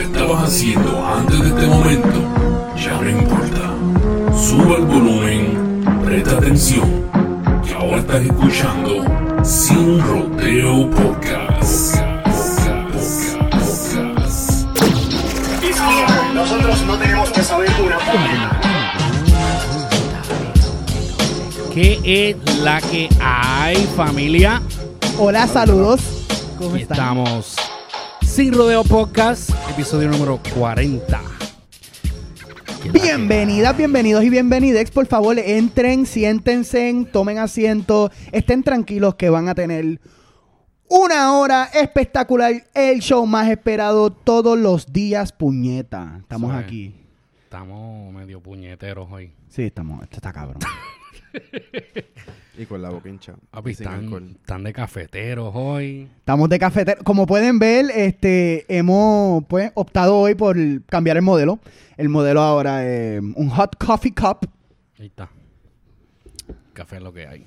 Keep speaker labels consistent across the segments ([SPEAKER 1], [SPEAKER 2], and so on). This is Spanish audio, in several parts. [SPEAKER 1] estabas haciendo antes de este momento ya no importa. Suba el volumen, presta atención, que ahora estás escuchando Sin Roteo Podcast.
[SPEAKER 2] Nosotros no tenemos que saber una puta.
[SPEAKER 3] ¿Qué es la que hay, familia?
[SPEAKER 4] Hola, saludos. ¿Cómo
[SPEAKER 3] Y
[SPEAKER 4] están?
[SPEAKER 3] estamos sin rodeo podcast, episodio número 40. ¿Qué es la
[SPEAKER 4] Bienvenidas, bienvenidos y bienvenidex. Por favor, entren, siéntense, tomen asiento, estén tranquilos que van a tener una hora espectacular. El show más esperado todos los días, puñeta. Estamos
[SPEAKER 3] Sí.
[SPEAKER 4] aquí.
[SPEAKER 3] que- Estamos medio puñeteros hoy.
[SPEAKER 4] Sí, estamos. Esto está cabrón.
[SPEAKER 5] Y con la boca hincha.
[SPEAKER 3] Papi,
[SPEAKER 5] sin
[SPEAKER 3] están,
[SPEAKER 5] alcohol.
[SPEAKER 3] están de cafeteros hoy.
[SPEAKER 4] Estamos de cafetero. Como pueden ver, este, hemos pues, optado hoy por cambiar el modelo. El modelo ahora es un hot coffee cup.
[SPEAKER 3] Ahí está. Café es lo que hay.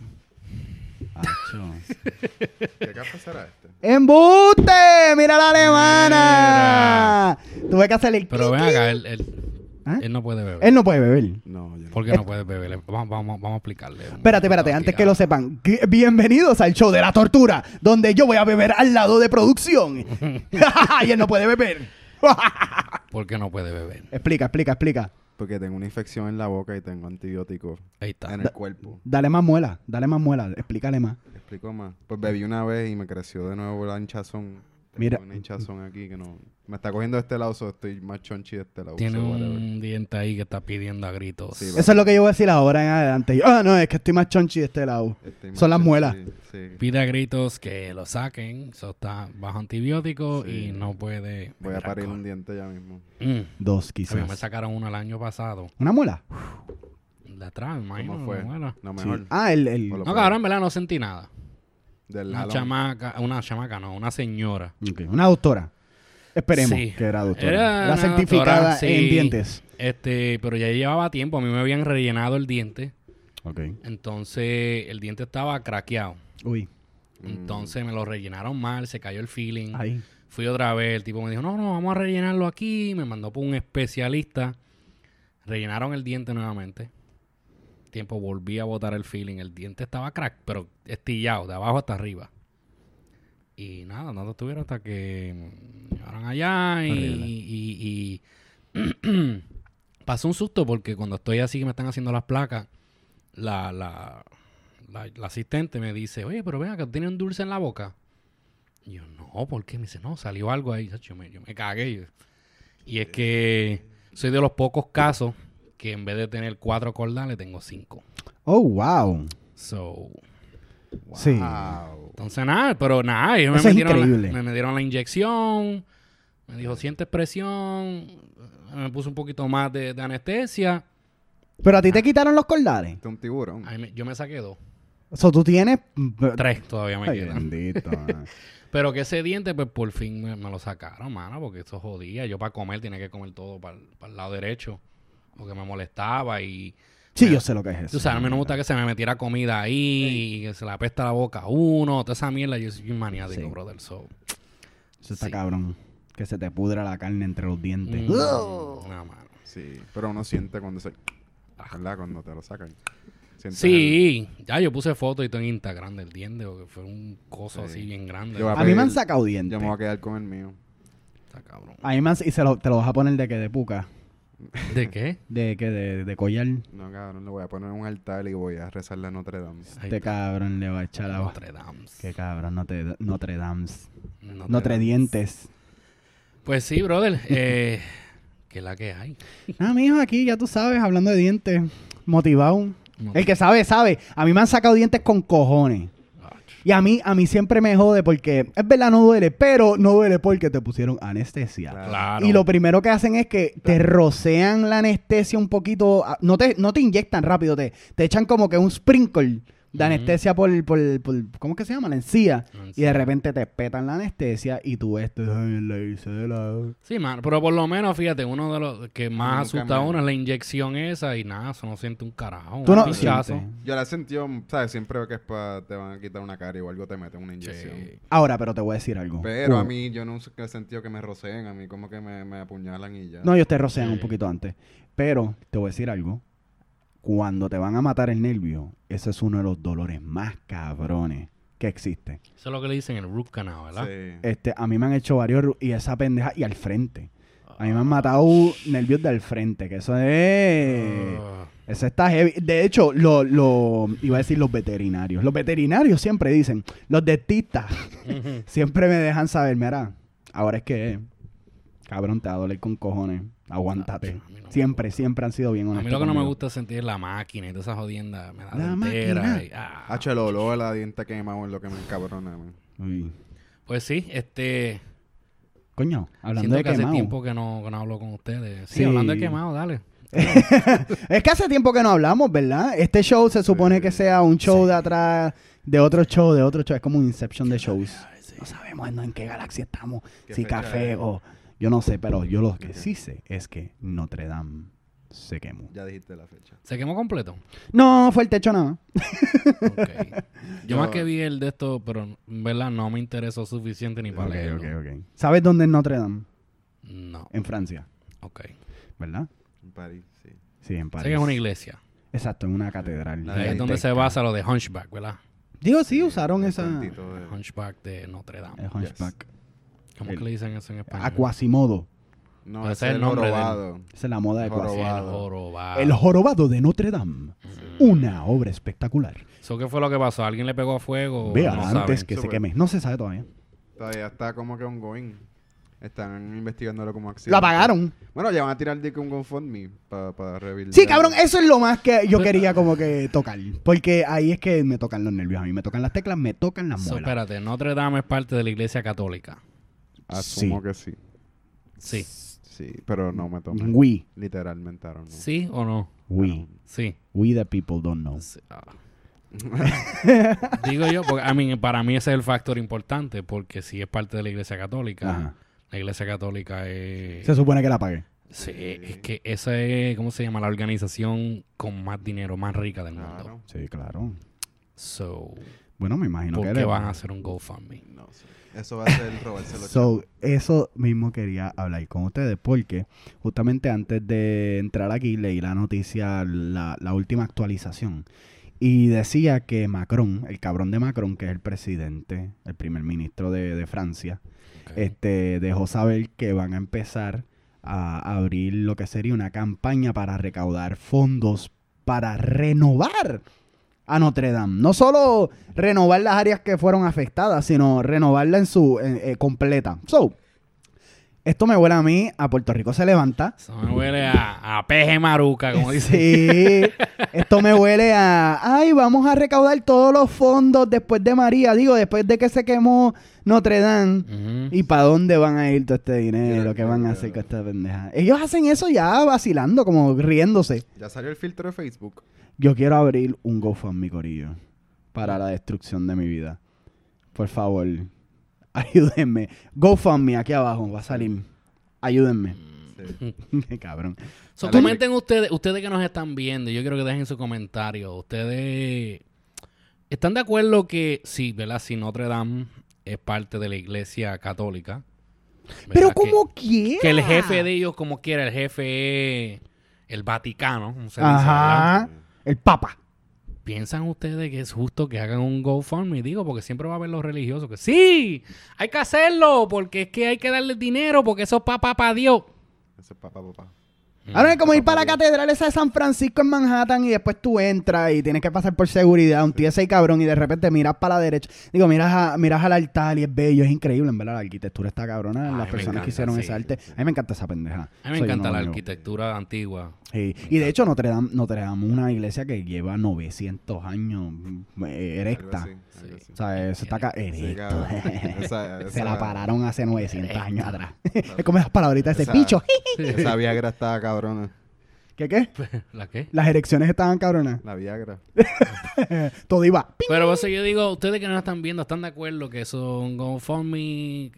[SPEAKER 5] ¿Qué café será este?
[SPEAKER 4] ¡Embuste! ¡Mira la alemana! Tuve que hacer el...
[SPEAKER 3] Pero ven acá, él, él,
[SPEAKER 4] ¿Ah?
[SPEAKER 3] él no puede beber.
[SPEAKER 4] Él no puede beber.
[SPEAKER 5] No, yo no.
[SPEAKER 3] ¿Por qué no puede beber? Vamos, vamos, vamos a explicarle.
[SPEAKER 4] Espérate, espérate, antes que lo sepan. gu- Bienvenidos al show de la tortura, donde yo voy a beber al lado de producción. y él no puede beber.
[SPEAKER 3] ¿Por qué no puede beber?
[SPEAKER 4] explica, explica, explica.
[SPEAKER 5] Porque tengo una infección en la boca y tengo antibióticos
[SPEAKER 3] Ahí está.
[SPEAKER 5] en el cuerpo.
[SPEAKER 4] Dale más muela, dale más muela, explícale más.
[SPEAKER 5] ¿Me explico más? Pues bebí una vez y me creció de nuevo la hinchazón. Tengo
[SPEAKER 4] Mira.
[SPEAKER 5] Una hinchazón aquí que no. Me está cogiendo de este lado, so estoy más chonchi de este lado.
[SPEAKER 3] Tiene
[SPEAKER 5] so whatever.
[SPEAKER 3] un diente ahí que está pidiendo a gritos.
[SPEAKER 5] Sí,
[SPEAKER 4] Eso es lo que yo voy a decir ahora en adelante. Yo, Ah, no, es que estoy más chonchi de este lado.
[SPEAKER 5] Estoy más
[SPEAKER 4] Son las
[SPEAKER 5] chonchi,
[SPEAKER 4] muelas.
[SPEAKER 5] Sí.
[SPEAKER 3] pide a gritos que lo saquen. Eso está bajo antibiótico
[SPEAKER 5] Sí.
[SPEAKER 3] y no puede.
[SPEAKER 5] Voy a
[SPEAKER 3] beber
[SPEAKER 5] parir
[SPEAKER 3] alcohol.
[SPEAKER 5] un diente ya mismo.
[SPEAKER 3] Mm.
[SPEAKER 4] Dos,
[SPEAKER 3] A mí me
[SPEAKER 4] quizás.
[SPEAKER 3] sacaron uno el año pasado.
[SPEAKER 4] ¿Una muela?
[SPEAKER 3] De atrás, me imagino.
[SPEAKER 5] ¿Cómo fue?
[SPEAKER 3] me muero.
[SPEAKER 5] No,
[SPEAKER 4] Sí.
[SPEAKER 5] mejor.
[SPEAKER 4] Ah, el... el-
[SPEAKER 5] Por lo
[SPEAKER 3] No,
[SPEAKER 5] peor.
[SPEAKER 3] cabrón, en verdad no sentí nada.
[SPEAKER 5] Del
[SPEAKER 3] Una
[SPEAKER 5] jalón.
[SPEAKER 3] chamaca, una chamaca no, una señora.
[SPEAKER 4] ok, Una doctora. Esperemos
[SPEAKER 3] Sí.
[SPEAKER 4] que era doctora.
[SPEAKER 3] Era
[SPEAKER 4] Era,
[SPEAKER 3] una
[SPEAKER 4] certificada
[SPEAKER 3] doctora, sí.
[SPEAKER 4] en dientes.
[SPEAKER 3] Este, pero ya llevaba tiempo, a mí me habían rellenado el diente.
[SPEAKER 4] Ok.
[SPEAKER 3] Entonces, el diente estaba craqueado.
[SPEAKER 4] Uy.
[SPEAKER 3] Entonces me lo rellenaron mal, se cayó el feeling.
[SPEAKER 4] Ahí.
[SPEAKER 3] Fui otra vez, el tipo me dijo, no, no, vamos a rellenarlo aquí. Me mandó por un especialista. Rellenaron el diente nuevamente. Tiempo, volví a botar el feeling. El diente estaba crack, pero estillado, de abajo hasta arriba. Y nada, no lo tuvieron hasta que me llevaron allá y,
[SPEAKER 4] Horrible.
[SPEAKER 3] y- y- pasó un susto porque cuando estoy así que me están haciendo las placas, la, la, la, la asistente me dice, oye, pero venga, que tiene un dulce en la boca. Y yo, no, ¿por qué? Me dice, no, salió algo ahí. Yo me, yo me cagué. Yo- Y es que soy de los pocos casos que en vez de tener cuatro cordales, tengo cinco.
[SPEAKER 4] Oh, wow.
[SPEAKER 3] So,
[SPEAKER 5] Wow.
[SPEAKER 4] Sí.
[SPEAKER 3] entonces nada, pero nada, ellos me
[SPEAKER 4] Eso es
[SPEAKER 3] metieron, la,
[SPEAKER 4] increíble.
[SPEAKER 3] me, me dieron la inyección, me dijo, sientes presión, me puso un poquito más de, de anestesia.
[SPEAKER 4] Pero a ti te quitaron los cordales.
[SPEAKER 5] Este es un tiburón.
[SPEAKER 3] Ahí me- yo me saqué dos,
[SPEAKER 4] O sea, tú tienes...
[SPEAKER 3] tres todavía me
[SPEAKER 4] Ay,
[SPEAKER 3] quedan.
[SPEAKER 4] bendito. ah.
[SPEAKER 3] Pero que ese diente, pues por fin me, me lo sacaron, mano, porque eso jodía. Yo para comer tenía que comer todo para el lado derecho, porque me molestaba y...
[SPEAKER 4] Sí,
[SPEAKER 3] Mira,
[SPEAKER 4] yo sé lo que es eso.
[SPEAKER 3] Tú sabes, a mí no me gusta que se me metiera comida ahí, y que se la apesta la boca a uno, toda esa mierda. Yo soy bien maniático,
[SPEAKER 4] Sí.
[SPEAKER 3] brother. So,
[SPEAKER 4] Eso está
[SPEAKER 3] Sí.
[SPEAKER 4] cabrón. Que se te pudra la carne entre los dientes.
[SPEAKER 3] mm, no, mano.
[SPEAKER 5] Sí. Pero uno siente cuando se. ¿Verdad? Cuando te lo sacan. Sientes el-
[SPEAKER 3] Ah. Sí, ya yo puse foto y todo en Instagram del diente, porque fue un coso así bien grande.
[SPEAKER 5] Yo voy
[SPEAKER 4] A mí me han
[SPEAKER 5] Papel.
[SPEAKER 4] sacado
[SPEAKER 5] Yo
[SPEAKER 4] dientes.
[SPEAKER 5] me voy a quedar con el mío.
[SPEAKER 3] Está cabrón.
[SPEAKER 4] A mí me han... Y se lo- te lo vas a poner de que de puca.
[SPEAKER 3] ¿De qué?
[SPEAKER 4] De que de, de collar.
[SPEAKER 5] No, cabrón, le voy a poner un altar y voy a rezarle a Notre Dame.
[SPEAKER 3] Ahí
[SPEAKER 4] Este
[SPEAKER 3] está.
[SPEAKER 4] cabrón le va a echar agua.
[SPEAKER 3] Notre Dame.
[SPEAKER 4] Qué cabrón, Notre, Notre Dame.
[SPEAKER 3] Notre
[SPEAKER 4] Notre
[SPEAKER 3] Dame.
[SPEAKER 4] Dientes.
[SPEAKER 3] Pues sí, brother. Eh, que la que hay.
[SPEAKER 4] Ah, mijo, aquí ya tú sabes, hablando de dientes. Motivado. El que sabe, sabe. A mí me han sacado dientes con cojones. Y a mí, a mí siempre me jode porque, es verdad, no duele, pero no duele porque te pusieron anestesia.
[SPEAKER 3] Claro.
[SPEAKER 4] Ah. Y lo primero que hacen es que te rocean la anestesia un poquito. ah, No te, no te inyectan rápido, te, te echan como que un sprinkle de anestesia por, por, por- ¿cómo es que se llama? La encía. Y
[SPEAKER 3] Encía.
[SPEAKER 4] de repente te petan la anestesia y tú este, "Ay, le hice la-".
[SPEAKER 3] Sí, mano, pero por lo menos, fíjate, uno de los que más
[SPEAKER 5] Nunca
[SPEAKER 3] asusta a
[SPEAKER 5] me-
[SPEAKER 3] uno es la inyección esa y nada, eso no siente un carajo.
[SPEAKER 4] Tú
[SPEAKER 3] un
[SPEAKER 4] no
[SPEAKER 3] pinchazo.
[SPEAKER 4] sientes.
[SPEAKER 5] Yo la he sentido, ¿sabes? Siempre veo que es para te van a quitar una cara o algo, te meten una inyección.
[SPEAKER 3] Sí.
[SPEAKER 4] Ahora, pero te voy a decir algo.
[SPEAKER 5] Pero a
[SPEAKER 4] Uh.
[SPEAKER 5] mí, yo nunca he sentido que me roceen, a mí como que me, me apuñalan y ya.
[SPEAKER 4] No, ellos te rocean un poquito antes. Pero te voy a decir algo. Cuando te van a matar el nervio, ese es uno de los dolores más cabrones que existe.
[SPEAKER 3] Eso es lo que le dicen el root canal, ¿verdad?
[SPEAKER 5] Sí.
[SPEAKER 4] Este, a mí me han hecho varios ru- y esa pendeja y al frente. A mí me han matado nervios de al frente, que eso es...
[SPEAKER 3] Ah.
[SPEAKER 4] Eso está heavy. De hecho, lo, lo iba a decir los veterinarios. Los veterinarios siempre dicen, los dentistas
[SPEAKER 3] Ujú.
[SPEAKER 4] siempre me dejan saber, mira, ahora es que, cabrón, te va a doler con cojones, aguántate.
[SPEAKER 3] Nacho, a mí no me
[SPEAKER 4] siempre, siempre han sido bien
[SPEAKER 3] A
[SPEAKER 4] honestos.
[SPEAKER 3] mí lo que no me
[SPEAKER 4] conmigo.
[SPEAKER 3] gusta es sentir la máquina y todas esas jodiendas. Me da
[SPEAKER 4] La
[SPEAKER 3] dentera
[SPEAKER 4] máquina.
[SPEAKER 3] y- ah.
[SPEAKER 5] Hacho, el olor a la diente quemado es lo que me encabrona. man.
[SPEAKER 4] Uy.
[SPEAKER 3] Pues sí, este.
[SPEAKER 4] Coño, hablando
[SPEAKER 3] siento
[SPEAKER 4] de
[SPEAKER 3] que hace
[SPEAKER 4] quemado.
[SPEAKER 3] tiempo que no, que no hablo con ustedes. Sí,
[SPEAKER 4] Sí.
[SPEAKER 3] hablando de quemado, dale.
[SPEAKER 4] Es que hace tiempo que no hablamos, ¿verdad? Este show se supone que sea un show de atrás, de otro show, de otro show. Es como un Inception de shows. No sabemos ¿no? en qué galaxia estamos.
[SPEAKER 5] ¿Qué
[SPEAKER 4] Si
[SPEAKER 5] fecha
[SPEAKER 4] café
[SPEAKER 5] es?
[SPEAKER 4] o... Yo no sé, pero yo lo que sí sé es que Notre Dame se quemó.
[SPEAKER 5] Ya dijiste la fecha.
[SPEAKER 3] ¿Se quemó completo?
[SPEAKER 4] No, fue el techo nada más.
[SPEAKER 3] Ok. Yo
[SPEAKER 5] No.
[SPEAKER 3] más que vi el de esto, pero en verdad no me interesó suficiente ni para leerlo.
[SPEAKER 4] ¿Sabes dónde es Notre Dame?
[SPEAKER 3] No,
[SPEAKER 4] En Francia,
[SPEAKER 3] ok. Sé
[SPEAKER 4] ¿verdad?
[SPEAKER 5] En París, sí.
[SPEAKER 4] Sí, en París.
[SPEAKER 3] que es una iglesia.
[SPEAKER 4] Exacto, en una catedral.
[SPEAKER 5] La
[SPEAKER 3] Ahí es donde se
[SPEAKER 4] gigantesca.
[SPEAKER 3] basa lo de Hunchback, ¿verdad?
[SPEAKER 4] Digo, sí, usaron
[SPEAKER 5] El
[SPEAKER 4] esa...
[SPEAKER 5] cuentito de-
[SPEAKER 3] Hunchback de Notre Dame.
[SPEAKER 4] El hunchback.
[SPEAKER 3] ¿Cómo
[SPEAKER 4] el-
[SPEAKER 3] que le dicen eso en español?
[SPEAKER 4] A Quasimodo.
[SPEAKER 5] No,
[SPEAKER 3] Ese
[SPEAKER 5] ese
[SPEAKER 3] es
[SPEAKER 5] es
[SPEAKER 3] el
[SPEAKER 5] el
[SPEAKER 3] nombre del-
[SPEAKER 5] jorobado.
[SPEAKER 4] Esa es la moda de
[SPEAKER 3] El
[SPEAKER 4] Quasimodo.
[SPEAKER 5] Jorobado.
[SPEAKER 3] jorobado.
[SPEAKER 4] El jorobado de Notre Dame.
[SPEAKER 3] Mm.
[SPEAKER 4] Una obra espectacular.
[SPEAKER 3] ¿Eso qué fue lo que pasó? ¿Alguien le pegó a fuego?
[SPEAKER 4] Vea
[SPEAKER 3] Oh, No
[SPEAKER 4] antes
[SPEAKER 3] saben.
[SPEAKER 4] que se
[SPEAKER 5] Súper.
[SPEAKER 4] queme. No se sabe todavía.
[SPEAKER 5] Todavía está como que ongoing. Están investigándolo como accidente.
[SPEAKER 4] Lo apagaron.
[SPEAKER 5] Bueno, ya van a tirar de que un GoFundMe para pa rehabilitar.
[SPEAKER 4] Sí, cabrón, eso es lo más que yo
[SPEAKER 3] Pero-
[SPEAKER 4] quería como que tocar. Porque ahí es que me tocan los nervios. A mí me tocan las teclas, me tocan las
[SPEAKER 3] So,
[SPEAKER 4] muelas.
[SPEAKER 3] espérate, Notre Dame es parte de la iglesia católica.
[SPEAKER 5] Asumo
[SPEAKER 4] Sí.
[SPEAKER 5] que sí.
[SPEAKER 3] Sí.
[SPEAKER 5] Sí, pero no me tomen.
[SPEAKER 4] We,
[SPEAKER 5] Literalmente, I don't know.
[SPEAKER 3] ¿Sí o no?
[SPEAKER 4] we,
[SPEAKER 3] Sí.
[SPEAKER 4] we the people don't know.
[SPEAKER 3] Sí. Ah. Digo yo, porque a mí, para mí ese es el factor importante, porque si es parte de la iglesia católica,
[SPEAKER 4] Ajá.
[SPEAKER 3] la iglesia católica es...
[SPEAKER 4] Se supone que la pagué.
[SPEAKER 3] Sí, es que esa es, ¿cómo se llama? La organización con más dinero, más rica del mundo.
[SPEAKER 5] Claro.
[SPEAKER 4] Sí, claro.
[SPEAKER 3] So,
[SPEAKER 4] Bueno, me imagino
[SPEAKER 3] ¿por
[SPEAKER 4] que
[SPEAKER 3] qué
[SPEAKER 4] le-
[SPEAKER 3] van a hacer un GoFundMe?
[SPEAKER 5] No sé. Eso va a ser robárselo.
[SPEAKER 4] So, eso mismo quería hablar con ustedes porque justamente antes de entrar aquí leí la noticia, la, la última actualización. Y decía que Macron, el cabrón de Macron, que es el presidente, el primer ministro de, de Francia,
[SPEAKER 3] Ok.
[SPEAKER 4] este, dejó saber que van a empezar a abrir lo que sería una campaña para recaudar fondos para renovar a Notre Dame. No solo renovar las áreas que fueron afectadas, sino renovarla en su en- eh, completa. So, esto me huele a mí, a Puerto Rico se levanta.
[SPEAKER 3] Eso me huele a, a peje maruca, como dice.
[SPEAKER 4] Sí, esto me huele a, ay, vamos a recaudar todos los fondos después de María, digo, después de que se quemó Notre Dame.
[SPEAKER 3] Ujú.
[SPEAKER 4] ¿Y para dónde van a ir todo este dinero?
[SPEAKER 5] Claro,
[SPEAKER 4] ¿Qué van a
[SPEAKER 5] claro.
[SPEAKER 4] hacer con esta pendeja? Ellos hacen eso ya vacilando, como riéndose.
[SPEAKER 5] Ya salió el filtro de Facebook.
[SPEAKER 4] Yo quiero abrir un GoFundMe, Corillo, para la destrucción de mi vida. Por favor, ayúdenme. GoFundMe, aquí abajo, va a salir. Ayúdenme.
[SPEAKER 5] Sí.
[SPEAKER 3] Mm.
[SPEAKER 4] Qué cabrón.
[SPEAKER 3] So,
[SPEAKER 5] Dale.
[SPEAKER 3] comenten ustedes, ustedes que nos están viendo, yo quiero que dejen su comentario. Ustedes están de acuerdo que sí, ¿verdad? Si Notre Dame es parte de la iglesia católica. ¿verdad?
[SPEAKER 4] Pero
[SPEAKER 3] Que-
[SPEAKER 4] como quiera.
[SPEAKER 3] Que el jefe de ellos, como quiera, el jefe es el Vaticano. como se dice, ¿verdad?
[SPEAKER 4] Ajá. El Papa.
[SPEAKER 3] ¿Piensan ustedes que es justo que hagan un GoFundMe? Digo, porque siempre va a haber los religiosos que sí, hay que hacerlo, porque es que hay que darle dinero, porque eso es pa, pa, pa Dios.
[SPEAKER 5] Ese es papá, papá.
[SPEAKER 3] Mm.
[SPEAKER 4] Ahora es como ir para la catedral esa de San Francisco en Manhattan y después tú entras y tienes que pasar por seguridad, un tío ese cabrón y de repente miras para la derecha. Digo, miras, a- miras al altar y es bello, es increíble, en verdad la arquitectura está cabrona,
[SPEAKER 3] Ay,
[SPEAKER 4] las
[SPEAKER 3] me
[SPEAKER 4] personas
[SPEAKER 3] encanta,
[SPEAKER 4] que hicieron
[SPEAKER 3] sí,
[SPEAKER 4] ese arte. A mí me encanta esa pendeja.
[SPEAKER 3] A mí me
[SPEAKER 4] Soy
[SPEAKER 3] encanta
[SPEAKER 4] uno
[SPEAKER 3] la
[SPEAKER 4] de los-
[SPEAKER 3] arquitectura antigua.
[SPEAKER 4] Sí, Y de hecho Notre Dame, Notre Dame es una iglesia que lleva 900 años mm, eh,
[SPEAKER 5] Algo
[SPEAKER 4] erecta.
[SPEAKER 5] así, algo así.
[SPEAKER 4] O sea, eso está acá
[SPEAKER 5] Sí,
[SPEAKER 4] erecto.
[SPEAKER 5] cabrón. Esa-
[SPEAKER 4] Se la
[SPEAKER 5] esa-
[SPEAKER 4] pararon hace 900 años atrás. es como esas palabritas de
[SPEAKER 5] Esa-
[SPEAKER 4] picho.
[SPEAKER 5] Esa Viagra estaba cabrona.
[SPEAKER 4] ¿Qué qué?
[SPEAKER 3] ¿La qué?
[SPEAKER 4] Las erecciones estaban cabronas.
[SPEAKER 5] La Viagra.
[SPEAKER 4] Todo iba. ¡ping!
[SPEAKER 3] Pero por eso yo digo, ustedes que no están viendo, ¿están de acuerdo que eso un GoFundMe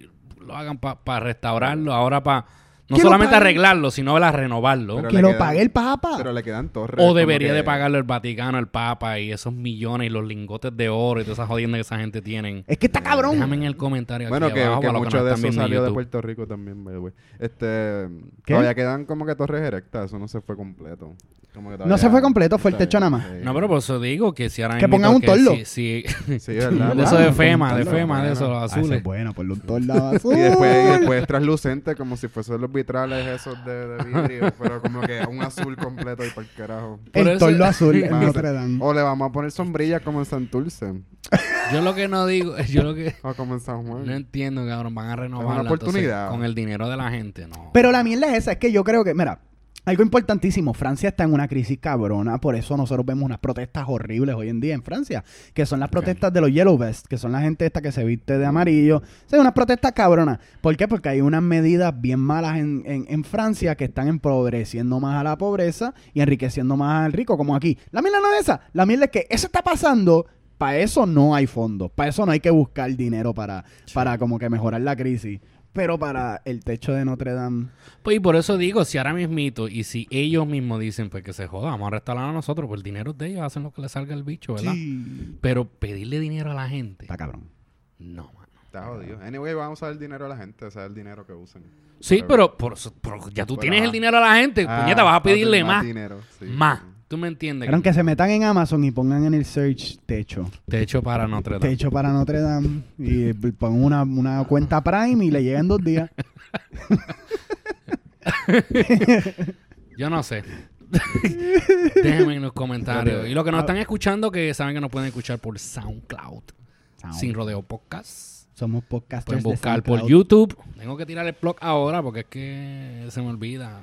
[SPEAKER 3] lo hagan para restaurarlo? Ahora para no
[SPEAKER 4] Que lo
[SPEAKER 3] solamente
[SPEAKER 4] paguen.
[SPEAKER 3] arreglarlo, sino la renovarlo.
[SPEAKER 5] Pero
[SPEAKER 4] Que
[SPEAKER 5] le
[SPEAKER 4] lo
[SPEAKER 5] quedan-
[SPEAKER 4] pague el papa.
[SPEAKER 5] Pero le quedan torres.
[SPEAKER 3] o
[SPEAKER 5] como
[SPEAKER 3] debería
[SPEAKER 5] que-
[SPEAKER 3] de pagarlo el Vaticano, el Papa y esos millones y los lingotes de oro y todas esas jodiendas que esa gente tienen.
[SPEAKER 4] Es que está cabrón.
[SPEAKER 3] Déjame en el comentario
[SPEAKER 5] Bueno,
[SPEAKER 3] aquí
[SPEAKER 5] que,
[SPEAKER 3] abajo
[SPEAKER 5] que
[SPEAKER 3] para los que
[SPEAKER 5] mucho
[SPEAKER 3] nos
[SPEAKER 5] de
[SPEAKER 3] están
[SPEAKER 5] eso
[SPEAKER 3] viendo en
[SPEAKER 5] salió de
[SPEAKER 3] YouTube.
[SPEAKER 5] Puerto Rico también, by the way. Este,
[SPEAKER 4] ¿Qué?
[SPEAKER 5] todavía quedan como que torres erectas, eso no se fue completo. Como que
[SPEAKER 4] No se
[SPEAKER 5] todavía-
[SPEAKER 4] fue completo, fue el
[SPEAKER 5] está
[SPEAKER 4] techo
[SPEAKER 5] bien,
[SPEAKER 4] nada más.
[SPEAKER 5] sí.
[SPEAKER 3] No, pero por eso digo que si ahora
[SPEAKER 4] Que
[SPEAKER 3] mismo
[SPEAKER 4] pongan un
[SPEAKER 3] que
[SPEAKER 4] torlo.
[SPEAKER 3] si- si-
[SPEAKER 5] Sí, ¿verdad?
[SPEAKER 3] de eso de
[SPEAKER 5] Ah,
[SPEAKER 3] FEMA,
[SPEAKER 5] un
[SPEAKER 3] de
[SPEAKER 5] torlo,
[SPEAKER 3] FEMA, de
[SPEAKER 5] bueno.
[SPEAKER 3] esos los
[SPEAKER 4] Ah, esa es
[SPEAKER 3] azules.
[SPEAKER 4] buena, por los dos lados azul.
[SPEAKER 5] Y después, y después translucente, como si fuesen los vitrales esos de, de vidrio, pero como que un azul completo y para el carajo.
[SPEAKER 3] Por
[SPEAKER 4] El
[SPEAKER 3] eso-
[SPEAKER 4] torno azul en
[SPEAKER 5] Vamos a-
[SPEAKER 4] Notre Dame.
[SPEAKER 5] O le vamos a poner sombrillas como en Santurce
[SPEAKER 3] Yo lo que no digo, yo lo que
[SPEAKER 5] o como en San Juan.
[SPEAKER 3] no entiendo, cabrón, van a renovar
[SPEAKER 5] oportunidad.
[SPEAKER 3] con el dinero de la gente, no.
[SPEAKER 4] Pero la mierda es esa, es que yo creo que, mira, algo importantísimo, Francia está en una crisis cabrona, por eso nosotros vemos unas protestas horribles hoy en día en Francia, que son las protestas de los Yellow Vest, que son la gente esta que se viste de amarillo. O sea, unas protestas cabronas. ¿Por qué? Porque hay unas medidas bien malas en, en- en Francia que están empobreciendo más a la pobreza y enriqueciendo más al rico, como aquí. La mierda no es esa, la mierda es que eso está pasando. Para eso no hay fondos, para eso no hay que buscar dinero para, para como que mejorar la crisis. Pero para el techo de Notre Dame
[SPEAKER 3] Pues y por eso digo, si ahora mismito, y si ellos mismos dicen, pues que se joda, vamos a restaurar a nosotros, pues el dinero de ellos hacen lo que les salga el bicho, ¿verdad? Pero pedirle dinero a la gente,
[SPEAKER 4] pues Está cabrón.
[SPEAKER 3] no, mano.
[SPEAKER 5] Está jodido. Anyway, vamos a dar dinero a la gente, o sea, el dinero que usen.
[SPEAKER 3] Sí,
[SPEAKER 5] Whatever.
[SPEAKER 3] pero, por eso- pero ya tú
[SPEAKER 5] Bueno,
[SPEAKER 3] tienes el
[SPEAKER 5] Pues, ajá.
[SPEAKER 3] dinero a la gente,
[SPEAKER 5] Ah,
[SPEAKER 3] puñeta, vas a pedirle más,
[SPEAKER 5] dinero, sí.
[SPEAKER 3] más. ¿Tú me entiendes?
[SPEAKER 4] Pero que se metan en Amazon y pongan en el search techo.
[SPEAKER 3] Techo para Notre Dame.
[SPEAKER 4] Techo para Notre Dame. Y eh, pongan una, una cuenta Prime y le llegan dos días.
[SPEAKER 3] Yo no sé. Déjenme en los comentarios. Y los que nos están escuchando, que saben que nos pueden escuchar por SoundCloud, sin rodeo podcast.
[SPEAKER 4] Somos podcasters.
[SPEAKER 3] Pueden
[SPEAKER 4] de
[SPEAKER 3] Pues buscar por
[SPEAKER 4] SoundCloud.
[SPEAKER 3] YouTube. Tengo que tirar el blog ahora porque es que se me olvida.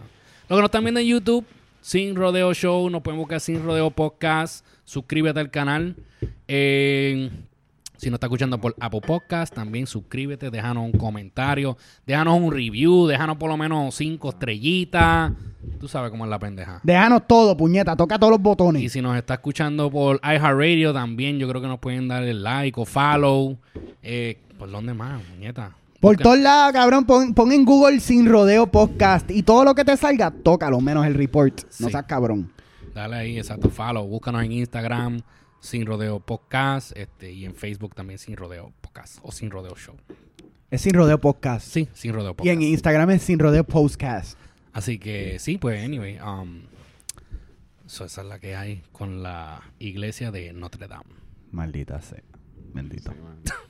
[SPEAKER 3] Los que nos están viendo en YouTube, Sin Rodeo Show, nos pueden buscar Sin Rodeo Podcast. Suscríbete al canal. Eh, si nos está escuchando por Apple Podcast, también suscríbete, déjanos un comentario, déjanos un review, déjanos por lo menos cinco estrellitas. Tú sabes cómo es la pendeja.
[SPEAKER 4] Déjanos todo, puñeta. Toca todos los
[SPEAKER 3] Y
[SPEAKER 4] botones.
[SPEAKER 3] si nos está escuchando por iHeartRadio también, yo creo que nos pueden dar el like o follow. Eh, ¿Por dónde más, muñeta?
[SPEAKER 4] Por todos lados, cabrón. Pon, pon en Google sin rodeo podcast. Y todo lo que te salga, tócalo, menos el report. No
[SPEAKER 3] Sí.
[SPEAKER 4] seas cabrón.
[SPEAKER 3] Dale ahí, exacto, follow. Búscanos en Instagram, Sin Rodeo Podcast, este, y en Facebook también Sin Rodeo Podcast o Sin Rodeo Show.
[SPEAKER 4] Es sin rodeo podcast.
[SPEAKER 3] Sí, Sin Rodeo
[SPEAKER 4] Y
[SPEAKER 3] Podcast.
[SPEAKER 4] en Instagram es sin rodeo podcast.
[SPEAKER 3] Así que sí, pues, anyway. um, so esa es la que hay con la iglesia de Notre Dame.
[SPEAKER 4] Maldita sea. Bendito.
[SPEAKER 5] Sí, man.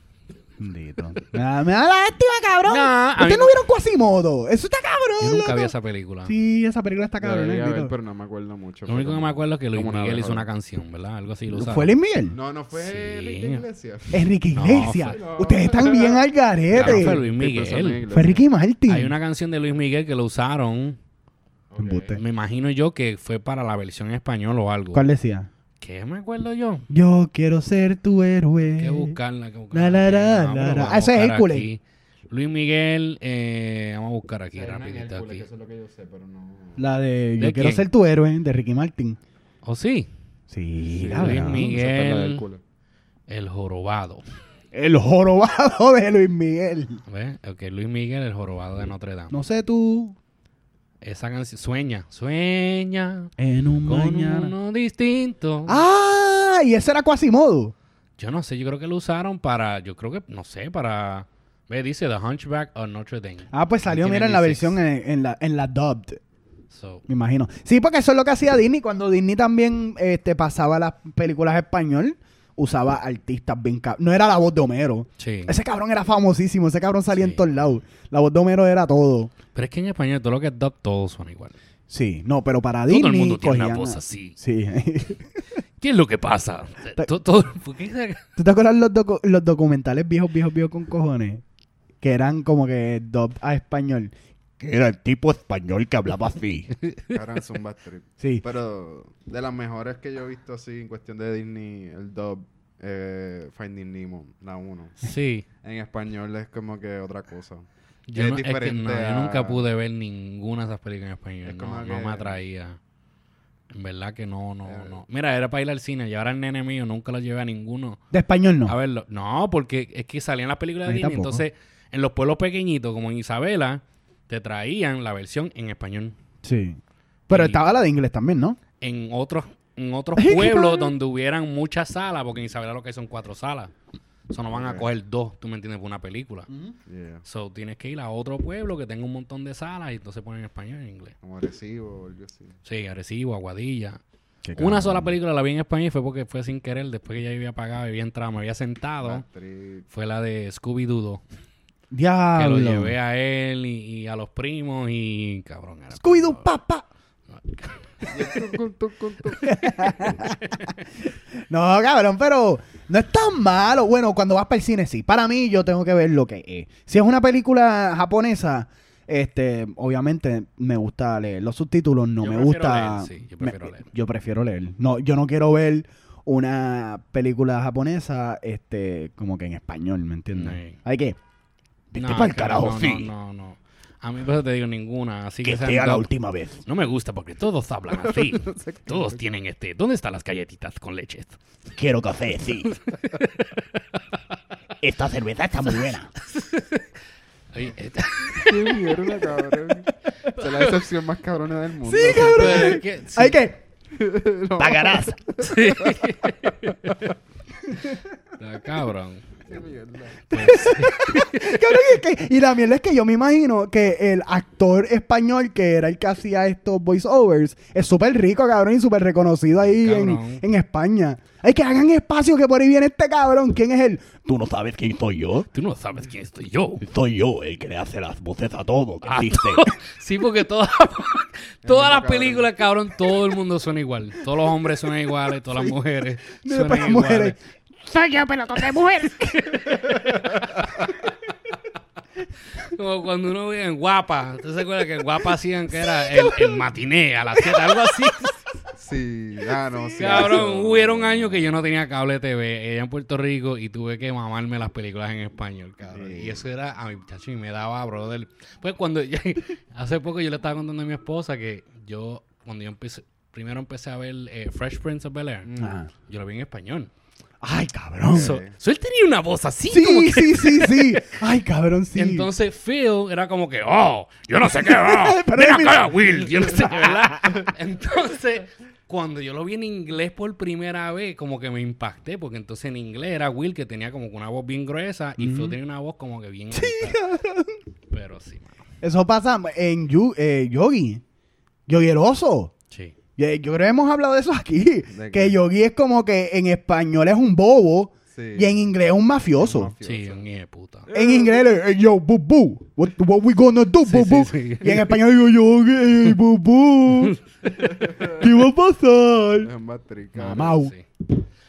[SPEAKER 4] Bendito. Me da, me da lástima, cabrón.
[SPEAKER 3] Nah, a mí-
[SPEAKER 4] Ustedes no vieron Quasimodo. Eso está cabrón.
[SPEAKER 3] Yo nunca vi
[SPEAKER 4] loco.
[SPEAKER 3] esa película.
[SPEAKER 4] Sí, esa película está cabrón.
[SPEAKER 5] Debería haber,
[SPEAKER 4] bendito.
[SPEAKER 5] pero no me acuerdo mucho.
[SPEAKER 3] Lo único
[SPEAKER 5] Fue
[SPEAKER 3] que me acuerdo es que Luis
[SPEAKER 5] como una
[SPEAKER 3] Miguel hizo
[SPEAKER 5] mejor.
[SPEAKER 3] una canción, ¿verdad? Algo así. Lo
[SPEAKER 4] ¿Fue Luis Miguel?
[SPEAKER 5] No, no fue
[SPEAKER 3] Sí. Eh,
[SPEAKER 5] Enrique Iglesias.
[SPEAKER 4] Enrique
[SPEAKER 3] No,
[SPEAKER 4] Iglesias.
[SPEAKER 5] fue-
[SPEAKER 4] Ustedes están bien al garete.
[SPEAKER 3] Claro, fue Luis
[SPEAKER 5] Sí, fue Enrique
[SPEAKER 3] Miguel.
[SPEAKER 5] Iglesias.
[SPEAKER 4] Fue Ricky Martin.
[SPEAKER 3] Hay una canción de Luis Miguel que lo usaron.
[SPEAKER 5] Ok.
[SPEAKER 4] Embuste.
[SPEAKER 3] Me imagino yo que fue para la versión en español o algo.
[SPEAKER 4] ¿Cuál decía?
[SPEAKER 3] ¿Qué me acuerdo yo?
[SPEAKER 4] Yo quiero ser tu héroe.
[SPEAKER 3] que buscarla. Que buscarla.
[SPEAKER 4] la, la,
[SPEAKER 3] No, pero
[SPEAKER 4] la, la.
[SPEAKER 3] vamos
[SPEAKER 4] Ah, ese
[SPEAKER 3] a
[SPEAKER 4] es
[SPEAKER 3] buscar
[SPEAKER 4] Hércules.
[SPEAKER 3] aquí. Luis Miguel, eh, vamos a buscar aquí
[SPEAKER 5] Sí, Enrique
[SPEAKER 3] rapidito.
[SPEAKER 5] Hércules,
[SPEAKER 3] Aquí.
[SPEAKER 5] que Eso es lo que yo sé, pero no.
[SPEAKER 4] La de Yo
[SPEAKER 3] ¿De
[SPEAKER 4] quiero
[SPEAKER 3] quién?
[SPEAKER 4] ser tu héroe de Ricky Martin.
[SPEAKER 3] ¿O Oh, sí?
[SPEAKER 4] Sí,
[SPEAKER 5] Sí,
[SPEAKER 4] la
[SPEAKER 3] Luis
[SPEAKER 4] verdad.
[SPEAKER 3] Miguel.
[SPEAKER 5] Esa es la del culo.
[SPEAKER 3] El jorobado.
[SPEAKER 4] El jorobado de Luis Miguel.
[SPEAKER 3] ¿Ves? Ok, Luis Miguel, el jorobado de Notre Dame.
[SPEAKER 4] No sé tú.
[SPEAKER 3] Esa canción, sueña, sueña
[SPEAKER 4] En un
[SPEAKER 3] con
[SPEAKER 4] mañana.
[SPEAKER 3] uno distinto.
[SPEAKER 4] Ah, y ese era Quasimodo.
[SPEAKER 3] Yo no sé, yo creo que lo usaron para, yo creo que, no sé, para... Ve, dice The Hunchback of Notre Dame.
[SPEAKER 4] Ah, pues salió, mira, en la
[SPEAKER 3] 1996.
[SPEAKER 4] versión en, en la, en la dubbed.
[SPEAKER 3] So,
[SPEAKER 4] Me imagino. Sí, porque eso es lo que hacía Disney. Cuando Disney también este, pasaba las películas español, usaba artistas bien cab- No era la voz de Homero.
[SPEAKER 3] sí.
[SPEAKER 4] Ese cabrón era famosísimo. Ese cabrón salía
[SPEAKER 3] Sí.
[SPEAKER 4] en todos lados. La voz de Homero era todo.
[SPEAKER 3] Pero es que en español todo lo que es dub, todos son igual.
[SPEAKER 4] Sí, no, pero para
[SPEAKER 3] Todo
[SPEAKER 4] Disney.
[SPEAKER 3] el mundo tiene una
[SPEAKER 4] cogían
[SPEAKER 3] voz
[SPEAKER 4] a-
[SPEAKER 3] así.
[SPEAKER 4] Sí.
[SPEAKER 3] ¿Qué es lo que pasa?
[SPEAKER 4] Ta-
[SPEAKER 3] Todo- todo- ¿por qué se-
[SPEAKER 4] ¿Tú te acuerdas los, docu- los documentales viejos, viejos, viejos con cojones? Que eran como que dub a español.
[SPEAKER 6] que era el tipo español que hablaba así.
[SPEAKER 5] Caran Zumba Trip.
[SPEAKER 4] Sí.
[SPEAKER 5] Pero de las mejores que yo he visto así en cuestión de Disney, el dub, eh, Finding Nemo, la 1.
[SPEAKER 3] Sí.
[SPEAKER 5] En español es como que otra cosa.
[SPEAKER 3] Yo,
[SPEAKER 5] Es
[SPEAKER 3] no- es que
[SPEAKER 5] diferente
[SPEAKER 3] no, yo
[SPEAKER 5] a-
[SPEAKER 3] nunca pude ver ninguna de esas películas en español.
[SPEAKER 5] Es
[SPEAKER 3] no,
[SPEAKER 5] como
[SPEAKER 3] no
[SPEAKER 5] que- Eh,
[SPEAKER 3] me atraía. En verdad que no, no, no. Mira, era para ir al cine, llevar al nene mío, nunca lo llevé a ninguno.
[SPEAKER 4] De español no.
[SPEAKER 3] A verlo. No, porque es que salían las películas de
[SPEAKER 4] A mí
[SPEAKER 3] Disney.
[SPEAKER 4] tampoco.
[SPEAKER 3] Entonces, en los pueblos pequeñitos, como en Isabela, te traían la versión en español.
[SPEAKER 4] Sí. Pero
[SPEAKER 3] Y-
[SPEAKER 4] estaba la de inglés también, ¿no?
[SPEAKER 3] En otros, en otros
[SPEAKER 4] Ay, qué
[SPEAKER 3] pueblos
[SPEAKER 4] cabrón.
[SPEAKER 3] donde hubieran muchas salas, porque en Isabela lo que hay son cuatro salas. Eso no van a coger dos, tú me entiendes, por una película.
[SPEAKER 5] Yeah.
[SPEAKER 3] So, tienes que ir a otro pueblo que tenga un montón de salas y entonces ponen en español y en inglés.
[SPEAKER 5] Como agresivo o algo así.
[SPEAKER 3] Sí, Arecibo, Aguadilla.
[SPEAKER 7] Qué
[SPEAKER 3] Una
[SPEAKER 7] cabrón.
[SPEAKER 3] sola película la vi en español y fue porque fue sin querer. Después que ya había pagado, había entrado, me había
[SPEAKER 7] Ah.
[SPEAKER 3] sentado.
[SPEAKER 5] Patrick.
[SPEAKER 3] Fue la de Scooby-Doo. Que
[SPEAKER 4] Diablo.
[SPEAKER 3] lo llevé a él y, y a los primos y cabrón. Era
[SPEAKER 4] Scooby-Doo, papá.
[SPEAKER 5] Tucum, tucum, tucum.
[SPEAKER 4] No, cabrón, pero no es tan malo. Bueno, cuando vas para el cine, sí. Para mí, yo tengo que ver lo que es. Si es una película japonesa, este, obviamente me gusta leer los subtítulos, no
[SPEAKER 3] Yo
[SPEAKER 4] me
[SPEAKER 3] prefiero
[SPEAKER 4] gusta.
[SPEAKER 3] leer, sí, yo
[SPEAKER 4] me-
[SPEAKER 3] prefiero leer.
[SPEAKER 4] Yo prefiero leer. No, yo no quiero ver una película japonesa, este, como que en español, ¿me entiendes?
[SPEAKER 3] Sí.
[SPEAKER 4] Hay que.
[SPEAKER 7] Vete
[SPEAKER 3] No,
[SPEAKER 7] pa'l
[SPEAKER 3] cara,
[SPEAKER 7] carajo,
[SPEAKER 3] no,
[SPEAKER 7] sí.
[SPEAKER 3] No, no, no. A mí por eso te digo ninguna. Así que,
[SPEAKER 7] Que
[SPEAKER 3] sean
[SPEAKER 7] sea la
[SPEAKER 3] dub.
[SPEAKER 7] última vez.
[SPEAKER 3] No me gusta porque todos hablan así. todos tienen este. ¿Dónde están las galletitas con leche?
[SPEAKER 7] Quiero café, sí. Esta cerveza está muy buena.
[SPEAKER 3] Ay, eh,
[SPEAKER 5] Qué mierda, cabrón. Esa es la decepción más cabrona del mundo.
[SPEAKER 4] Sí, cabrón.
[SPEAKER 3] pero es que- sí.
[SPEAKER 4] Hay que.
[SPEAKER 5] No.
[SPEAKER 7] Pagarás.
[SPEAKER 3] Está cabrón.
[SPEAKER 5] Qué mierda.
[SPEAKER 4] Cabrón, y, es que- y la mierda es que yo me imagino que el actor español que era el que hacía estos voiceovers es súper rico, cabrón, y súper reconocido ahí en,
[SPEAKER 3] Cabrón.
[SPEAKER 4] en España. Hay que hagan espacio que por ahí viene este cabrón. ¿Quién es él?
[SPEAKER 7] ¿Tú no sabes quién soy yo?
[SPEAKER 3] Tú no sabes quién estoy yo.
[SPEAKER 7] Soy yo el que le hace las voces a todo que
[SPEAKER 3] Ah,
[SPEAKER 7] existe.
[SPEAKER 3] todo- sí, porque todas todas las
[SPEAKER 5] cabrón.
[SPEAKER 3] películas, cabrón, todo el mundo suena igual. Todos los hombres suenan iguales, todas las mujeres
[SPEAKER 4] No,
[SPEAKER 3] suenan
[SPEAKER 4] para
[SPEAKER 3] iguales.
[SPEAKER 4] pues, mujeres.
[SPEAKER 8] Soy yo, pelotón de mujer.
[SPEAKER 3] Como cuando uno ve en Guapa. ¿Usted se acuerda que en Guapa hacían que era el, el matiné a las 7? Algo así.
[SPEAKER 5] Sí, ah, no, sí.
[SPEAKER 3] Cabrón,
[SPEAKER 5] eso.
[SPEAKER 3] hubieron años que yo no tenía cable TV allá en Puerto Rico y tuve que mamarme las películas en español, cabrón. Y eso era a mi muchacho y me daba, brother. Pues cuando yo- hace poco yo le estaba contando a mi esposa que yo, cuando yo empecé, primero empecé a ver eh, Fresh Prince of Bel Air,
[SPEAKER 4] Ajá.
[SPEAKER 3] yo lo vi en español.
[SPEAKER 4] Ay, cabrón.
[SPEAKER 3] So, so él tenía una voz así, como
[SPEAKER 4] Sí,
[SPEAKER 3] que-
[SPEAKER 4] sí, sí, sí. Ay, cabrón, sí.
[SPEAKER 3] Entonces Phil era como que, oh, yo no sé qué, oh,
[SPEAKER 4] Pero
[SPEAKER 3] ven
[SPEAKER 4] es mi-
[SPEAKER 3] acá, Will, yo no sé qué, ¿verdad? Entonces, cuando yo lo vi en inglés por primera vez, como que me impacté, porque entonces en inglés era Will que tenía como que una voz bien gruesa y Phil tenía una voz como que bien. alta. Pero sí, mano.
[SPEAKER 4] Eso pasa en Yu- eh, Yogi. Yogi el oso.
[SPEAKER 3] Sí.
[SPEAKER 4] Yo, yo creo que hemos hablado de eso aquí. Que
[SPEAKER 5] ¿De qué?
[SPEAKER 4] Yogi es como que en español es un bobo
[SPEAKER 5] Sí.
[SPEAKER 4] y en inglés es un mafioso.
[SPEAKER 3] Sí, un hijo de puta.
[SPEAKER 4] En inglés, eh, yo, boo boo. What, what we gonna do, boo
[SPEAKER 3] sí,
[SPEAKER 4] boo.
[SPEAKER 3] sí.
[SPEAKER 4] Y en español, yo, yo, eh, boo boo. ¿Qué va a pasar?
[SPEAKER 5] Es un Patrick, cabrón.
[SPEAKER 4] Mamau.
[SPEAKER 3] Sí.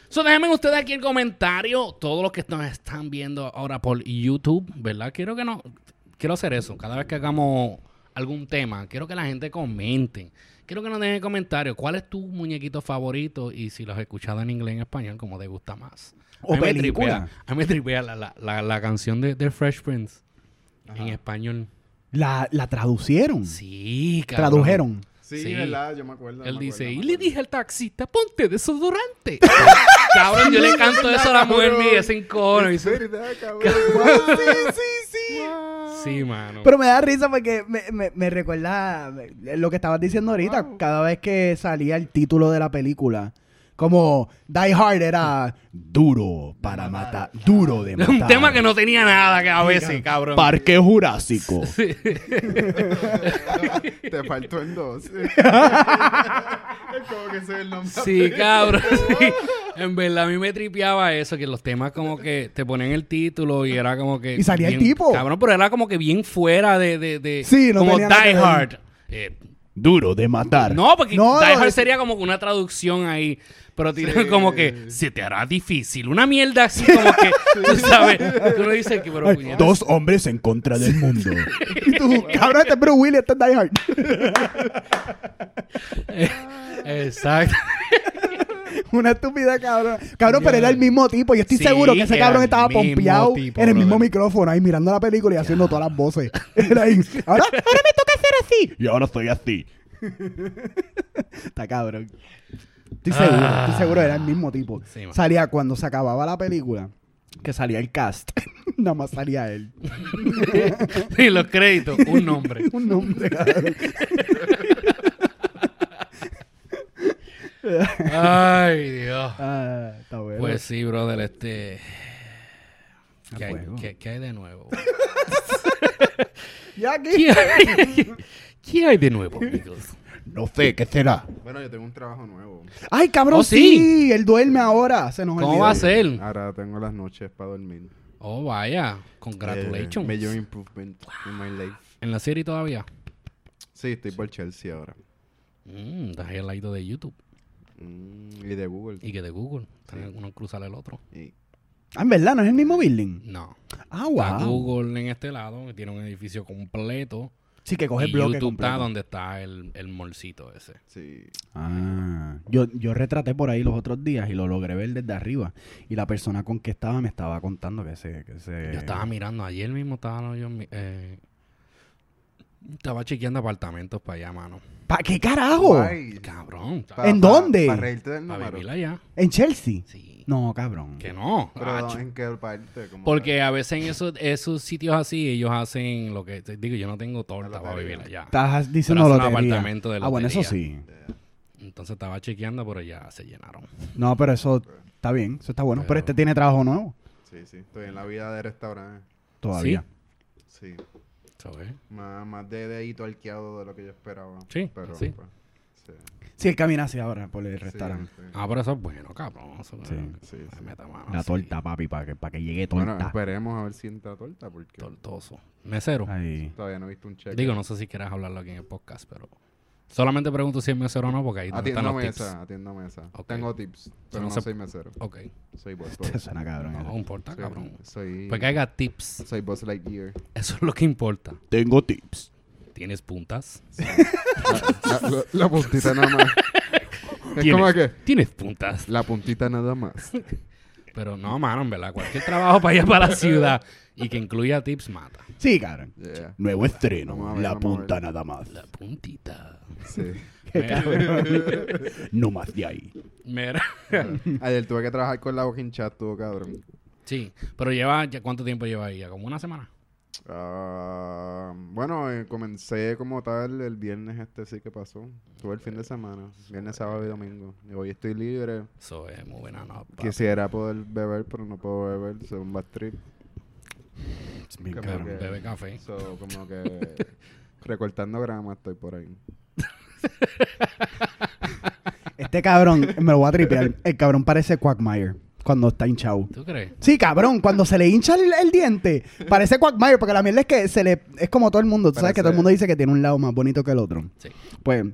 [SPEAKER 3] So, déjenme ustedes aquí el comentario, todos los que nos están viendo ahora por YouTube, ¿verdad? Quiero que no, quiero hacer eso, cada vez que hagamos algún tema, quiero que la gente comente, quiero que nos dejen comentarios, ¿cuál es tu muñequito favorito? Y si los has escuchado en inglés, en español, como te gusta más.
[SPEAKER 4] O
[SPEAKER 3] a mí me
[SPEAKER 4] película.
[SPEAKER 3] tripea, a mí me tripea la, la- la- la canción de, de Fresh Prince en español.
[SPEAKER 4] La, la traducieron.
[SPEAKER 3] Sí, cabrón.
[SPEAKER 4] Tradujeron.
[SPEAKER 5] Sí,
[SPEAKER 3] Sí.
[SPEAKER 5] verdad, yo me acuerdo.
[SPEAKER 3] Él
[SPEAKER 5] me
[SPEAKER 3] dice,
[SPEAKER 5] acuerdo,
[SPEAKER 3] y
[SPEAKER 5] me
[SPEAKER 3] le
[SPEAKER 5] acuerdo.
[SPEAKER 3] dije al taxista, ponte desodorante. Pues, cabrón, yo le canto eso a la mujer mía, es en cojones. Y
[SPEAKER 5] Es
[SPEAKER 3] dice,
[SPEAKER 5] verdad, cabrón. Wow.
[SPEAKER 4] Sí, sí, sí.
[SPEAKER 3] Sí, mano.
[SPEAKER 4] Pero me da risa porque me, me- me recuerda me- lo que estabas diciendo ahorita. Cada vez que salía el título de la película, como Die Hard era duro para matar, duro de
[SPEAKER 3] es
[SPEAKER 4] matar.
[SPEAKER 3] un tema que no tenía nada que a veces, cabrón.
[SPEAKER 7] Parque Jurásico.
[SPEAKER 5] Te faltó el dos. es como que ese es el nombre.
[SPEAKER 3] Sí, cabrón. sí. En verdad, a mí me tripeaba eso, que los temas como que te ponían el título y era como que...
[SPEAKER 4] Y salía el
[SPEAKER 3] bien-
[SPEAKER 4] tipo.
[SPEAKER 3] Cabrón, pero era como que bien fuera de... de, de-
[SPEAKER 4] Sí, no
[SPEAKER 3] como
[SPEAKER 4] tenía nada que
[SPEAKER 3] Die
[SPEAKER 4] ver.
[SPEAKER 3] Hard. Eh,
[SPEAKER 7] Duro de matar.
[SPEAKER 3] No, porque
[SPEAKER 4] No,
[SPEAKER 3] Die
[SPEAKER 4] no,
[SPEAKER 3] Hard
[SPEAKER 4] es-
[SPEAKER 3] sería como que una traducción ahí. Pero tiran como que se te hará difícil. Una mierda así como que, tú sabes. Tú no dices que, pero
[SPEAKER 7] Ay,
[SPEAKER 3] puñeta,
[SPEAKER 7] Dos hombres en contra del mundo.
[SPEAKER 4] Y tú, cabrón, este es Bruce Willis, este es Die Hard.
[SPEAKER 3] Exacto.
[SPEAKER 4] Una estupidez, cabrón. Cabrón, pero era el mismo tipo. Yo estoy
[SPEAKER 3] Sí,
[SPEAKER 4] seguro que ese
[SPEAKER 3] era
[SPEAKER 4] cabrón
[SPEAKER 3] el
[SPEAKER 4] estaba
[SPEAKER 3] mismo
[SPEAKER 4] pompeado
[SPEAKER 3] tipo,
[SPEAKER 4] en el mismo
[SPEAKER 3] brother.
[SPEAKER 4] micrófono, ahí mirando la película y haciendo todas las voces. Era ahí. Ahora, ahora me toca hacer así.
[SPEAKER 7] Y ahora soy así.
[SPEAKER 4] Está cabrón. Estoy seguro,
[SPEAKER 3] Ah.
[SPEAKER 4] estoy seguro era el mismo tipo.
[SPEAKER 3] Sí, man.
[SPEAKER 4] salía cuando se acababa la película, que salía el cast. Nada más salía él.
[SPEAKER 3] Y los créditos, un nombre.
[SPEAKER 4] Un nombre, cabrón.
[SPEAKER 3] Ay, Dios.
[SPEAKER 4] Ah, está bueno.
[SPEAKER 3] Pues sí, brother, este... ¿Qué hay,
[SPEAKER 4] fuego.
[SPEAKER 3] qué- qué hay de nuevo?
[SPEAKER 4] Ya aquí.
[SPEAKER 3] ¿Qué hay, qué hay de nuevo, amigos?
[SPEAKER 9] No sé, ¿qué será?
[SPEAKER 5] Bueno, yo tengo un trabajo nuevo.
[SPEAKER 4] Ay, cabrón,
[SPEAKER 3] Oh,
[SPEAKER 4] sí.
[SPEAKER 3] sí.
[SPEAKER 4] Él duerme ahora. Se nos
[SPEAKER 3] ¿Cómo
[SPEAKER 4] olvidó.
[SPEAKER 3] va a ser?
[SPEAKER 5] Ahora tengo las noches para dormir.
[SPEAKER 3] Oh, vaya.
[SPEAKER 5] Eh,
[SPEAKER 3] Congratulations.
[SPEAKER 5] major improvement in my life.
[SPEAKER 3] ¿En la serie todavía?
[SPEAKER 5] Sí, estoy por Chelsea ahora.
[SPEAKER 3] Mm, estás ahí al lado de YouTube
[SPEAKER 5] Mm, y de Google.
[SPEAKER 3] y que de Google. Están uno cruzar el otro.
[SPEAKER 5] Y-
[SPEAKER 4] Ah, en verdad, no es el mismo building.
[SPEAKER 3] No.
[SPEAKER 4] Ah,
[SPEAKER 3] Está
[SPEAKER 4] wow.
[SPEAKER 3] Google en este lado, que tiene un edificio completo.
[SPEAKER 4] Sí, que
[SPEAKER 3] y
[SPEAKER 4] coge el bloque
[SPEAKER 3] YouTube está
[SPEAKER 4] completo.
[SPEAKER 3] donde está el, el molcito ese.
[SPEAKER 5] sí.
[SPEAKER 4] Ah, yo, yo retraté por ahí los otros días y lo logré ver desde arriba. Y la persona con que estaba me estaba contando que se... Que se...
[SPEAKER 3] Yo estaba mirando, ayer mismo estaba yo... mi- eh, estaba chequeando apartamentos para allá, mano.
[SPEAKER 4] ¿Para qué carajo?
[SPEAKER 5] Guay.
[SPEAKER 3] Cabrón.
[SPEAKER 5] Pa-
[SPEAKER 4] ¿En
[SPEAKER 5] pa-
[SPEAKER 4] dónde?
[SPEAKER 5] Para reírte del
[SPEAKER 3] Para
[SPEAKER 5] número.
[SPEAKER 3] vivir allá.
[SPEAKER 4] ¿En Chelsea?
[SPEAKER 3] Sí.
[SPEAKER 4] No, cabrón.
[SPEAKER 3] Que no.
[SPEAKER 5] Pero
[SPEAKER 3] Acho.
[SPEAKER 5] en qué parte. Como
[SPEAKER 3] Porque a veces en esos, esos sitios así, ellos hacen lo que... te Digo, yo no tengo torta para vivir allá.
[SPEAKER 4] Estás diciendo
[SPEAKER 3] Pero es un
[SPEAKER 4] lotería.
[SPEAKER 3] apartamento de
[SPEAKER 4] Ah, bueno, eso sí.
[SPEAKER 3] lotería. Entonces estaba chequeando, pero ya se llenaron.
[SPEAKER 4] No, pero eso está bien. Eso está bueno. Pero,
[SPEAKER 3] Pero-
[SPEAKER 4] este tiene trabajo nuevo
[SPEAKER 5] Sí, sí. Estoy en la vida de restaurante.
[SPEAKER 4] todavía.
[SPEAKER 5] Sí.
[SPEAKER 3] ¿Sabes?
[SPEAKER 5] Más, más de dedito arqueado de lo que yo esperaba.
[SPEAKER 3] Sí,
[SPEAKER 5] Pero,
[SPEAKER 3] sí.
[SPEAKER 5] pues, sí.
[SPEAKER 4] Sí, él camina hacia ahora por el restaurante.
[SPEAKER 5] Sí, sí.
[SPEAKER 3] Ah, pero eso es bueno, cabrón. Eso es
[SPEAKER 4] Sí,
[SPEAKER 3] bueno.
[SPEAKER 5] sí,
[SPEAKER 3] Ay,
[SPEAKER 5] sí.
[SPEAKER 3] meta mano,
[SPEAKER 4] La
[SPEAKER 3] Ah, sí. pues-
[SPEAKER 4] torta, papi, para que, para que llegue
[SPEAKER 5] Bueno,
[SPEAKER 4] torta.
[SPEAKER 5] esperemos a ver si entra torta porque
[SPEAKER 3] Tortoso. Mesero.
[SPEAKER 5] Ah,
[SPEAKER 4] Ahí.
[SPEAKER 5] todavía no he visto un cheque.
[SPEAKER 3] Digo, no sé si quieras hablarlo aquí en el podcast, pero... Solamente pregunto si es mesero o no, porque ahí donde están
[SPEAKER 5] Atiendo
[SPEAKER 3] los tips.
[SPEAKER 5] mesa, atiendo mesa.
[SPEAKER 3] Ok.
[SPEAKER 5] Tengo tips, pero
[SPEAKER 3] no Oh.
[SPEAKER 5] no,
[SPEAKER 3] se-
[SPEAKER 5] soy mesero.
[SPEAKER 3] Ok.
[SPEAKER 5] Soy boss.
[SPEAKER 4] Te
[SPEAKER 5] boss.
[SPEAKER 4] suena cabrón.
[SPEAKER 3] No,
[SPEAKER 4] eso.
[SPEAKER 3] no importa,
[SPEAKER 5] Soy-
[SPEAKER 3] cabrón.
[SPEAKER 5] Soy,
[SPEAKER 3] Pues que haga tips.
[SPEAKER 5] soy boss Lightyear.
[SPEAKER 3] Eso es lo que importa.
[SPEAKER 9] Tengo tips.
[SPEAKER 3] ¿Tienes puntas?
[SPEAKER 5] La, la- la puntita nada más. es
[SPEAKER 3] ¿Tienes,
[SPEAKER 5] como que
[SPEAKER 3] ¿Tienes puntas?
[SPEAKER 5] la puntita nada más.
[SPEAKER 3] Pero no, mano, en verdad. Cualquier trabajo para allá para la ciudad y que incluya tips, mata.
[SPEAKER 4] Sí, cabrón.
[SPEAKER 5] Yeah,
[SPEAKER 9] Nuevo estreno.
[SPEAKER 5] Vamos a ver,
[SPEAKER 9] la
[SPEAKER 5] vamos a
[SPEAKER 9] punta
[SPEAKER 5] ver.
[SPEAKER 9] nada más.
[SPEAKER 3] La puntita.
[SPEAKER 5] sí.
[SPEAKER 9] No más de ahí.
[SPEAKER 3] Mira.
[SPEAKER 5] Ah, Ayer tuve que trabajar con la boca hinchada, estuvo cabrón.
[SPEAKER 3] Sí, pero lleva, ya- ¿cuánto tiempo lleva ahí? ¿Ya ¿Como una semana?
[SPEAKER 5] Ah, bueno, eh, comencé como tal el viernes este sí que pasó. Tuve el fin
[SPEAKER 3] Eh,
[SPEAKER 5] de semana, viernes, sábado y domingo. Y hoy estoy libre.
[SPEAKER 3] Eso es muy buena no, papi.
[SPEAKER 5] Quisiera poder beber, pero no puedo beber, según Bad Trip.
[SPEAKER 4] Bien
[SPEAKER 5] Como
[SPEAKER 3] Cabrón,
[SPEAKER 5] que-
[SPEAKER 3] bebe café.
[SPEAKER 5] So, como que recortando gramas estoy por ahí.
[SPEAKER 4] Este cabrón, me lo voy a tripear. El cabrón parece Quagmire cuando está hinchado.
[SPEAKER 3] ¿Tú crees?
[SPEAKER 4] Sí, cabrón, cuando se le hincha el, el diente, parece Quagmire, porque la mierda es que se le es como todo el mundo, tú sabes que
[SPEAKER 5] Parece-
[SPEAKER 4] todo el mundo dice que tiene un lado más bonito que el otro.
[SPEAKER 3] Sí.
[SPEAKER 4] Pues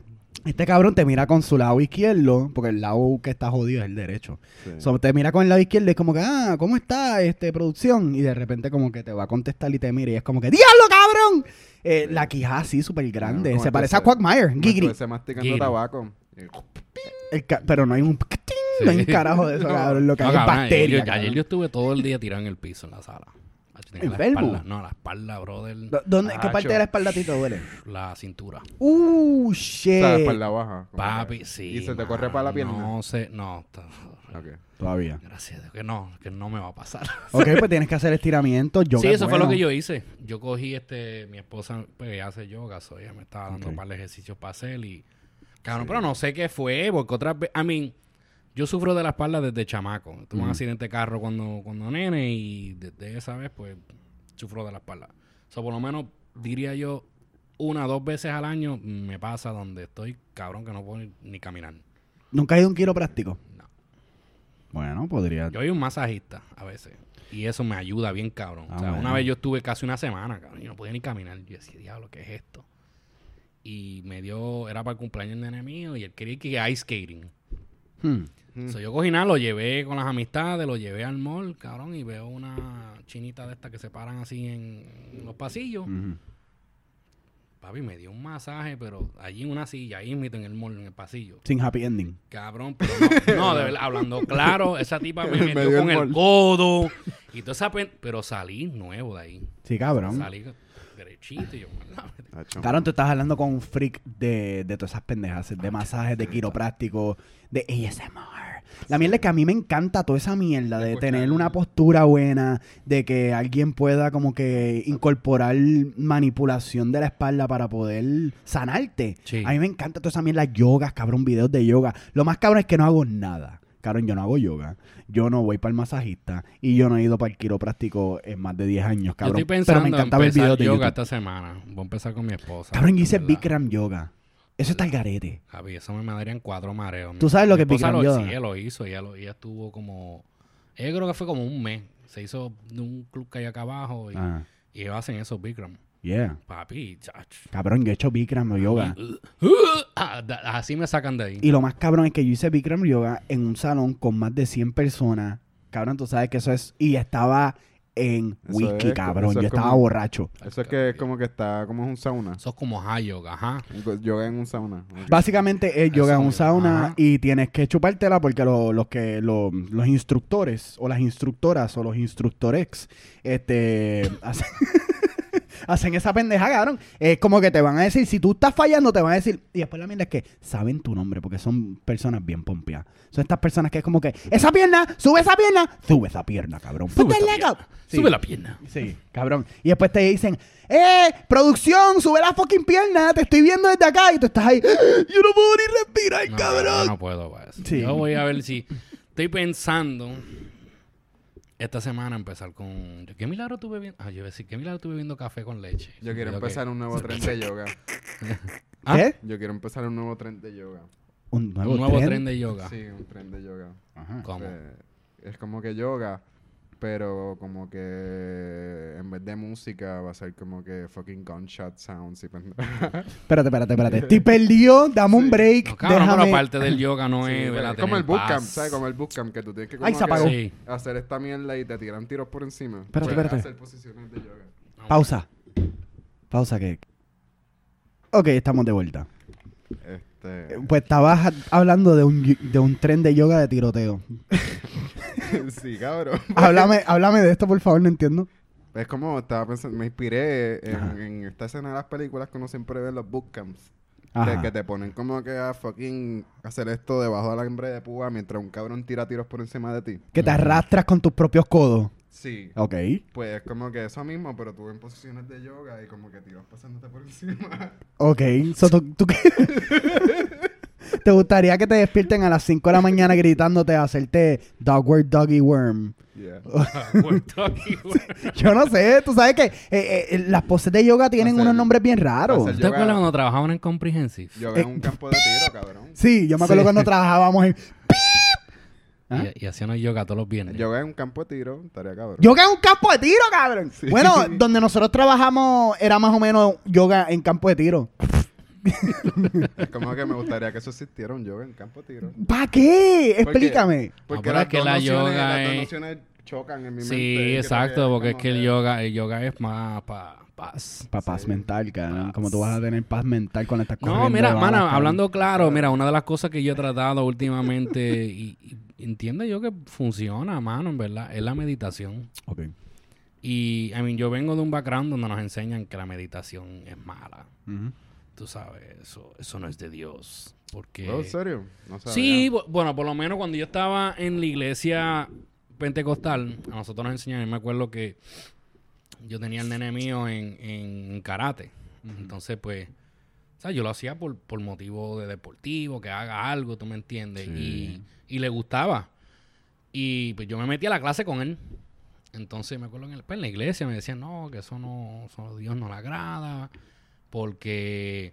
[SPEAKER 4] este cabrón te mira con su lado izquierdo, porque el lado que está jodido es el derecho.
[SPEAKER 5] Sí.
[SPEAKER 4] So, te mira con el lado izquierdo y es como que, ah, ¿cómo está este producción? Y de repente como que te va a contestar y te mira y es como que, ¡Diablo, cabrón! Eh, La quija así, súper grande.
[SPEAKER 5] Como
[SPEAKER 4] se parece a
[SPEAKER 5] estuve-
[SPEAKER 4] Quagmire,
[SPEAKER 5] como
[SPEAKER 4] Gigri.
[SPEAKER 5] estuve masticando
[SPEAKER 3] Gigri.
[SPEAKER 5] tabaco. Eh,
[SPEAKER 4] El ca- Pero no hay un... No hay un carajo de eso, cabrón. Lo que
[SPEAKER 3] No,
[SPEAKER 4] hay es
[SPEAKER 3] cabrón, ayer,
[SPEAKER 4] bacteria.
[SPEAKER 3] yo- ayer
[SPEAKER 4] cabrón.
[SPEAKER 3] yo estuve todo el día tirado en el piso en la sala. Ah, yo tenía la
[SPEAKER 4] ¿Enfermo?
[SPEAKER 3] espalda, no, la espalda, brother.
[SPEAKER 4] Do- ¿Dónde, ¿Qué
[SPEAKER 5] Acho.
[SPEAKER 4] parte de la espalda a ti te duele?
[SPEAKER 3] La cintura.
[SPEAKER 4] Uh,
[SPEAKER 5] o
[SPEAKER 4] shit.
[SPEAKER 5] sea, por la baja. como
[SPEAKER 3] Eh. Papi,
[SPEAKER 5] que-
[SPEAKER 3] sí.
[SPEAKER 5] ¿Y se te
[SPEAKER 3] mano,
[SPEAKER 5] corre para la pierna?
[SPEAKER 3] No sé, no. ta-
[SPEAKER 5] Ok.
[SPEAKER 4] Todavía.
[SPEAKER 3] Gracias a Dios que no, que no me va a pasar.
[SPEAKER 4] Ok, pues tienes que hacer estiramientos. yoga
[SPEAKER 3] sí,
[SPEAKER 4] es
[SPEAKER 3] eso fue
[SPEAKER 4] bueno.
[SPEAKER 3] lo que yo hice. Yo cogí este, mi esposa pues, hace yoga, so ella me estaba dando
[SPEAKER 4] Ok.
[SPEAKER 3] un par de ejercicios para hacer y cabrón, pero no sé qué fue, porque otras veces, I mean, yo sufro de la espalda desde chamaco. Tuve un accidente de carro cuando, cuando nene y desde esa vez pues sufro de la espalda. O sea, por lo menos diría yo una dos veces al año me pasa donde estoy cabrón que no puedo ni- ni caminar.
[SPEAKER 4] Nunca he ido a un quiropráctico.
[SPEAKER 3] No.
[SPEAKER 4] Bueno, podría.
[SPEAKER 3] Yo soy un masajista a veces. Y eso me ayuda bien, cabrón.
[SPEAKER 4] Ah,
[SPEAKER 3] o sea,
[SPEAKER 4] bueno.
[SPEAKER 3] una vez yo estuve casi una semana, cabrón. Yo no podía ni caminar. Yo decía, diablo, ¿qué es esto? Y me dio, era para el cumpleaños de nene mío y él quería que ice skating.
[SPEAKER 4] Hmm.
[SPEAKER 3] So, yo cogí nada, lo llevé con las amistades, lo llevé al mall, cabrón, y veo una chinita de estas que se paran así en los pasillos.
[SPEAKER 4] Ujú.
[SPEAKER 3] Papi, me dio un masaje, pero allí en una silla, ahí mismo en el mall, en el pasillo.
[SPEAKER 4] Sin happy ending.
[SPEAKER 3] Cabrón, pero no, no, de verdad, hablando claro, esa tipa me metió
[SPEAKER 5] dio el
[SPEAKER 3] con el,
[SPEAKER 5] mol.
[SPEAKER 3] codo y toda esa pen- Pero salí nuevo de ahí.
[SPEAKER 4] Sí, cabrón.
[SPEAKER 3] Salí derechito y yo, "Mala madre".
[SPEAKER 5] Hacho.
[SPEAKER 4] Cabrón, tú estás hablando con un freak de, de todas esas pendejas, de masajes, de quiropráctico, de ASMR. La mierda es que a mí me encanta toda esa mierda de tener una postura buena, de que alguien pueda como que incorporar manipulación de la espalda para poder sanarte.
[SPEAKER 3] Sí.
[SPEAKER 4] A mí me encanta toda esa mierda, yogas, cabrón, videos de yoga. Lo más cabrón es que no hago nada. Cabrón, yo no hago yoga, yo no voy para el masajista y yo no he ido para el quiropráctico en más de 10 años, cabrón.
[SPEAKER 3] yo estoy pensando
[SPEAKER 4] Pero me encanta
[SPEAKER 3] en
[SPEAKER 4] ver videos
[SPEAKER 3] empezar
[SPEAKER 4] de
[SPEAKER 3] yoga
[SPEAKER 4] YouTube.
[SPEAKER 3] esta semana. Voy a empezar con mi esposa.
[SPEAKER 4] Cabrón, yo hice
[SPEAKER 3] ¿verdad?
[SPEAKER 4] Bikram Yoga. Eso está el garete.
[SPEAKER 3] Javi, eso me darían cuatro mareos.
[SPEAKER 4] ¿Tú sabes lo
[SPEAKER 3] Mi
[SPEAKER 4] que es
[SPEAKER 3] esposa lo-
[SPEAKER 4] Bikram Yoga?
[SPEAKER 3] Sí, ella lo hizo. Ella, lo- ella estuvo como... Ella creo que fue como un mes. Se hizo de un club que hay acá abajo y,
[SPEAKER 4] Ah,
[SPEAKER 3] y ellos hacen eso, Bikram.
[SPEAKER 4] yeah.
[SPEAKER 3] Papi, chacho.
[SPEAKER 4] Cabrón, yo he hecho Bikram Yoga.
[SPEAKER 3] Ah, da- así me sacan de ahí.
[SPEAKER 4] Y lo más cabrón es que yo hice Bikram Yoga en un salón con más de 100 personas. Cabrón, tú sabes que eso es... Y estaba en
[SPEAKER 5] Eso
[SPEAKER 4] whisky,
[SPEAKER 5] es,
[SPEAKER 4] cabrón.
[SPEAKER 5] eso
[SPEAKER 4] Yo
[SPEAKER 5] es
[SPEAKER 4] estaba
[SPEAKER 5] como-
[SPEAKER 4] borracho.
[SPEAKER 5] Eso es que es como que está, como es un sauna.
[SPEAKER 3] Eso es como high yoga, ajá.
[SPEAKER 5] Un go- Yoga en un sauna.
[SPEAKER 4] Básicamente es yoga en un
[SPEAKER 3] mismo,
[SPEAKER 4] sauna
[SPEAKER 3] ajá.
[SPEAKER 4] y tienes que chupártela porque lo- los que lo- los instructores o las instructoras o los instructores este hacen, hacen esa pendeja, cabrón. Es como que te van a decir, si tú estás fallando, te van a decir, y después la mierda es que saben tu nombre porque son personas bien pompeadas. Son estas personas que es como que, esa pierna, sube esa pierna, sube esa pierna, cabrón.
[SPEAKER 3] Sube
[SPEAKER 4] Put
[SPEAKER 3] esa
[SPEAKER 4] the leg
[SPEAKER 3] pierna.
[SPEAKER 4] up. Sí.
[SPEAKER 3] Sube la pierna.
[SPEAKER 4] Sí, cabrón. Y después te dicen, ¡eh! ¡Producción! ¡Sube la fucking pierna! ¡Te estoy viendo desde acá! Y tú estás ahí, ¡ah! ¡Yo no puedo ni respirar,
[SPEAKER 3] No, yo
[SPEAKER 4] cabrón!
[SPEAKER 3] no puedo, pues.
[SPEAKER 4] Sí.
[SPEAKER 3] Yo voy a ver si... Estoy pensando... Esta semana empezar con... ¿Qué milagro tuve bebiendo? Ah, yo iba a decir, ¿qué milagro tuve bebiendo café con leche?
[SPEAKER 5] Yo
[SPEAKER 3] Creo
[SPEAKER 5] quiero
[SPEAKER 3] que-
[SPEAKER 5] empezar un nuevo tren de yoga.
[SPEAKER 3] Ah,
[SPEAKER 4] ¿Qué?
[SPEAKER 5] Yo quiero empezar un nuevo tren de yoga.
[SPEAKER 4] Un nuevo,
[SPEAKER 3] Un nuevo tren,
[SPEAKER 4] tren.
[SPEAKER 3] de yoga.
[SPEAKER 5] Sí, un tren de yoga.
[SPEAKER 4] Ajá.
[SPEAKER 3] ¿Cómo?
[SPEAKER 5] Eh, es como que yoga, pero como que en vez de música va a ser como que fucking gunshot sounds y pende-
[SPEAKER 4] Espérate, espérate, espérate. Estoy perdido, dame un break.
[SPEAKER 3] No, cabrón,
[SPEAKER 4] déjame.
[SPEAKER 3] pero parte del yoga no
[SPEAKER 5] Sí,
[SPEAKER 3] es...
[SPEAKER 5] pero
[SPEAKER 3] ¿verdad?
[SPEAKER 5] es como
[SPEAKER 3] tener
[SPEAKER 5] el bootcamp,
[SPEAKER 3] paz.
[SPEAKER 5] ¿sabes? Como el bootcamp que tú tienes que
[SPEAKER 4] Ay, se
[SPEAKER 5] como
[SPEAKER 4] apagó.
[SPEAKER 5] que
[SPEAKER 3] Sí.
[SPEAKER 5] hacer esta mierda y te tiran tiros por encima.
[SPEAKER 4] Espérate,
[SPEAKER 5] Puedes
[SPEAKER 4] espérate.
[SPEAKER 5] Hacer posiciones de yoga.
[SPEAKER 4] Pausa. Pausa que. Ok, estamos de vuelta.
[SPEAKER 5] Este,
[SPEAKER 4] Eh, Pues estabas ha- hablando de un, y- de un tren de yoga de tiroteo.
[SPEAKER 5] Este, sí, cabrón.
[SPEAKER 4] háblame, háblame de esto, por favor, no entiendo.
[SPEAKER 5] Es como estaba pensando, me inspiré en,
[SPEAKER 4] Ajá.
[SPEAKER 5] en esta escena de las películas que uno siempre ve en los bootcamps. De
[SPEAKER 4] Ajá.
[SPEAKER 5] que te ponen como que a fucking hacer esto debajo del alambre de púa mientras un cabrón tira tiros por encima de ti.
[SPEAKER 4] Que te arrastras con tus propios codos.
[SPEAKER 5] Sí.
[SPEAKER 4] Ok.
[SPEAKER 5] Pues es como que eso mismo, pero tú en posiciones de yoga y como que tiros pasándote por encima.
[SPEAKER 4] Ok, so, ¿tú, tú qué- ¿te gustaría que te despierten a las 5 de la mañana gritándote a hacerte Dogward Doggy Worm?
[SPEAKER 5] Yeah.
[SPEAKER 3] Ah, Puerto aquí, güey.
[SPEAKER 4] Yo no sé, tú sabes que eh, eh, eh, las poses de yoga tienen
[SPEAKER 5] Hacer-
[SPEAKER 4] unos nombres bien raros.
[SPEAKER 5] hacer
[SPEAKER 3] ¿Te
[SPEAKER 5] Yoga-
[SPEAKER 3] acuerdas cuando trabajaban en Comprehensive?
[SPEAKER 5] Yoga es un campo de tiro, cabrón.
[SPEAKER 4] Sí, yo me acuerdo cuando trabajábamos en... ¿Ah?
[SPEAKER 3] Y, y hacían el yoga todos los viernes.
[SPEAKER 5] Yoga es un campo de tiro, estaría cabrón.
[SPEAKER 4] Yoga es un campo de tiro, cabrón. Bueno, donde nosotros trabajamos era más o menos yoga en campo de tiro.
[SPEAKER 5] Es como que me gustaría que eso existiera un yoga en campo de tiro.
[SPEAKER 4] ¿Para qué?
[SPEAKER 5] ¿Por qué?
[SPEAKER 4] Explícame.
[SPEAKER 5] Porque
[SPEAKER 3] pero Ah,
[SPEAKER 5] las
[SPEAKER 3] es que
[SPEAKER 5] dos
[SPEAKER 3] la
[SPEAKER 5] nociones-
[SPEAKER 3] yoga
[SPEAKER 5] las dos
[SPEAKER 3] es-
[SPEAKER 5] nociones chocan en mi mente.
[SPEAKER 3] Sí,
[SPEAKER 5] Creo
[SPEAKER 3] exacto, porque es
[SPEAKER 5] como
[SPEAKER 3] que el yoga, el yoga es más para paz.
[SPEAKER 4] Para paz mental, cabrón. Como tú vas a tener paz mental cuando estás
[SPEAKER 3] No, mira,
[SPEAKER 4] balas,
[SPEAKER 3] hermana,
[SPEAKER 4] cabrón?
[SPEAKER 3] hablando claro, mira, una de las cosas que yo he tratado últimamente y, y entiendo yo que funciona, mano, en verdad, es la meditación.
[SPEAKER 4] Ok.
[SPEAKER 3] Y, I mean, yo vengo de un background donde nos enseñan que la meditación es mala.
[SPEAKER 4] Ujú.
[SPEAKER 3] Tú sabes, eso, eso no es de Dios. Porque...
[SPEAKER 5] Oh, ¿En serio? No sabía.
[SPEAKER 3] Sí, bu- bueno, por lo menos cuando yo estaba en la iglesia pentecostal, a nosotros nos enseñaron, yo me acuerdo que yo tenía el nene mío en, en karate. Entonces, pues, o sea, yo lo hacía por, por motivo de deportivo, que haga algo, tú me entiendes. Y, y le gustaba. Y pues yo me metí a la clase con él. Entonces me acuerdo en, el- pues, en la iglesia me decían, no, que eso no, eso a Dios no le agrada, porque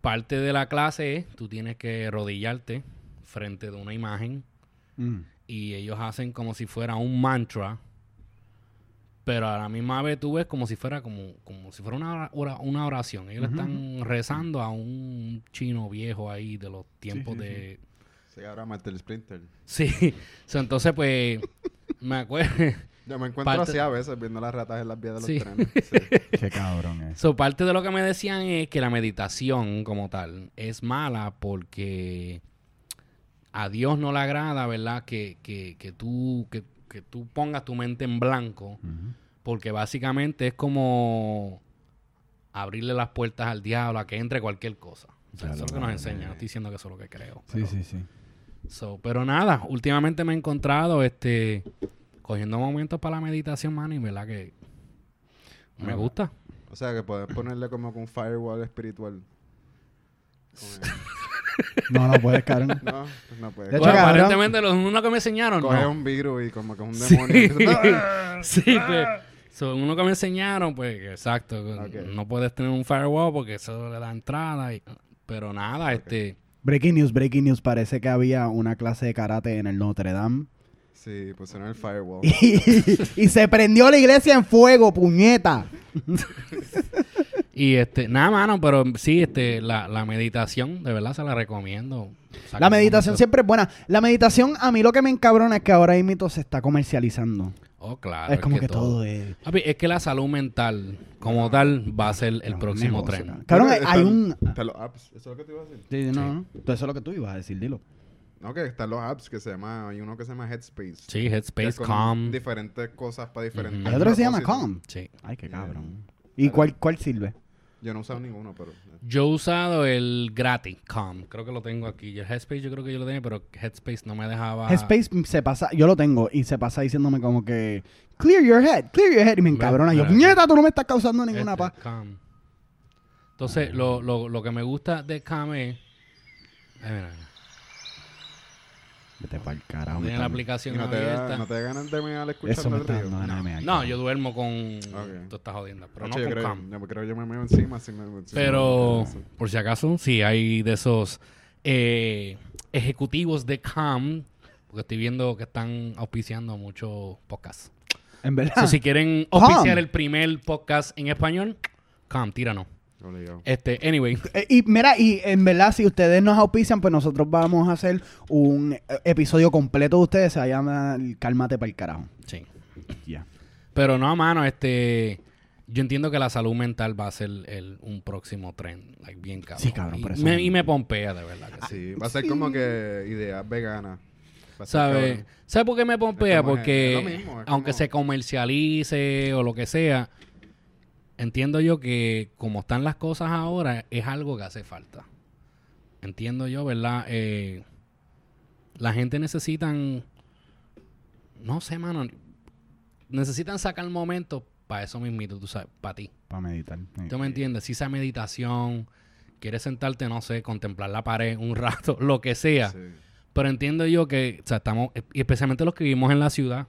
[SPEAKER 3] parte de la clase es, tú tienes que rodillarte frente de una imagen
[SPEAKER 4] Mm.
[SPEAKER 3] y ellos hacen como si fuera un mantra, pero a la misma vez tú ves como si fuera como, como si fuera una, ora- una oración. Ellos le están rezando a un chino viejo ahí de los tiempos de...
[SPEAKER 5] Sí, ahora Martel Splinter.
[SPEAKER 3] Sí, so, entonces pues me acuerdo,
[SPEAKER 5] Yo me encuentro
[SPEAKER 3] Parte-
[SPEAKER 5] así a veces viendo las ratas en las vías de los
[SPEAKER 3] Sí.
[SPEAKER 5] trenes. sí.
[SPEAKER 4] Qué cabrón es.
[SPEAKER 3] So, parte de lo que me decían es que la meditación como tal es mala porque a Dios no le agrada, ¿verdad? Que, que, que tú, que, que tú pongas tu mente en blanco porque básicamente es como abrirle las puertas al diablo a que entre cualquier cosa. O sea, eso
[SPEAKER 4] Ya lo
[SPEAKER 3] es lo que nos
[SPEAKER 4] madre.
[SPEAKER 3] enseña. No estoy diciendo que eso es lo que creo.
[SPEAKER 4] Sí,
[SPEAKER 3] pero-
[SPEAKER 4] sí, sí.
[SPEAKER 3] So, pero nada, últimamente me he encontrado este cogiendo momentos para la meditación, man, y verdad que me gusta.
[SPEAKER 5] O sea, que puedes ponerle como que un firewall espiritual.
[SPEAKER 4] No, no puedes, cabrón.
[SPEAKER 5] No, pues no puedes.
[SPEAKER 4] De hecho,
[SPEAKER 3] Bueno,
[SPEAKER 5] Coge-
[SPEAKER 4] cabrón.
[SPEAKER 3] aparentemente los uno que me enseñaron.
[SPEAKER 5] Coge
[SPEAKER 3] no.
[SPEAKER 5] un virus y como que es un
[SPEAKER 3] Sí,
[SPEAKER 5] demonio.
[SPEAKER 3] sí pues, so, uno que me enseñaron, pues exacto. No puedes tener un firewall porque eso le da entrada. y- pero nada, este.
[SPEAKER 4] Breaking news, breaking news. Parece que había una clase de karate en el Notre Dame.
[SPEAKER 5] sí, pusieron el firewall.
[SPEAKER 4] Y, y se prendió la iglesia en fuego, puñeta.
[SPEAKER 3] Y este, nada, mano, pero sí, este, la, la meditación, de verdad se la recomiendo. Saca
[SPEAKER 4] La
[SPEAKER 3] un
[SPEAKER 4] meditación
[SPEAKER 3] momento.
[SPEAKER 4] siempre es buena. La meditación, a mí lo que me encabrona es que ahora mito se está comercializando.
[SPEAKER 3] Oh, claro.
[SPEAKER 4] es como que, todo, es.
[SPEAKER 3] Papi, es que la salud mental, como tal, va a ser el
[SPEAKER 4] es un
[SPEAKER 3] próximo
[SPEAKER 4] negocio,
[SPEAKER 3] tren.
[SPEAKER 4] Cabrón,
[SPEAKER 5] Creo
[SPEAKER 4] hay,
[SPEAKER 5] que
[SPEAKER 4] hay
[SPEAKER 5] están-
[SPEAKER 4] un.
[SPEAKER 5] Están los apps. Eso es lo que te iba a decir.
[SPEAKER 4] Sí, no, no. Eso es lo que tú ibas a decir, dilo.
[SPEAKER 5] No, que están los apps que se llama... Hay uno que se llama Headspace.
[SPEAKER 3] Sí,
[SPEAKER 5] que es
[SPEAKER 3] Headspace,
[SPEAKER 5] con
[SPEAKER 3] Calm.
[SPEAKER 5] Diferentes cosas para diferentes...
[SPEAKER 3] Ujú.
[SPEAKER 4] Hay otro que se llama
[SPEAKER 5] propósitos.
[SPEAKER 4] Calm.
[SPEAKER 3] Sí. Eh,
[SPEAKER 4] Ay, qué
[SPEAKER 5] Yeah.
[SPEAKER 4] cabrón. ¿Y cuál, cuál sirve?
[SPEAKER 5] Yo no he usado ninguno, pero... eh.
[SPEAKER 3] Yo he usado el gratis Calm. Creo que lo tengo aquí. Y el Headspace yo creo que yo lo tenía, pero Headspace no me dejaba...
[SPEAKER 4] Headspace se pasa, yo lo tengo, y se pasa diciéndome como que clear your head, clear your head. Y me
[SPEAKER 3] Mira,
[SPEAKER 4] encabrona. Yo,
[SPEAKER 3] mira.
[SPEAKER 4] puñeta, tú no me estás causando
[SPEAKER 3] Este,
[SPEAKER 4] ninguna paz.
[SPEAKER 3] Calm. Entonces, lo, lo, lo que me gusta de Calm es... Ay, mira, mira.
[SPEAKER 4] Vete pa'l carajo. me
[SPEAKER 3] Tiene la
[SPEAKER 4] están-
[SPEAKER 5] Y
[SPEAKER 3] aplicación
[SPEAKER 5] no te,
[SPEAKER 3] abierta.
[SPEAKER 5] da, no te da ganas de terminar
[SPEAKER 4] Eso
[SPEAKER 5] escuchando
[SPEAKER 4] me
[SPEAKER 5] el
[SPEAKER 4] está
[SPEAKER 5] río.
[SPEAKER 4] dando ganas de mear,
[SPEAKER 3] No,
[SPEAKER 4] cabrón.
[SPEAKER 3] yo duermo con...
[SPEAKER 5] Ok.
[SPEAKER 3] Tú estás jodiendo, pero
[SPEAKER 5] Hacho,
[SPEAKER 3] no
[SPEAKER 5] yo,
[SPEAKER 3] con
[SPEAKER 5] creo,
[SPEAKER 3] Calm.
[SPEAKER 5] yo me creo que yo me meo encima. Si me, si
[SPEAKER 3] Pero,
[SPEAKER 5] me-
[SPEAKER 3] por si acaso, sí hay de esos eh, ejecutivos de CAM, porque estoy viendo que están auspiciando muchos podcasts.
[SPEAKER 4] En
[SPEAKER 3] So,
[SPEAKER 4] verdad.
[SPEAKER 3] si quieren auspiciar
[SPEAKER 4] Calm.
[SPEAKER 3] el primer podcast en español, CAM, tíranos.
[SPEAKER 5] Obligado.
[SPEAKER 3] Este, anyway,
[SPEAKER 4] Eh, Y mira, y en verdad, si ustedes nos auspician, pues nosotros vamos a hacer un eh, episodio completo de ustedes. Se va a llamar Cálmate para el carajo.
[SPEAKER 3] sí.
[SPEAKER 4] Ya.
[SPEAKER 3] Pero no, mano, este... Yo entiendo que la salud mental va a ser el- un próximo tren, like, bien cabrón.
[SPEAKER 4] Sí, cabrón,
[SPEAKER 3] y,
[SPEAKER 4] por eso
[SPEAKER 3] me,
[SPEAKER 4] mismo.
[SPEAKER 3] y me pompea, de verdad. Que Ah, sí.
[SPEAKER 5] Sí, va a ser como que ideas veganas. Va a ser
[SPEAKER 3] ¿Sabe,
[SPEAKER 5] cabrón.
[SPEAKER 3] ¿Sabe por qué me pompea?
[SPEAKER 5] como-
[SPEAKER 3] Porque
[SPEAKER 5] es lo mismo, es
[SPEAKER 3] aunque
[SPEAKER 5] como-
[SPEAKER 3] se comercialice o lo que sea, entiendo yo que como están las cosas ahora, es algo que hace falta. Entiendo yo, ¿verdad? Eh, la gente necesitan, no sé, mano, necesitan sacar momentos para eso mismito, tú sabes, para ti.
[SPEAKER 4] Para meditar.
[SPEAKER 3] ¿Tú me entiendes? Si esa meditación, quieres sentarte, no sé, contemplar la pared un rato, lo que sea.
[SPEAKER 5] Sí.
[SPEAKER 3] Pero entiendo yo que, o sea, estamos, eh, y especialmente los que vivimos en la ciudad,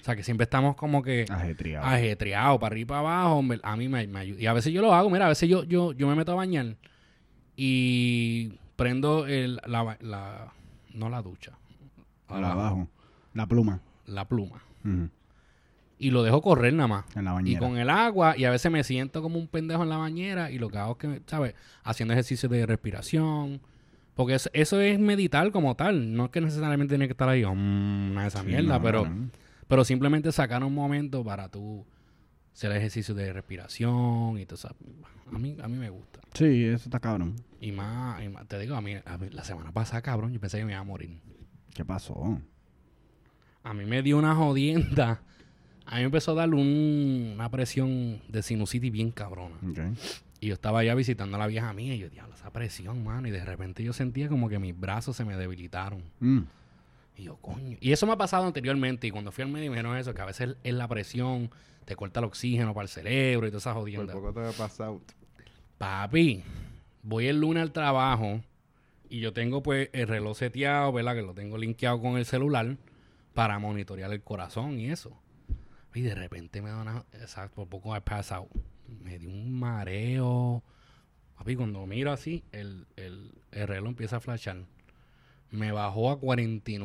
[SPEAKER 3] o sea, que siempre estamos como que
[SPEAKER 4] Eh, Ah, Ajetreado.
[SPEAKER 3] ajetreados, para arriba y para abajo. me- A mí me, me ayuda. Y a veces yo lo hago, mira, a veces yo, yo, yo me meto a bañar y prendo el, la, ba- la- no la ducha,
[SPEAKER 4] Ahora
[SPEAKER 3] ah.
[SPEAKER 4] abajo. La pluma.
[SPEAKER 3] la pluma.
[SPEAKER 4] Ujú.
[SPEAKER 3] Y lo dejo correr nada más.
[SPEAKER 4] En la
[SPEAKER 3] Y
[SPEAKER 4] bañera.
[SPEAKER 3] con el agua, y a veces me siento como un pendejo en la bañera, y lo que hago es que, ¿sabes? Haciendo ejercicios de respiración. Porque eso, eso es meditar como tal. No es que necesariamente tiene que estar ahí, "Mm, una de esa
[SPEAKER 4] Sí,
[SPEAKER 3] mierda,
[SPEAKER 4] no,
[SPEAKER 3] pero,
[SPEAKER 4] cabrón.
[SPEAKER 3] pero simplemente sacar un momento para tú hacer ejercicios de respiración y todo eso. A mí, a mí me gusta.
[SPEAKER 4] Sí, eso está cabrón.
[SPEAKER 3] Y más, y más- te digo, a mí, a mí la semana pasada, cabrón, yo pensé que me iba a morir.
[SPEAKER 4] ¿Qué pasó?
[SPEAKER 3] A mí me dio una jodienda. A mí me empezó a dar un- una presión de sinusitis bien cabrona.
[SPEAKER 4] Okay.
[SPEAKER 3] Y yo estaba allá visitando a la vieja mía y yo, diablo, esa presión, mano. Y de repente yo sentía como que mis brazos se me debilitaron.
[SPEAKER 4] Mm.
[SPEAKER 3] Y yo, coño. Y eso me ha pasado anteriormente. Y cuando fui al médico me dijeron eso, que a veces es la presión, te corta el oxígeno para el cerebro y todas esas
[SPEAKER 5] Por
[SPEAKER 3] jodiendas.
[SPEAKER 5] poco te ha pasado.
[SPEAKER 3] Papi, voy el lunes al trabajo y yo tengo pues el reloj seteado, ¿verdad? Que lo tengo linkeado con el celular para monitorear el corazón y eso. Y de repente me da una... esa- por poco me pasa Me dio un mareo. Papi, cuando miro así, el, el, el reloj empieza a flashar. Me bajó a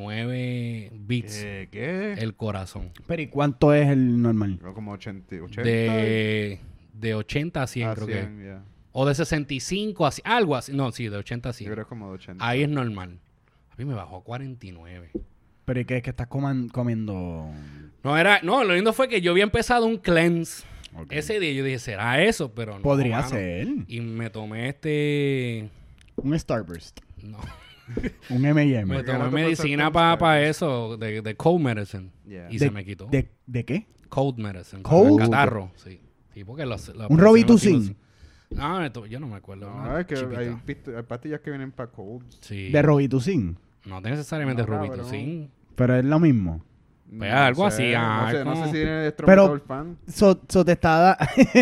[SPEAKER 3] 49 bits
[SPEAKER 5] ¿Qué? ¿Qué?
[SPEAKER 3] el corazón.
[SPEAKER 4] Pero ¿y cuánto es el normal?
[SPEAKER 5] Creo Como 80. 80
[SPEAKER 3] De, de 80 a 100,
[SPEAKER 5] a
[SPEAKER 3] creo
[SPEAKER 5] 100,
[SPEAKER 3] que.
[SPEAKER 5] ya.
[SPEAKER 3] O de 65 a 100, algo así. No, sí, de 80 a
[SPEAKER 5] Yo
[SPEAKER 3] 100.
[SPEAKER 5] creo que como de 80.
[SPEAKER 3] Ahí es normal. A mí me bajó a 49.
[SPEAKER 4] ¿Pero y qué es que estás coman- comiendo?
[SPEAKER 3] No, era, no, lo lindo fue que yo había empezado un cleanse.
[SPEAKER 4] Ok.
[SPEAKER 3] Ese día yo dije, será eso, pero no.
[SPEAKER 4] Podría
[SPEAKER 3] mano.
[SPEAKER 4] ser.
[SPEAKER 3] Y me tomé este.
[SPEAKER 4] Un Starburst.
[SPEAKER 3] No.
[SPEAKER 4] Un M&M.
[SPEAKER 3] Me
[SPEAKER 5] Porque
[SPEAKER 3] tomé
[SPEAKER 5] ahora tú
[SPEAKER 3] medicina
[SPEAKER 5] pasaste
[SPEAKER 3] para
[SPEAKER 5] un
[SPEAKER 3] eso, de, de cold medicine.
[SPEAKER 5] Yeah.
[SPEAKER 3] Y
[SPEAKER 4] De-
[SPEAKER 3] se me quitó.
[SPEAKER 4] ¿De, de qué?
[SPEAKER 3] Cold medicine.
[SPEAKER 4] Cold.
[SPEAKER 3] Cold. Catarro, sí. Sí, porque los, la-
[SPEAKER 4] Un
[SPEAKER 3] la-
[SPEAKER 4] Robitussin.
[SPEAKER 3] No, esto- yo no me acuerdo.
[SPEAKER 5] No,
[SPEAKER 3] una
[SPEAKER 5] es que
[SPEAKER 3] chipita.
[SPEAKER 5] hay, pist- hay pastillas que vienen para colds.
[SPEAKER 3] Sí.
[SPEAKER 4] De Robitussin.
[SPEAKER 3] No necesariamente
[SPEAKER 5] No, cabrón.
[SPEAKER 3] Robitussin.
[SPEAKER 4] Pero es lo mismo.
[SPEAKER 3] Pues algo así, ah,
[SPEAKER 5] no, sé, no
[SPEAKER 3] como-
[SPEAKER 5] sé si viene de
[SPEAKER 4] Pero-
[SPEAKER 5] Stromatolfan.
[SPEAKER 4] So, so te estaba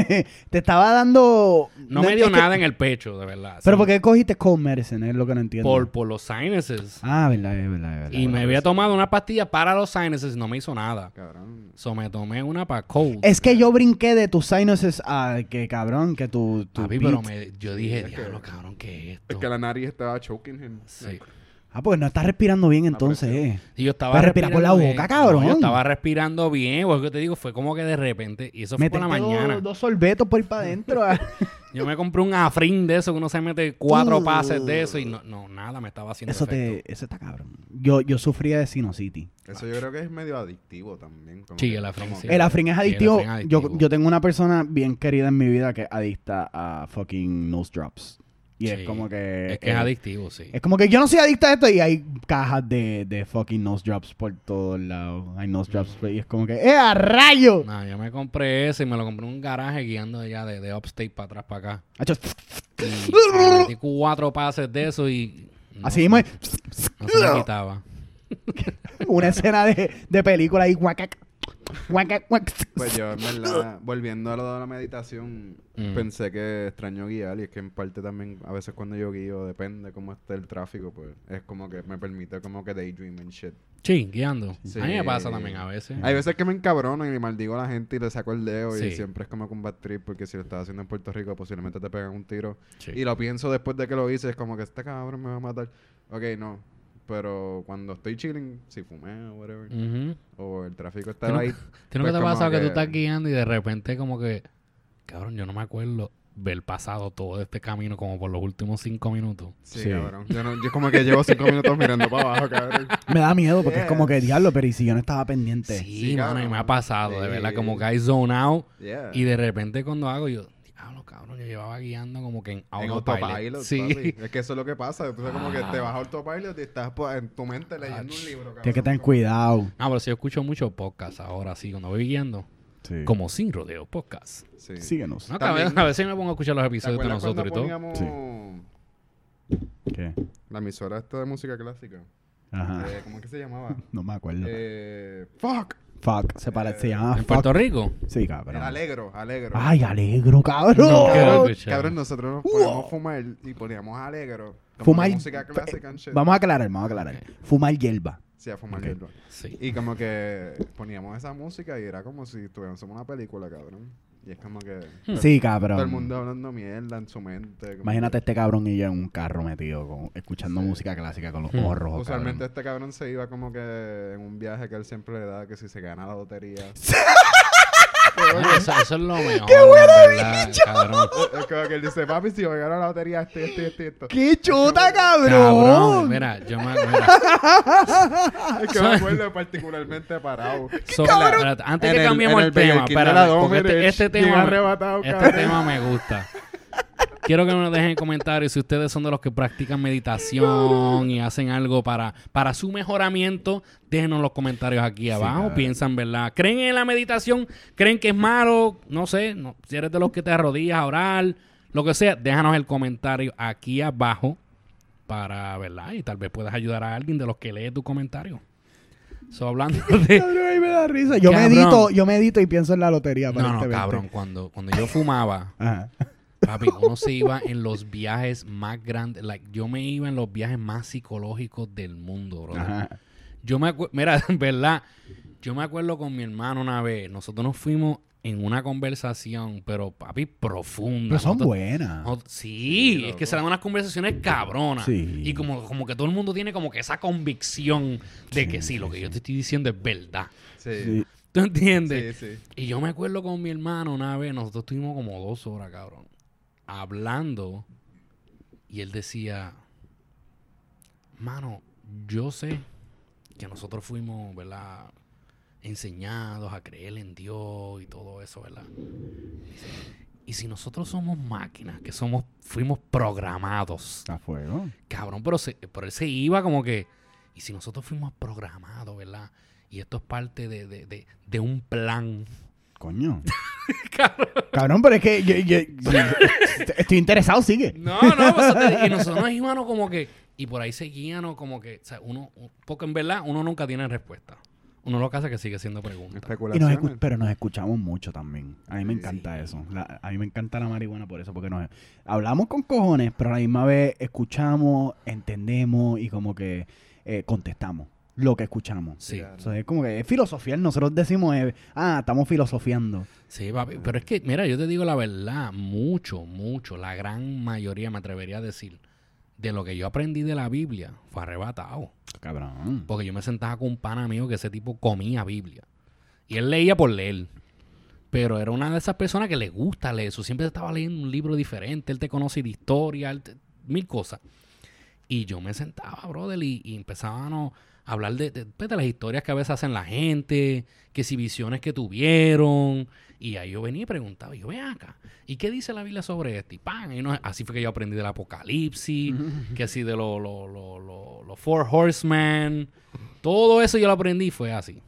[SPEAKER 4] te estaba dando
[SPEAKER 3] No me dio
[SPEAKER 4] es que-
[SPEAKER 3] nada en el pecho, de verdad. sí.
[SPEAKER 4] Pero ¿por qué cogiste cold medicine? Es lo que no entiendo.
[SPEAKER 3] Por, por los sinuses.
[SPEAKER 4] Ah, verdad, es verdad, es verdad.
[SPEAKER 3] y me había tomado una pastilla para los sinuses y no me hizo nada.
[SPEAKER 5] Cabrón.
[SPEAKER 3] So me tomé una para cold.
[SPEAKER 4] Es que yo brinqué de tus sinuses a que cabrón, que tu, tu
[SPEAKER 3] Papi,
[SPEAKER 4] beat-
[SPEAKER 3] pero me- yo dije,
[SPEAKER 5] es que-
[SPEAKER 3] diablo, cabrón, ¿qué es
[SPEAKER 5] Es
[SPEAKER 3] esto?
[SPEAKER 5] que la nariz estaba choking him.
[SPEAKER 3] Sí.
[SPEAKER 4] Ah, pues no estás respirando
[SPEAKER 3] Ah,
[SPEAKER 4] bien entonces. eh.
[SPEAKER 3] Y yo estaba
[SPEAKER 4] Pues respira por la
[SPEAKER 3] respirando
[SPEAKER 4] boca,
[SPEAKER 3] bien.
[SPEAKER 4] cabrón.
[SPEAKER 3] No, yo estaba respirando bien, porque te digo, fue como que de repente, y eso fue por la
[SPEAKER 4] Meterte dos-
[SPEAKER 3] mañana.
[SPEAKER 4] Dos, sorbetos por ir para adentro. ah.
[SPEAKER 3] Yo me compré un afrin de eso, que uno se mete cuatro pases de eso, y no, no, nada me estaba haciendo
[SPEAKER 4] Uh. eso
[SPEAKER 3] efecto.
[SPEAKER 4] te eso está cabrón. Yo yo sufría de sinusitis.
[SPEAKER 5] Eso yo creo que es medio adictivo también. como
[SPEAKER 3] Sí,
[SPEAKER 5] que-
[SPEAKER 3] el afrin,
[SPEAKER 5] como
[SPEAKER 3] sí.
[SPEAKER 5] que-
[SPEAKER 4] el afrin es
[SPEAKER 3] sí, el
[SPEAKER 4] adictivo.
[SPEAKER 3] Afrin es
[SPEAKER 4] Yo,
[SPEAKER 3] adictivo.
[SPEAKER 4] yo tengo una persona bien querida en mi vida que es adicta a fucking nose drops. Y es
[SPEAKER 3] Sí.
[SPEAKER 4] como que
[SPEAKER 3] Es que es
[SPEAKER 4] eh,
[SPEAKER 3] adictivo, sí.
[SPEAKER 4] Es como que yo no soy adicta a esto y hay cajas de, de fucking nose drops por todos lados. Hay
[SPEAKER 3] Mm.
[SPEAKER 4] nose drops y es como que ¡eh, a rayo!
[SPEAKER 3] No, yo me compré ese y me lo compré en un garaje guiando allá de, de upstate para atrás para acá.
[SPEAKER 4] Hacho,
[SPEAKER 3] Y me metí cuatro pases de eso y no,
[SPEAKER 4] Así mismo, es,
[SPEAKER 3] no se me quitaba.
[SPEAKER 4] una escena de, de película y guacac, guacac, guacac.
[SPEAKER 5] Pues yo, en verdad, volviendo a lo de la meditación,
[SPEAKER 3] Mm.
[SPEAKER 5] pensé que extraño guiar y es que en parte también, a veces cuando yo guío, depende cómo esté el tráfico, pues es como que me permite como que daydream and shit.
[SPEAKER 3] Sí, guiando.
[SPEAKER 5] Sí.
[SPEAKER 3] A mí me pasa también a veces.
[SPEAKER 5] Hay veces que me encabrono y le maldigo a la gente y le saco el dedo y
[SPEAKER 3] Sí.
[SPEAKER 5] siempre es como combat trip porque si lo estás haciendo en Puerto Rico posiblemente te pegan un tiro.
[SPEAKER 3] Sí.
[SPEAKER 5] Y lo pienso después de que lo hice, es como que este cabrón me va a matar. Ok, no. Pero cuando estoy chilling, si fumé o whatever,
[SPEAKER 3] Ujú.
[SPEAKER 5] o el tráfico está
[SPEAKER 3] Mm. ¿Tú nunca-
[SPEAKER 5] ahí.
[SPEAKER 3] ¿Tú nunca
[SPEAKER 5] pues
[SPEAKER 3] te ha
[SPEAKER 5] como
[SPEAKER 3] pasado que... tú
[SPEAKER 5] que-
[SPEAKER 3] estás guiando y de repente como que, cabrón, yo no me acuerdo del pasado todo este camino como por los últimos cinco minutos?
[SPEAKER 5] Sí,
[SPEAKER 4] Sí.
[SPEAKER 5] cabrón. Yo, no- yo como que llevo cinco minutos mirando para abajo, cabrón.
[SPEAKER 4] Me da miedo porque es como que diablo, pero y si yo no estaba pendiente.
[SPEAKER 3] Sí,
[SPEAKER 5] Sí,
[SPEAKER 3] mano, y
[SPEAKER 5] cabrón.
[SPEAKER 3] me ha pasado, de
[SPEAKER 5] Sí.
[SPEAKER 3] verdad, como que hay zonado
[SPEAKER 5] Yeah.
[SPEAKER 3] y de repente cuando hago yo, diablo, cabrón, yo llevaba guiando como que en
[SPEAKER 5] en
[SPEAKER 3] autopilot.
[SPEAKER 5] autopilot,
[SPEAKER 3] sí.
[SPEAKER 5] papi. Es que eso es lo que pasa. Tú sabes como que te vas a autopilot y estás pues, en tu mente leyendo un libro, cabrón.
[SPEAKER 4] Tienes que tener cuidado.
[SPEAKER 3] Ah, pero sí, yo escucho mucho podcast ahora, sí, cuando voy guiando.
[SPEAKER 4] Sí.
[SPEAKER 3] Como sin rodeo podcast.
[SPEAKER 5] Sí.
[SPEAKER 4] Síguenos.
[SPEAKER 3] No, que a veces-
[SPEAKER 5] También-
[SPEAKER 3] a veces me pongo a escuchar los
[SPEAKER 5] ¿Te
[SPEAKER 3] episodios de
[SPEAKER 5] acuerdas
[SPEAKER 3] nosotros y
[SPEAKER 5] cuando
[SPEAKER 3] todo.
[SPEAKER 5] poníamos
[SPEAKER 4] ¿Qué?
[SPEAKER 5] la emisora esta de música clásica?
[SPEAKER 4] Ajá.
[SPEAKER 5] Eh, ¿Cómo es que se llamaba?
[SPEAKER 4] No me acuerdo.
[SPEAKER 5] Eh, fuck.
[SPEAKER 4] fuck. Se, pare- se llama
[SPEAKER 3] en
[SPEAKER 4] fuck.
[SPEAKER 3] Puerto Rico.
[SPEAKER 4] Sí,
[SPEAKER 5] El
[SPEAKER 4] cabrón.
[SPEAKER 5] alegro, alegro.
[SPEAKER 4] Ay, alegro, cabrón.
[SPEAKER 3] No,
[SPEAKER 5] Cabrón,
[SPEAKER 3] Qué escuchado.
[SPEAKER 5] cabrón, nosotros nos poníamos fumar y poníamos alegro. como
[SPEAKER 4] Fumar-
[SPEAKER 5] que Música clásica and shit.
[SPEAKER 4] Vamos a aclarar, vamos a aclarar. Fumar hierba.
[SPEAKER 5] Sí, a fumar
[SPEAKER 4] Ok.
[SPEAKER 5] hierba.
[SPEAKER 3] Sí.
[SPEAKER 5] Y como que poníamos esa música y era como si tuviéramos una película, cabrón. Y es como que
[SPEAKER 4] Sí, cabrón.
[SPEAKER 5] todo el mundo hablando mierda en su mente. como
[SPEAKER 4] Imagínate
[SPEAKER 5] que-
[SPEAKER 4] este cabrón y yo en un carro metido, con- escuchando
[SPEAKER 5] Sí.
[SPEAKER 4] música clásica con los
[SPEAKER 3] Hmm.
[SPEAKER 4] ojos rojos.
[SPEAKER 5] Usualmente
[SPEAKER 4] cabrón.
[SPEAKER 5] este cabrón se iba como que en un viaje que él siempre le da, que si se gana la lotería.
[SPEAKER 3] Ah, eso, eso es lo mejor. ¡Qué bueno, bicho! Cabrón.
[SPEAKER 5] es como que él dice, papi, si yo me gano la lotería, esto, y esto, y esto, y esto.
[SPEAKER 4] ¡Qué chota,
[SPEAKER 3] Cabrón,
[SPEAKER 4] cabrón!
[SPEAKER 3] mira, yo me mira,
[SPEAKER 5] Es que me acuerdo particularmente parado.
[SPEAKER 3] sobre la- espérate, antes
[SPEAKER 5] En
[SPEAKER 3] que
[SPEAKER 5] el-
[SPEAKER 3] cambiemos
[SPEAKER 5] en
[SPEAKER 3] el,
[SPEAKER 5] el Burger
[SPEAKER 3] tema,
[SPEAKER 5] King de
[SPEAKER 3] espérate,
[SPEAKER 5] la
[SPEAKER 3] porque
[SPEAKER 5] Domerich,
[SPEAKER 3] este, este
[SPEAKER 5] bien
[SPEAKER 3] tema,
[SPEAKER 5] arrebatado,
[SPEAKER 3] este
[SPEAKER 5] cabrón.
[SPEAKER 3] tema me gusta. Quiero que me lo dejen en comentarios si ustedes son de los que practican meditación y hacen algo para, para su mejoramiento. Déjenos los comentarios aquí abajo. Piensan, ¿verdad? ¿Creen en la meditación? ¿Creen que es malo? No sé. No, si eres de los que te arrodillas a orar, lo que sea, déjanos el comentario aquí abajo para, ¿verdad? Y tal vez puedas ayudar a alguien de los que lee tu comentario. So, hablando de,
[SPEAKER 4] Cabrón, ahí me da risa. Yo
[SPEAKER 3] Cabrón.
[SPEAKER 4] medito, yo medito y pienso en la lotería.
[SPEAKER 3] No, no,
[SPEAKER 4] aparentemente.
[SPEAKER 3] cabrón. Cuando, cuando yo fumaba,
[SPEAKER 4] Ajá.
[SPEAKER 3] papi, uno se iba en los viajes más grandes. Like, yo me iba en los viajes más psicológicos del mundo, bro.
[SPEAKER 4] Ajá.
[SPEAKER 3] Yo me acuerdo, mira, en verdad, yo me acuerdo con mi hermano una vez. Nosotros nos fuimos en una conversación, pero papi, profunda.
[SPEAKER 4] Pero son
[SPEAKER 3] Nosotros-
[SPEAKER 4] buenas.
[SPEAKER 3] no- sí,
[SPEAKER 5] Sí,
[SPEAKER 3] es que se dan unas conversaciones cabronas.
[SPEAKER 4] Sí.
[SPEAKER 3] Y como, como que todo el mundo tiene como que esa convicción de que sí, lo que yo te estoy diciendo es verdad.
[SPEAKER 5] Sí,
[SPEAKER 3] ¿Tú
[SPEAKER 5] sí,
[SPEAKER 3] entiendes?
[SPEAKER 5] sí.
[SPEAKER 3] Y yo me acuerdo con mi hermano una vez, nosotros estuvimos como dos horas, cabrón, hablando. Y él decía, mano, yo sé que nosotros fuimos, ¿verdad? enseñados a creer en Dios y todo eso, ¿verdad? Dice, Y si nosotros somos máquinas, que somos, fuimos programados,
[SPEAKER 4] A fuego.
[SPEAKER 3] cabrón, pero, se- pero él se iba como que, y si nosotros fuimos programados, ¿verdad? Y esto es parte de, de- de- de un plan.
[SPEAKER 4] Coño.
[SPEAKER 3] Cabrón.
[SPEAKER 4] Cabrón, pero es que yo- yo- yo- estoy interesado, sigue.
[SPEAKER 3] No, no, pues, te- y nosotros nos íbamos como que, y por ahí seguían o como que, o sea, uno, un- porque en verdad uno nunca tiene respuesta. Uno lo que hace es que sigue siendo preguntas.
[SPEAKER 4] Y nos
[SPEAKER 5] Especulaciones.
[SPEAKER 4] escu- pero nos escuchamos mucho también. A mí me
[SPEAKER 5] Sí.
[SPEAKER 4] encanta eso. La- a mí me encanta la marihuana por eso, porque nos hablamos con cojones, pero a la misma vez escuchamos, entendemos y como que eh, contestamos lo que escuchamos.
[SPEAKER 3] Sí,
[SPEAKER 5] Claro.
[SPEAKER 4] O sea, es como que es filosofiar. Nosotros decimos, eh, ah, estamos filosofiando.
[SPEAKER 3] sí, papi. Pero es que, mira, yo te digo la verdad, mucho, mucho, la gran mayoría, me atrevería a decir, de lo que yo aprendí de la Biblia fue arrebatado.
[SPEAKER 4] Cabrón.
[SPEAKER 3] Porque yo me sentaba con un pana mío que ese tipo comía Biblia. Y él leía por leer. Pero era una de esas personas que le gusta leer eso. Siempre estaba leyendo un libro diferente. Él te conoce de historia, él te- mil cosas. Y yo me sentaba, brother, y, y empezaban a a hablar de, de- pues, de las historias que a veces hacen la gente, que si visiones que tuvieron. Y ahí yo venía y preguntaba, y yo, ven acá, ¿y qué dice la Biblia sobre esto? Y pan, y no- así fue que yo aprendí del Apocalipsis, que si de los lo, lo- lo- los Four Horsemen. Todo eso yo lo aprendí, y fue así.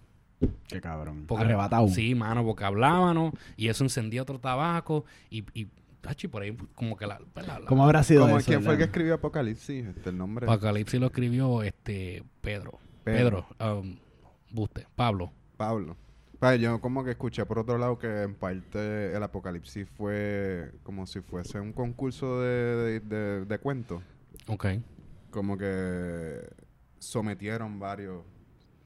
[SPEAKER 4] Qué cabrón.
[SPEAKER 3] Porque-
[SPEAKER 4] Arrebatado.
[SPEAKER 3] Sí, mano, porque hablábamos y eso encendía otro tabaco y, y, tacho, y por ahí como que la, pues, la- la-
[SPEAKER 4] ¿Cómo habrá sido
[SPEAKER 5] Como
[SPEAKER 4] eso,
[SPEAKER 5] quién fue el que
[SPEAKER 4] verdad?
[SPEAKER 5] escribió Apocalipsis, este, el nombre.
[SPEAKER 3] Apocalipsis lo escribió este Pedro. Pedro,
[SPEAKER 5] Pedro.
[SPEAKER 3] um, Buste, Pablo.
[SPEAKER 5] Pablo. Pa, yo como que escuché por otro lado que en parte el Apocalipsis fue como si fuese un concurso de, de, de- de cuentos.
[SPEAKER 3] Ok.
[SPEAKER 5] Como que sometieron varios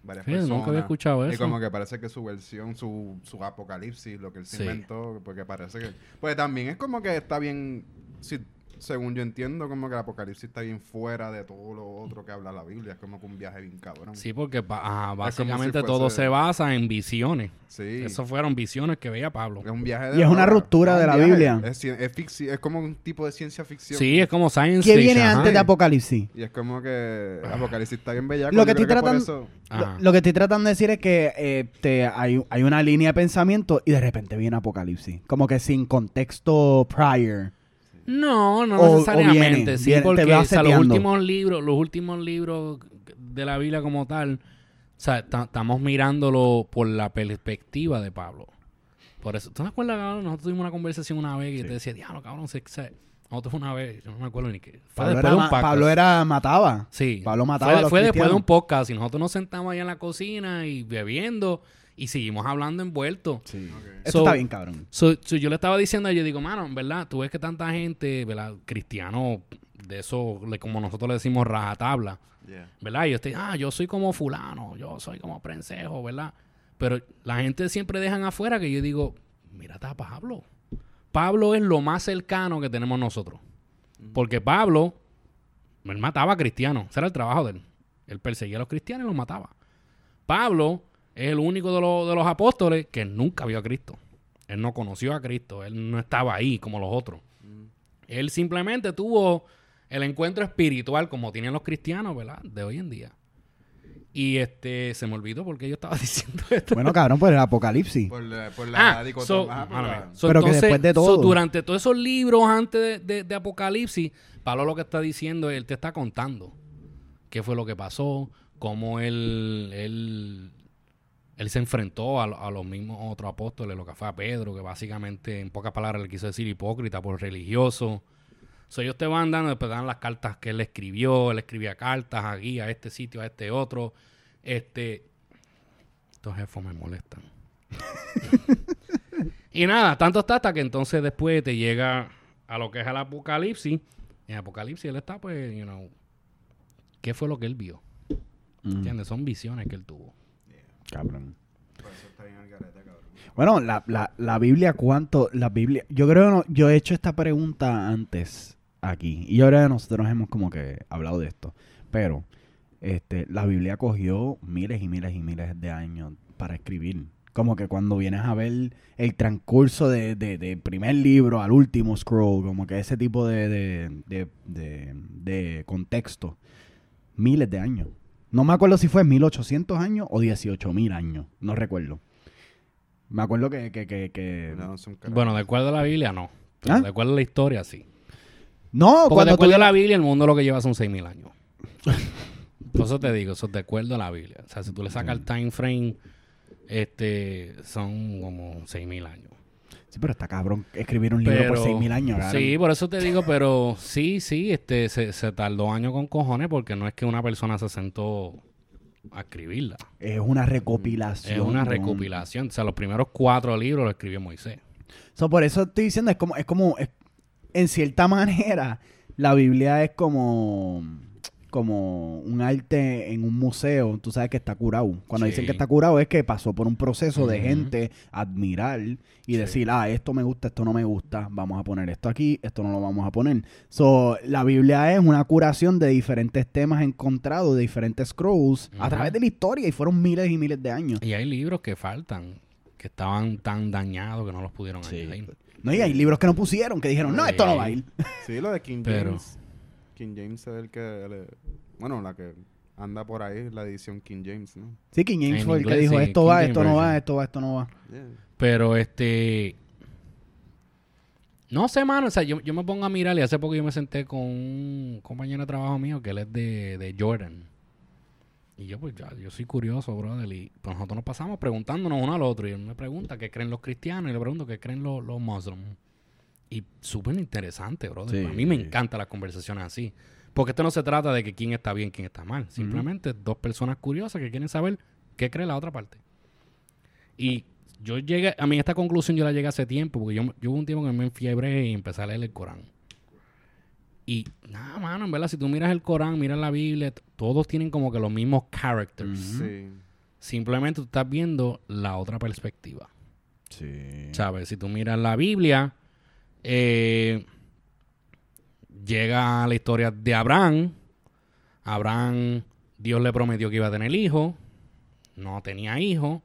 [SPEAKER 5] varias
[SPEAKER 3] Sí,
[SPEAKER 5] personas.
[SPEAKER 3] nunca había escuchado
[SPEAKER 5] Y
[SPEAKER 3] eso.
[SPEAKER 5] como que parece que su versión, su, su apocalipsis, lo que él se
[SPEAKER 3] Sí.
[SPEAKER 5] inventó, porque parece que... Pues también es como que está bien, si, según yo entiendo, como que el apocalipsis está bien fuera de todo lo otro que habla la Biblia. Es como que un viaje bien cabrón.
[SPEAKER 3] Sí, porque ba- ah,
[SPEAKER 5] Es como si
[SPEAKER 3] básicamente
[SPEAKER 5] fuese-
[SPEAKER 3] todo se basa en visiones.
[SPEAKER 5] Sí.
[SPEAKER 3] Esas fueron visiones que veía Pablo.
[SPEAKER 5] Es un viaje de
[SPEAKER 4] Y es una
[SPEAKER 5] droga.
[SPEAKER 4] ruptura
[SPEAKER 5] Es
[SPEAKER 4] de
[SPEAKER 5] un
[SPEAKER 4] la
[SPEAKER 5] viaje.
[SPEAKER 4] Biblia.
[SPEAKER 5] Es, cien- es ficci- es como un tipo de ciencia ficción.
[SPEAKER 3] Sí, es como Science
[SPEAKER 4] ¿Qué viene
[SPEAKER 3] Fiction, ajá.
[SPEAKER 4] antes de Apocalipsis?
[SPEAKER 5] Y es como que Apocalipsis está bien bellaco.
[SPEAKER 4] Lo
[SPEAKER 5] Lo
[SPEAKER 4] que
[SPEAKER 5] que
[SPEAKER 4] estoy
[SPEAKER 5] creo que por
[SPEAKER 4] tratando-
[SPEAKER 5] eso
[SPEAKER 3] Ajá.
[SPEAKER 4] Lo, lo que estoy tratando de decir es que eh, te- hay, hay una línea de pensamiento y de repente viene Apocalipsis. Como que sin contexto prior.
[SPEAKER 3] No, no
[SPEAKER 4] O- o
[SPEAKER 3] necesariamente.
[SPEAKER 4] viene,
[SPEAKER 3] sí,
[SPEAKER 4] viene, te
[SPEAKER 3] porque
[SPEAKER 4] va
[SPEAKER 3] o sea, los
[SPEAKER 4] seteando.
[SPEAKER 3] últimos libros, los últimos libros de la Biblia como tal, o sea, ta- estamos mirándolo por la perspectiva de Pablo. Por eso, ¿tú te acuerdas, cabrón? Nosotros tuvimos una conversación una vez y yo te decía, diablo, cabrón, se, se- nosotros fue una vez, yo no me acuerdo ni qué. Fue
[SPEAKER 4] Pablo
[SPEAKER 3] después
[SPEAKER 4] era,
[SPEAKER 3] de un
[SPEAKER 4] ma-
[SPEAKER 3] podcast.
[SPEAKER 4] Pablo era- mataba.
[SPEAKER 3] Sí.
[SPEAKER 4] Pablo mataba a
[SPEAKER 3] Fue,
[SPEAKER 4] los
[SPEAKER 3] fue después de
[SPEAKER 4] cristianos.
[SPEAKER 3] un podcast y nosotros nos sentamos allá en la cocina y bebiendo y seguimos hablando envueltos.
[SPEAKER 4] Esto
[SPEAKER 3] So-
[SPEAKER 4] está bien, cabrón.
[SPEAKER 3] So, so yo le estaba diciendo, a ellos, yo digo, mano, en verdad, tú ves que tanta gente, ¿verdad? Cristiano, de eso, le- como nosotros le decimos, rajatabla, ¿verdad? Y yo estoy, ah, yo soy como fulano, yo soy como prensejo, ¿verdad? Pero la gente siempre dejan afuera que yo digo, mira está Pablo. Pablo es lo más cercano que tenemos nosotros. Porque Pablo, él mataba a cristianos, ese era el trabajo de él. Él perseguía a los cristianos y los mataba. Pablo es el único de, los- de los apóstoles que nunca vio a Cristo. Él no conoció a Cristo, él no estaba ahí como los otros. Él simplemente tuvo el encuentro espiritual como tienen los cristianos, ¿verdad? De hoy en día. Y este se me olvidó porque yo estaba diciendo esto.
[SPEAKER 4] Bueno, cabrón, pues el Apocalipsis.
[SPEAKER 5] por la, por la
[SPEAKER 3] Ah, so-
[SPEAKER 5] dicotomía.
[SPEAKER 3] mala
[SPEAKER 5] por la-
[SPEAKER 3] mía. So,
[SPEAKER 4] Pero que
[SPEAKER 3] entonces,
[SPEAKER 4] después de
[SPEAKER 3] so,
[SPEAKER 4] todo-
[SPEAKER 3] durante todos esos libros antes de, de- de Apocalipsis, Pablo lo que está diciendo, él te está contando qué fue lo que pasó, cómo él, él, él se enfrentó a, lo- a los mismos otros apóstoles, lo que fue a Pedro, que básicamente en pocas palabras le quiso decir hipócrita por religioso. So, ellos te van dando, después dan las cartas que él escribió, él escribía cartas aquí, a este sitio, a este otro. Este, estos jefos me molestan. Y nada, tanto está hasta que entonces después te llega a lo que es el apocalipsis. En apocalipsis él está, pues, you know, ¿qué fue lo que él vio?
[SPEAKER 4] Mm.
[SPEAKER 3] ¿Entiendes? Son visiones que él tuvo.
[SPEAKER 4] Cabrón. Bueno, la, la, la Biblia, ¿cuánto? La Biblia. Yo creo que no- yo he hecho esta pregunta antes aquí. Y ahora nosotros hemos como que hablado de esto. Pero, este, la Biblia cogió miles y miles y miles de años para escribir. Como que cuando vienes a ver el transcurso de, de- de primer libro al último scroll, como que ese tipo de, de, de- de- de contexto. Miles de años. No me acuerdo si fue 1800 años o 18000 años. No recuerdo. Me acuerdo que. que, que, que-
[SPEAKER 5] No,
[SPEAKER 4] No,
[SPEAKER 5] es un carajo.
[SPEAKER 3] Bueno, de acuerdo a la Biblia, no. Pero
[SPEAKER 4] ¿Ah?
[SPEAKER 3] de acuerdo a la historia, sí. Porque de
[SPEAKER 4] cuando tú
[SPEAKER 3] acuerdo a
[SPEAKER 4] la...
[SPEAKER 3] la Biblia, el mundo lo que lleva son 6.000 años. Por eso te digo, eso es de acuerdo a la Biblia. O sea, si tú le sacas
[SPEAKER 4] Mm.
[SPEAKER 3] el time frame, este, son como 6.000 años.
[SPEAKER 4] Sí, pero está cabrón escribir un libro por 6000 años. cabrón.
[SPEAKER 3] Sí, por eso te digo, pero sí, sí, este, se, se tardó años con cojones porque no es que una persona se sentó a escribirla.
[SPEAKER 4] Es una recopilación.
[SPEAKER 3] Es una
[SPEAKER 4] cabrón.
[SPEAKER 3] recopilación. O sea, los primeros cuatro libros los escribió Moisés.
[SPEAKER 4] So, por eso estoy diciendo, es como, es como, es- en cierta manera, la Biblia es como, como un arte en un museo. Tú sabes que está curado. Cuando
[SPEAKER 3] Sí.
[SPEAKER 4] dicen que está curado es que pasó por un proceso de
[SPEAKER 3] Ujú.
[SPEAKER 4] gente admirar y decir, ah, esto me gusta, esto no me gusta, vamos a poner esto aquí, esto no lo vamos a poner. So, la Biblia es una curación de diferentes temas encontrados, de diferentes scrolls, a
[SPEAKER 3] Ujú.
[SPEAKER 4] través de la historia y fueron miles y miles de años.
[SPEAKER 3] Y hay libros que faltan, que estaban tan dañados que no los pudieron
[SPEAKER 4] Sí.
[SPEAKER 3] añadir.
[SPEAKER 4] No, y hay libros que no pusieron, que dijeron, no, esto no va a ir.
[SPEAKER 5] Sí, lo de King
[SPEAKER 3] Pero-
[SPEAKER 5] James. King James es el que. le- bueno, la que anda por ahí es la edición King James, ¿no?
[SPEAKER 4] Sí, King James
[SPEAKER 3] En
[SPEAKER 4] fue el que
[SPEAKER 3] inglés,
[SPEAKER 4] dijo,
[SPEAKER 3] sí,
[SPEAKER 4] esto
[SPEAKER 3] King
[SPEAKER 4] va,
[SPEAKER 3] James
[SPEAKER 4] esto no va,
[SPEAKER 3] Version.
[SPEAKER 4] esto va, esto no va.
[SPEAKER 5] Yeah.
[SPEAKER 3] Pero este. No sé, mano. O sea, yo, yo me pongo a mirar y hace poco yo me senté con un compañero de trabajo mío que él es de, de Jordan. Y yo, pues, ya, yo soy curioso, brother. Y pues, nosotros nos pasamos preguntándonos uno al otro. Y él me pregunta qué creen los cristianos y le pregunto qué creen los, los muslims. Y súper interesante, brother.
[SPEAKER 4] Sí.
[SPEAKER 3] A mí me encantan las conversaciones así. Porque esto no se trata de que quién está bien, quién está mal. Simplemente dos personas curiosas que quieren saber qué cree la otra parte. Y yo llegué, a mí esta conclusión yo la llegué hace tiempo, porque yo, yo hubo un tiempo que me enfiebre y empecé a leer el Corán. Y nada, mano, en verdad, si tú miras el Corán, miras la Biblia, t- todos tienen como que los mismos characters.
[SPEAKER 5] Sí.
[SPEAKER 3] Simplemente tú estás viendo la otra perspectiva.
[SPEAKER 4] Sí.
[SPEAKER 3] ¿Sabes? Si tú miras la Biblia, eh, llega a la historia de Abraham. Abraham, Dios le prometió que iba a tener hijo. No tenía hijo.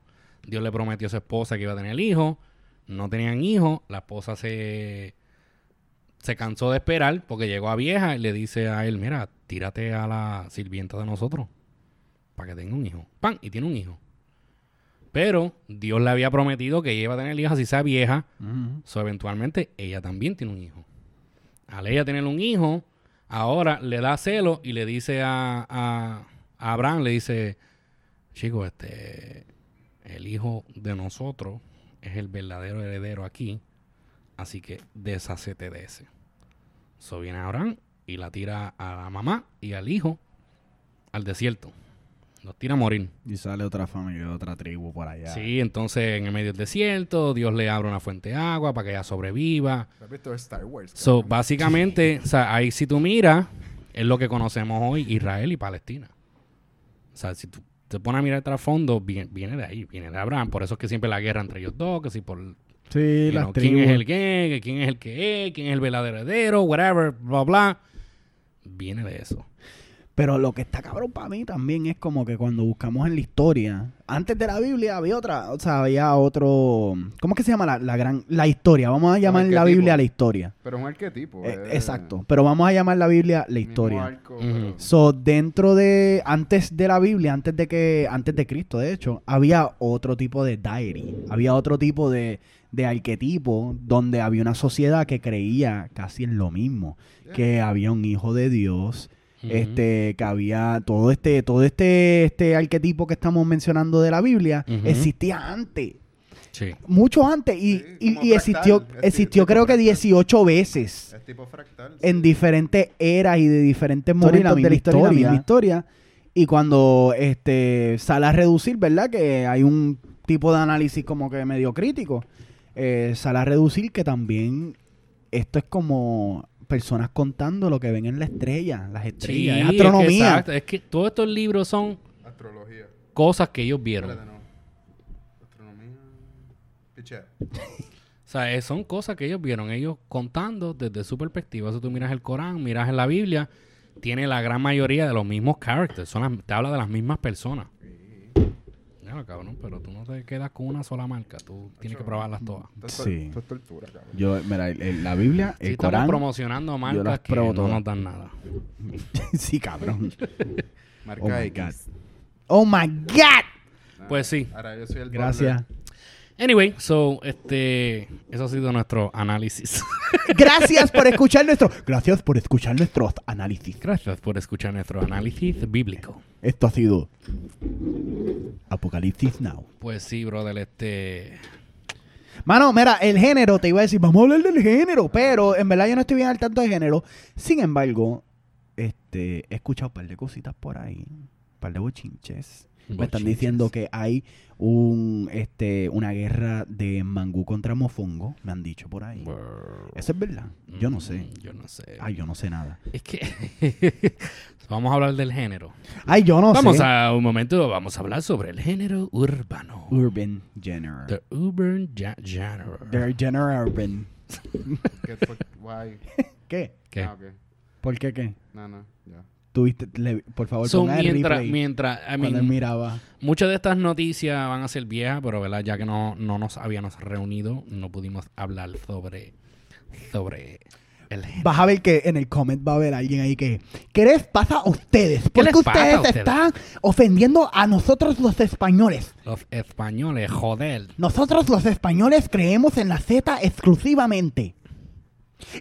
[SPEAKER 3] Dios le prometió a su esposa que iba a tener hijo. No tenían hijo. La esposa se, se cansó de esperar porque llegó a vieja y le dice a él, mira, tírate a la sirvienta de nosotros para que tenga un hijo. Pan, y tiene un hijo. Pero Dios le había prometido que ella iba a tener hijos así sea vieja. So, eventualmente ella también tiene un hijo. Al ella tener un hijo, ahora le da celo y le dice a, a- a Abraham, le dice, chico, este, el hijo de nosotros es el verdadero heredero aquí, así que deshacete de ese. So viene Abraham y la tira a la mamá y al hijo al desierto. Los tira a morir.
[SPEAKER 4] Y sale otra familia, otra tribu por allá.
[SPEAKER 3] Sí, entonces en el medio del desierto, Dios le abre una fuente de agua para que ella sobreviva.
[SPEAKER 5] ¿Has visto Star Wars?
[SPEAKER 3] So,
[SPEAKER 5] cabrón?
[SPEAKER 3] básicamente, o sea, ahí si tú miras, es lo que conocemos hoy, Israel y Palestina. O sea, si tú te pones a mirar el trasfondo, viene, viene de ahí, viene de Abraham. Por eso es que siempre la guerra entre ellos dos, que si por
[SPEAKER 4] Sí,
[SPEAKER 3] you
[SPEAKER 4] las
[SPEAKER 3] know, quién
[SPEAKER 4] tribus.
[SPEAKER 3] es el qué, que quién es el que es, quién es el verdadero heredero, whatever, bla, bla. Viene de eso.
[SPEAKER 4] Pero lo que está cabrón para mí también es como que cuando buscamos en la historia, antes de la Biblia había otra, o sea, había otro, ¿cómo es que se llama la, la gran, la historia? Vamos a llamar la
[SPEAKER 5] arquetipo.
[SPEAKER 4] Biblia la historia.
[SPEAKER 5] Pero es un arquetipo.
[SPEAKER 4] Eh,
[SPEAKER 3] Pues,
[SPEAKER 5] es-
[SPEAKER 4] exacto, pero vamos a llamar la Biblia la
[SPEAKER 5] mismo
[SPEAKER 4] historia.
[SPEAKER 5] arco,
[SPEAKER 3] Ujú.
[SPEAKER 5] pero-
[SPEAKER 4] So, dentro de, antes de la Biblia, antes de que, antes de Cristo, de hecho, había otro tipo de diary, había otro tipo de, de arquetipo donde había una sociedad que creía casi en lo mismo, que había un hijo de Dios,
[SPEAKER 3] Ujú.
[SPEAKER 4] este, que había todo este, todo este, este arquetipo que estamos mencionando de la Biblia,
[SPEAKER 3] Ujú.
[SPEAKER 4] existía antes
[SPEAKER 3] Sí.
[SPEAKER 4] mucho antes y,
[SPEAKER 5] Sí,
[SPEAKER 4] y-
[SPEAKER 5] como
[SPEAKER 4] y existió
[SPEAKER 5] fractal, es
[SPEAKER 4] existió
[SPEAKER 5] tipo
[SPEAKER 4] creo que
[SPEAKER 5] fractal.
[SPEAKER 4] 18 veces
[SPEAKER 5] Es tipo fractal. sí.
[SPEAKER 4] en diferentes eras y de diferentes
[SPEAKER 7] Historia, la
[SPEAKER 4] momentos de la
[SPEAKER 7] misma
[SPEAKER 4] historia, la
[SPEAKER 7] historia.
[SPEAKER 4] misma historia. Y cuando este sale a reducir, ¿verdad? Que hay un tipo de análisis como que medio crítico. Eh, sale a reducir que también esto es como personas contando lo que ven en la estrella, las
[SPEAKER 3] Sí,
[SPEAKER 4] estrellas, es
[SPEAKER 3] es que
[SPEAKER 4] astronomía.
[SPEAKER 3] exacto, es que todos estos libros son
[SPEAKER 5] Astrología.
[SPEAKER 3] cosas que ellos vieron.
[SPEAKER 5] Espérate, no. Astronomía. Pichea.
[SPEAKER 3] O sea, eh, son cosas que ellos vieron, ellos contando desde su perspectiva. Si tú miras el Corán, miras en la Biblia, tiene la gran mayoría de los mismos characters. Son las- te habla de las mismas personas. Ya, cabrón, pero tú no te quedas con una sola marca. Tú tienes que probarlas todas.
[SPEAKER 5] Esto es tor-
[SPEAKER 4] Sí.
[SPEAKER 5] Esto es tortura, cabrón.
[SPEAKER 4] Yo, mira, el- el- la Biblia,
[SPEAKER 3] Si
[SPEAKER 4] el
[SPEAKER 3] estamos
[SPEAKER 4] Corán.
[SPEAKER 3] promocionando
[SPEAKER 4] las
[SPEAKER 3] marcas que
[SPEAKER 4] pruebo
[SPEAKER 3] no
[SPEAKER 4] todas.
[SPEAKER 3] nos dan nada.
[SPEAKER 4] sí, cabrón.
[SPEAKER 5] Marca
[SPEAKER 4] Oh my
[SPEAKER 5] X.
[SPEAKER 4] God. Oh my God.
[SPEAKER 3] Pues sí.
[SPEAKER 5] Ahora yo soy el
[SPEAKER 10] Gracias.
[SPEAKER 3] Anyway, so, este, eso ha sido nuestro análisis.
[SPEAKER 4] Gracias por escuchar nuestro. Gracias por escuchar nuestros análisis.
[SPEAKER 3] Gracias por escuchar nuestro análisis bíblico.
[SPEAKER 10] Esto ha sido Apocalipsis Now.
[SPEAKER 3] Pues sí, brother, este...
[SPEAKER 4] Mano, mira, el género, te iba a decir, vamos a hablar del género, pero en verdad yo no estoy bien al tanto de género. Sin embargo, este, he escuchado un par de cositas por ahí, un par de bochinches. Me están
[SPEAKER 3] Bochinches.
[SPEAKER 4] diciendo que hay un, este, una guerra de mangú contra mofongo, me han dicho por ahí. ¿Eso es verdad? Yo no sé.
[SPEAKER 3] mm, Yo no sé.
[SPEAKER 4] Ay, yo no sé nada.
[SPEAKER 3] Es que... vamos a hablar del género.
[SPEAKER 4] Ay, yo no
[SPEAKER 3] vamos
[SPEAKER 4] sé.
[SPEAKER 3] a un momento, vamos a hablar sobre el género urbano.
[SPEAKER 4] Urban Jenner.
[SPEAKER 3] The urban ge- genre.
[SPEAKER 10] Gary Jenner Urban.
[SPEAKER 5] ¿Qué, por- why?
[SPEAKER 10] ¿Qué?
[SPEAKER 3] ¿Qué?
[SPEAKER 5] Ah, ok.
[SPEAKER 10] ¿Por qué qué?
[SPEAKER 5] No, no, ya.
[SPEAKER 10] Tuviste, le- por favor,
[SPEAKER 3] So,
[SPEAKER 10] ponga el
[SPEAKER 3] mientras,
[SPEAKER 10] replay
[SPEAKER 3] mientras, I
[SPEAKER 10] cuando
[SPEAKER 3] mean,
[SPEAKER 10] él miraba.
[SPEAKER 3] Muchas de estas noticias van a ser viejas, pero ¿verdad? ya que no, no nos habíamos reunido, no pudimos hablar sobre, sobre el género.
[SPEAKER 10] Vas a ver que en el comment va a haber alguien ahí que... ¿Qué les pasa a ustedes?
[SPEAKER 4] Porque
[SPEAKER 3] les pasa
[SPEAKER 4] ustedes,
[SPEAKER 3] a ustedes?
[SPEAKER 4] están ofendiendo a nosotros los españoles.
[SPEAKER 3] Los españoles, joder.
[SPEAKER 4] Nosotros los españoles creemos en la Z exclusivamente.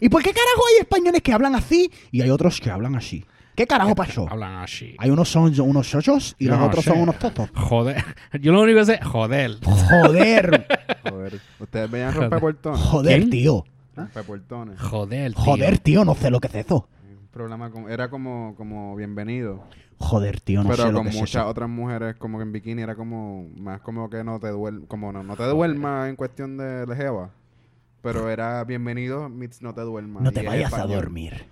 [SPEAKER 4] ¿Y por qué carajo hay españoles que hablan así y hay otros que hablan así? ¿Qué carajo pasó?
[SPEAKER 3] Hablan así.
[SPEAKER 4] Hay unos son unos chochos y los
[SPEAKER 3] No
[SPEAKER 4] otros
[SPEAKER 3] sé.
[SPEAKER 4] son unos totos.
[SPEAKER 3] Joder. Yo lo único que sé, joder.
[SPEAKER 4] Joder,
[SPEAKER 5] Joder. Ustedes veían rompeportones.
[SPEAKER 4] joder,
[SPEAKER 3] ¿Quién?
[SPEAKER 4] tío.
[SPEAKER 5] Rompeportones.
[SPEAKER 3] Joder, tío.
[SPEAKER 4] Joder, tío, no sé lo que es eso.
[SPEAKER 5] Un programa con, era como, como bienvenido.
[SPEAKER 4] Joder, tío, no sé
[SPEAKER 5] pero
[SPEAKER 4] lo
[SPEAKER 5] con
[SPEAKER 4] que es
[SPEAKER 5] muchas
[SPEAKER 4] eso.
[SPEAKER 5] otras mujeres como que en bikini era como más como que no te duermas como no, no te duermas en cuestión de, de jeva pero era bienvenido meets no te duermas
[SPEAKER 4] No
[SPEAKER 5] y
[SPEAKER 4] te
[SPEAKER 5] es
[SPEAKER 4] vayas a
[SPEAKER 5] español.
[SPEAKER 4] dormir.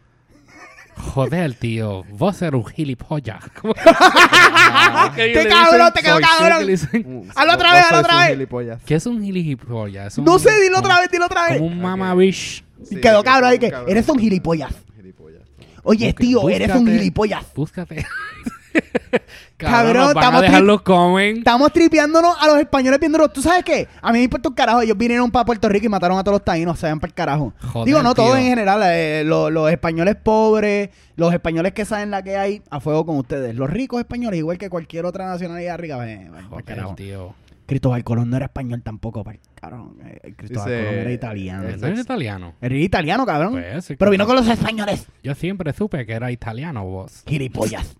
[SPEAKER 3] Joder, tío. Vos eres un gilipollas.
[SPEAKER 4] ¡Qué cabrón, Ah, te quedó cabrón!
[SPEAKER 5] Mm,
[SPEAKER 4] ¡Hazlo otra vez, hazlo
[SPEAKER 5] vos- vos sois
[SPEAKER 4] otra
[SPEAKER 5] un
[SPEAKER 4] vez!
[SPEAKER 5] gilipollas.
[SPEAKER 3] ¿Qué es un gilipollas? Es un-
[SPEAKER 4] No sé, dilo
[SPEAKER 3] como-
[SPEAKER 4] otra vez, dilo otra vez.
[SPEAKER 3] Como un mamabish.
[SPEAKER 5] Sí,
[SPEAKER 4] quedó
[SPEAKER 5] que
[SPEAKER 4] cabrón ahí
[SPEAKER 5] son
[SPEAKER 4] que,
[SPEAKER 5] cabrones.
[SPEAKER 4] eres un gilipollas.
[SPEAKER 5] Gilipollas.
[SPEAKER 4] Oye,
[SPEAKER 3] Ok,
[SPEAKER 4] tío, eres un
[SPEAKER 3] búscate.
[SPEAKER 4] gilipollas.
[SPEAKER 3] Búscate.
[SPEAKER 4] Cabrón,
[SPEAKER 3] nos van a
[SPEAKER 4] estamos
[SPEAKER 3] dejarlos comen.
[SPEAKER 4] Estamos tripeándonos a los españoles viéndolos. ¿Tú sabes qué? A mí me importa un carajo. Ellos vinieron para Puerto Rico y mataron a todos los taínos. Se van para el carajo.
[SPEAKER 3] Joder,
[SPEAKER 4] Digo, no
[SPEAKER 3] tío.
[SPEAKER 4] todos en general. eh, lo- los españoles pobres, los españoles que saben la que hay, a fuego con ustedes. Los ricos españoles, igual que cualquier otra nacionalidad rica, ven, ven pa'l
[SPEAKER 3] Joder,
[SPEAKER 4] carajo.
[SPEAKER 3] tío.
[SPEAKER 4] Cristóbal Colón no era español tampoco, pa'l carajo. Eh, Cristóbal
[SPEAKER 5] Dice,
[SPEAKER 4] Colón era italiano.
[SPEAKER 5] eh,
[SPEAKER 3] ¿No eres italiano?
[SPEAKER 4] Era italiano, cabrón.
[SPEAKER 3] Pues, sí,
[SPEAKER 4] Pero vino con
[SPEAKER 3] claro.
[SPEAKER 4] los españoles.
[SPEAKER 3] Yo siempre supe que era italiano vos.
[SPEAKER 4] Gilipollas.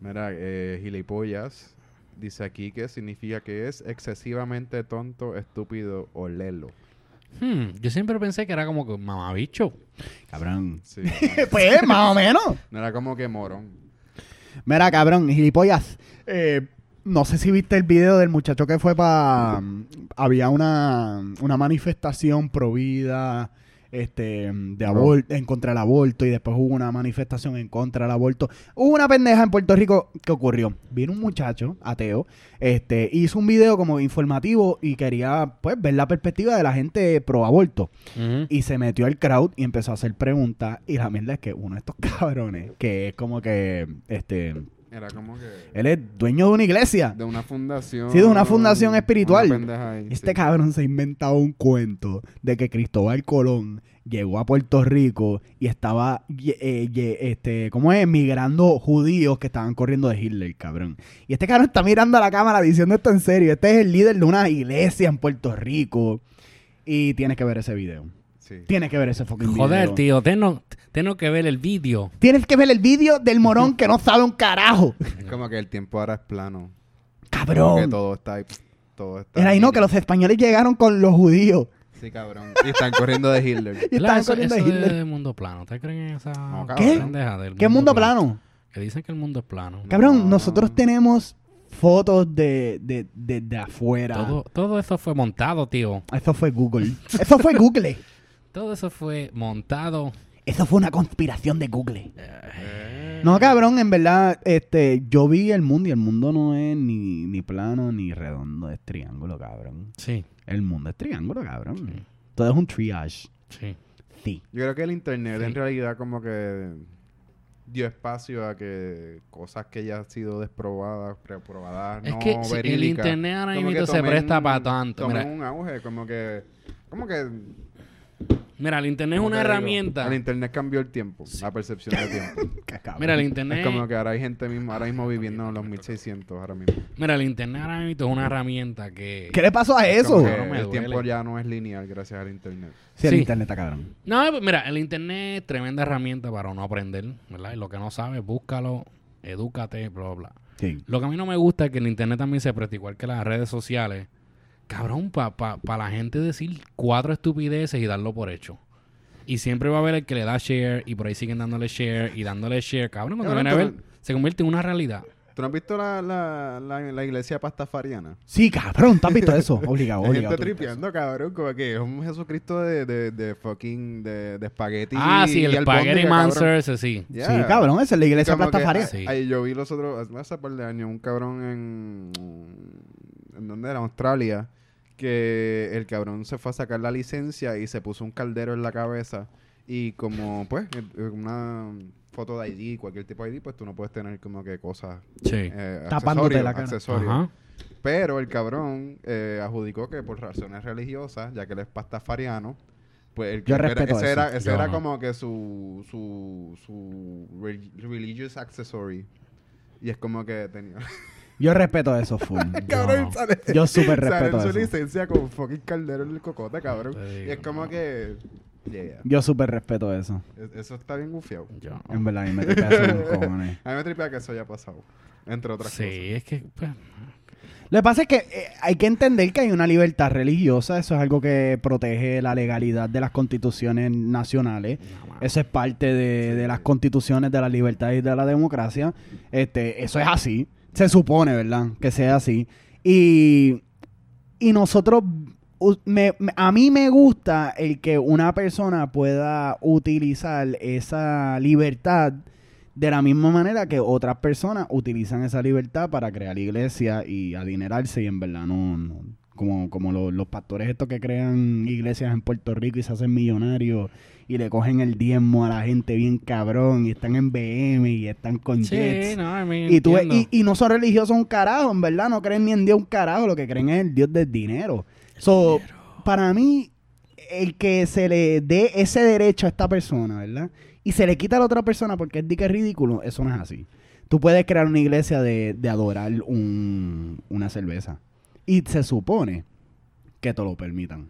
[SPEAKER 5] mira eh, gilipollas dice aquí que significa que es excesivamente tonto estúpido o lelo
[SPEAKER 3] Hmm, yo siempre pensé que era como que mamabicho.
[SPEAKER 10] Cabrón.
[SPEAKER 5] sí.
[SPEAKER 4] pues, más o menos.
[SPEAKER 5] no era como que morón
[SPEAKER 10] Mira, cabrón, gilipollas. Eh, no sé si viste el video del muchacho que fue para... Había una, una manifestación pro vida este, de abor- en contra del aborto y después hubo una manifestación en contra del aborto. Hubo una pendeja en Puerto Rico que ocurrió. Vino un muchacho ateo, este, hizo un video como informativo y quería pues ver la perspectiva de la gente pro aborto. Y se metió al crowd y empezó a hacer preguntas. Y la mierda es que uno de estos cabrones, que es como que, este,
[SPEAKER 5] era como que
[SPEAKER 10] él es dueño de una iglesia.
[SPEAKER 5] de una fundación
[SPEAKER 10] Sí, de una fundación espiritual.
[SPEAKER 5] una pendeja ahí,
[SPEAKER 10] Este
[SPEAKER 5] sí.
[SPEAKER 10] cabrón se ha inventado un cuento de que Cristóbal Colón llegó a Puerto Rico y estaba, ye- eh, ye- este, ¿cómo es? Migrando judíos que estaban corriendo de Hitler, cabrón. Y este cabrón está mirando a la cámara diciendo esto en serio. Este es el líder de una iglesia en Puerto Rico. Y tienes que ver ese video.
[SPEAKER 5] Sí.
[SPEAKER 10] Tienes que ver ese fucking video.
[SPEAKER 3] Joder, tío, tengo, tengo que ver el vídeo.
[SPEAKER 4] Tienes que ver el vídeo del morón que no sabe un carajo.
[SPEAKER 5] Es como que el tiempo ahora es plano. Como que
[SPEAKER 4] Cabrón.
[SPEAKER 5] todo está ahí. Todo está
[SPEAKER 4] Era ahí no,
[SPEAKER 5] mira.
[SPEAKER 4] que los españoles llegaron con los judíos.
[SPEAKER 5] Sí, cabrón. Y están corriendo de Hitler.
[SPEAKER 4] Y
[SPEAKER 3] ¿Verdad?
[SPEAKER 4] estaban
[SPEAKER 3] Eso,
[SPEAKER 4] corriendo de
[SPEAKER 3] eso
[SPEAKER 4] Hitler.
[SPEAKER 3] de mundo plano. ¿Ustedes creen en esa
[SPEAKER 5] cabrón.
[SPEAKER 3] pendeja del
[SPEAKER 4] ¿Qué mundo plano?
[SPEAKER 3] Que dicen que el mundo es plano.
[SPEAKER 4] Cabrón,
[SPEAKER 5] No.
[SPEAKER 4] nosotros tenemos fotos de, de, de, de afuera.
[SPEAKER 3] Todo, todo eso fue montado, tío.
[SPEAKER 4] Eso fue Google. Eso fue Google.
[SPEAKER 3] Todo eso fue montado.
[SPEAKER 4] Eso fue una conspiración de Google. No, cabrón, en verdad, este, yo vi el mundo y el mundo no es ni, ni plano ni redondo, es triángulo, cabrón.
[SPEAKER 3] Sí,
[SPEAKER 4] El mundo es triángulo, cabrón. Todo es un triage.
[SPEAKER 3] sí.
[SPEAKER 4] Sí.
[SPEAKER 5] Yo creo que el internet
[SPEAKER 3] Sí.
[SPEAKER 5] en realidad como que dio espacio a que cosas que ya han sido desprobadas, reprobadas,
[SPEAKER 3] Es
[SPEAKER 5] no
[SPEAKER 3] que si el
[SPEAKER 5] verídicas,
[SPEAKER 3] internet ahora
[SPEAKER 5] como
[SPEAKER 3] mismo
[SPEAKER 5] que
[SPEAKER 3] se
[SPEAKER 5] tomen-
[SPEAKER 3] presta pa' tanto,
[SPEAKER 5] tomen
[SPEAKER 3] mira.
[SPEAKER 5] un auge, como que como que
[SPEAKER 3] Mira, el internet es
[SPEAKER 5] Como
[SPEAKER 3] una
[SPEAKER 5] te digo,
[SPEAKER 3] herramienta.
[SPEAKER 5] El internet cambió el tiempo, la percepción del tiempo.
[SPEAKER 3] Mira, el
[SPEAKER 5] es
[SPEAKER 3] internet.
[SPEAKER 5] como que ahora hay gente mismo, ahora mismo viviendo en los 1600 ahora mismo.
[SPEAKER 3] Mira, el internet ahora mismo es una herramienta que.
[SPEAKER 4] ¿Qué le pasó a
[SPEAKER 5] Es como
[SPEAKER 4] eso?
[SPEAKER 5] que
[SPEAKER 3] No me
[SPEAKER 5] el tiempo
[SPEAKER 3] duele.
[SPEAKER 5] ya no es lineal gracias al internet.
[SPEAKER 4] Sí, el
[SPEAKER 3] Sí.
[SPEAKER 4] internet está cabrón.
[SPEAKER 3] No, pues, mira, el internet es tremenda herramienta para uno aprender, ¿verdad? Y lo que no sabes, búscalo, edúcate, bla, bla, bla.
[SPEAKER 4] Sí.
[SPEAKER 3] Lo que a mí no me gusta es que el internet también se presta igual que las redes sociales. Cabrón, para pa, pa la gente decir cuatro estupideces y darlo por hecho. Y siempre va a haber el que le da share y por ahí siguen dándole share y dándole share. Cabrón, cuando
[SPEAKER 5] Cabrón,
[SPEAKER 3] viene a ver,
[SPEAKER 5] pero-
[SPEAKER 3] se convierte en una realidad.
[SPEAKER 5] ¿Tú no has visto la, la, la, la iglesia pastafariana?
[SPEAKER 4] Sí, cabrón, ¿tú has visto eso? Obligado,
[SPEAKER 5] Hay
[SPEAKER 4] obligado.
[SPEAKER 5] gente tripeando, cabrón, como que es un Jesucristo de, de, de fucking, de, de espagueti.
[SPEAKER 3] ah, sí, el
[SPEAKER 5] y albóndiga,
[SPEAKER 3] Spaghetti
[SPEAKER 5] cabrón.
[SPEAKER 3] Monster, ese sí.
[SPEAKER 5] Yeah.
[SPEAKER 4] Sí, cabrón, esa es la iglesia
[SPEAKER 5] Como que,
[SPEAKER 4] plastafarea.
[SPEAKER 3] Sí.
[SPEAKER 5] ay, yo vi los otros, hace par de años, un cabrón en. ¿En dónde era? Australia. Que el cabrón se fue a sacar la licencia y se puso un caldero en la cabeza. Y como, pues, eh, una foto de ID, cualquier tipo de ID, pues tú no puedes tener como que cosas.
[SPEAKER 3] Sí.
[SPEAKER 5] Eh,
[SPEAKER 4] Tapándote la
[SPEAKER 5] accesorios,
[SPEAKER 4] cara.
[SPEAKER 5] accesorios.
[SPEAKER 3] Ajá.
[SPEAKER 5] Pero el cabrón eh, adjudicó que por razones religiosas, ya que él es pastafariano, pues el
[SPEAKER 4] Yo
[SPEAKER 5] era-
[SPEAKER 4] respeto
[SPEAKER 5] ese
[SPEAKER 4] eso.
[SPEAKER 5] era, ese
[SPEAKER 3] Yo
[SPEAKER 5] era
[SPEAKER 3] no.
[SPEAKER 5] como que su, su, su re- religious accessory. Y es como que tenía...
[SPEAKER 4] Yo respeto eso, full.
[SPEAKER 5] cabrón,
[SPEAKER 3] no.
[SPEAKER 5] sale,
[SPEAKER 4] Yo súper
[SPEAKER 5] sale
[SPEAKER 4] respeto
[SPEAKER 5] en su
[SPEAKER 4] eso.
[SPEAKER 5] licencia con fucking caldero en el cocote, cabrón.
[SPEAKER 3] Te digo,
[SPEAKER 5] y es como
[SPEAKER 3] no.
[SPEAKER 5] que... Yeah,
[SPEAKER 4] Yo súper respeto eso.
[SPEAKER 5] es- eso está bien gufiado.
[SPEAKER 3] Yo no.
[SPEAKER 4] En verdad, a mí me tripea eso con cojones.
[SPEAKER 5] A mí me tripea que eso haya pasado. Entre otras
[SPEAKER 3] Sí, es que... pues,
[SPEAKER 4] Lo que pasa es que eh, hay que entender que hay una libertad religiosa, eso es algo que protege la legalidad de las constituciones nacionales, eso es parte de, de las constituciones de la libertad y de la democracia, este, eso es así, se supone, ¿verdad? Que sea así. Y, y nosotros, u- me- me- a mí me gusta el que una persona pueda utilizar esa libertad de la misma manera que otras personas utilizan esa libertad para crear iglesias y adinerarse y en verdad no, no- como, como lo- los pastores estos que crean iglesias en Puerto Rico y se hacen millonarios y le cogen el diezmo a la gente bien cabrón y están en BM y están con
[SPEAKER 3] sí,
[SPEAKER 4] jets.
[SPEAKER 3] no, a mí
[SPEAKER 4] Y, tú ves-
[SPEAKER 3] entiendo.
[SPEAKER 4] y, y no son religiosos un carajo, en verdad, no creen ni en Dios un carajo, lo que creen es el Dios del dinero. So, para mí, el que se le dé ese derecho a esta persona, ¿verdad? Y se le quita a la otra persona porque es di que es ridículo, eso no es así. Tú puedes crear una iglesia de, de adorar un- una cerveza. Y se supone que te lo permitan.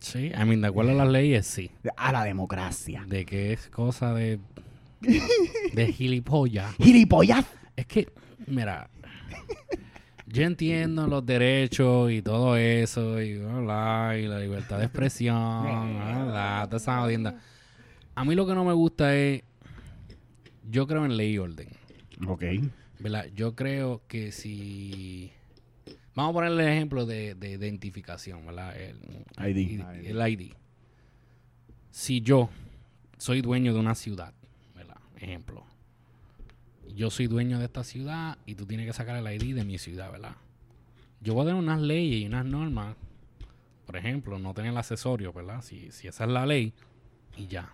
[SPEAKER 3] Sí, a mí, de acuerdo a las leyes, sí.
[SPEAKER 4] A la democracia.
[SPEAKER 3] de que es cosa de de gilipollas.
[SPEAKER 4] ¡Gilipollas!
[SPEAKER 3] Es que, mira, yo entiendo los derechos y todo eso y bla, bla, y la libertad de expresión, bla, bla, toda esa jodienda. A mí lo que no me gusta es yo creo en ley y orden,
[SPEAKER 4] Ok.
[SPEAKER 3] ¿verdad? Yo creo que si vamos a ponerle el ejemplo de, de identificación, ¿verdad? El-
[SPEAKER 4] ID.
[SPEAKER 3] y- el ID. Si yo soy dueño de una ciudad, ¿verdad? Ejemplo. Yo soy dueño de esta ciudad y tú tienes que sacar el ID de mi ciudad, ¿verdad? Yo voy a tener unas leyes y unas normas. Por ejemplo, no tener el accesorio, ¿verdad? Si, si esa es la ley, y ya.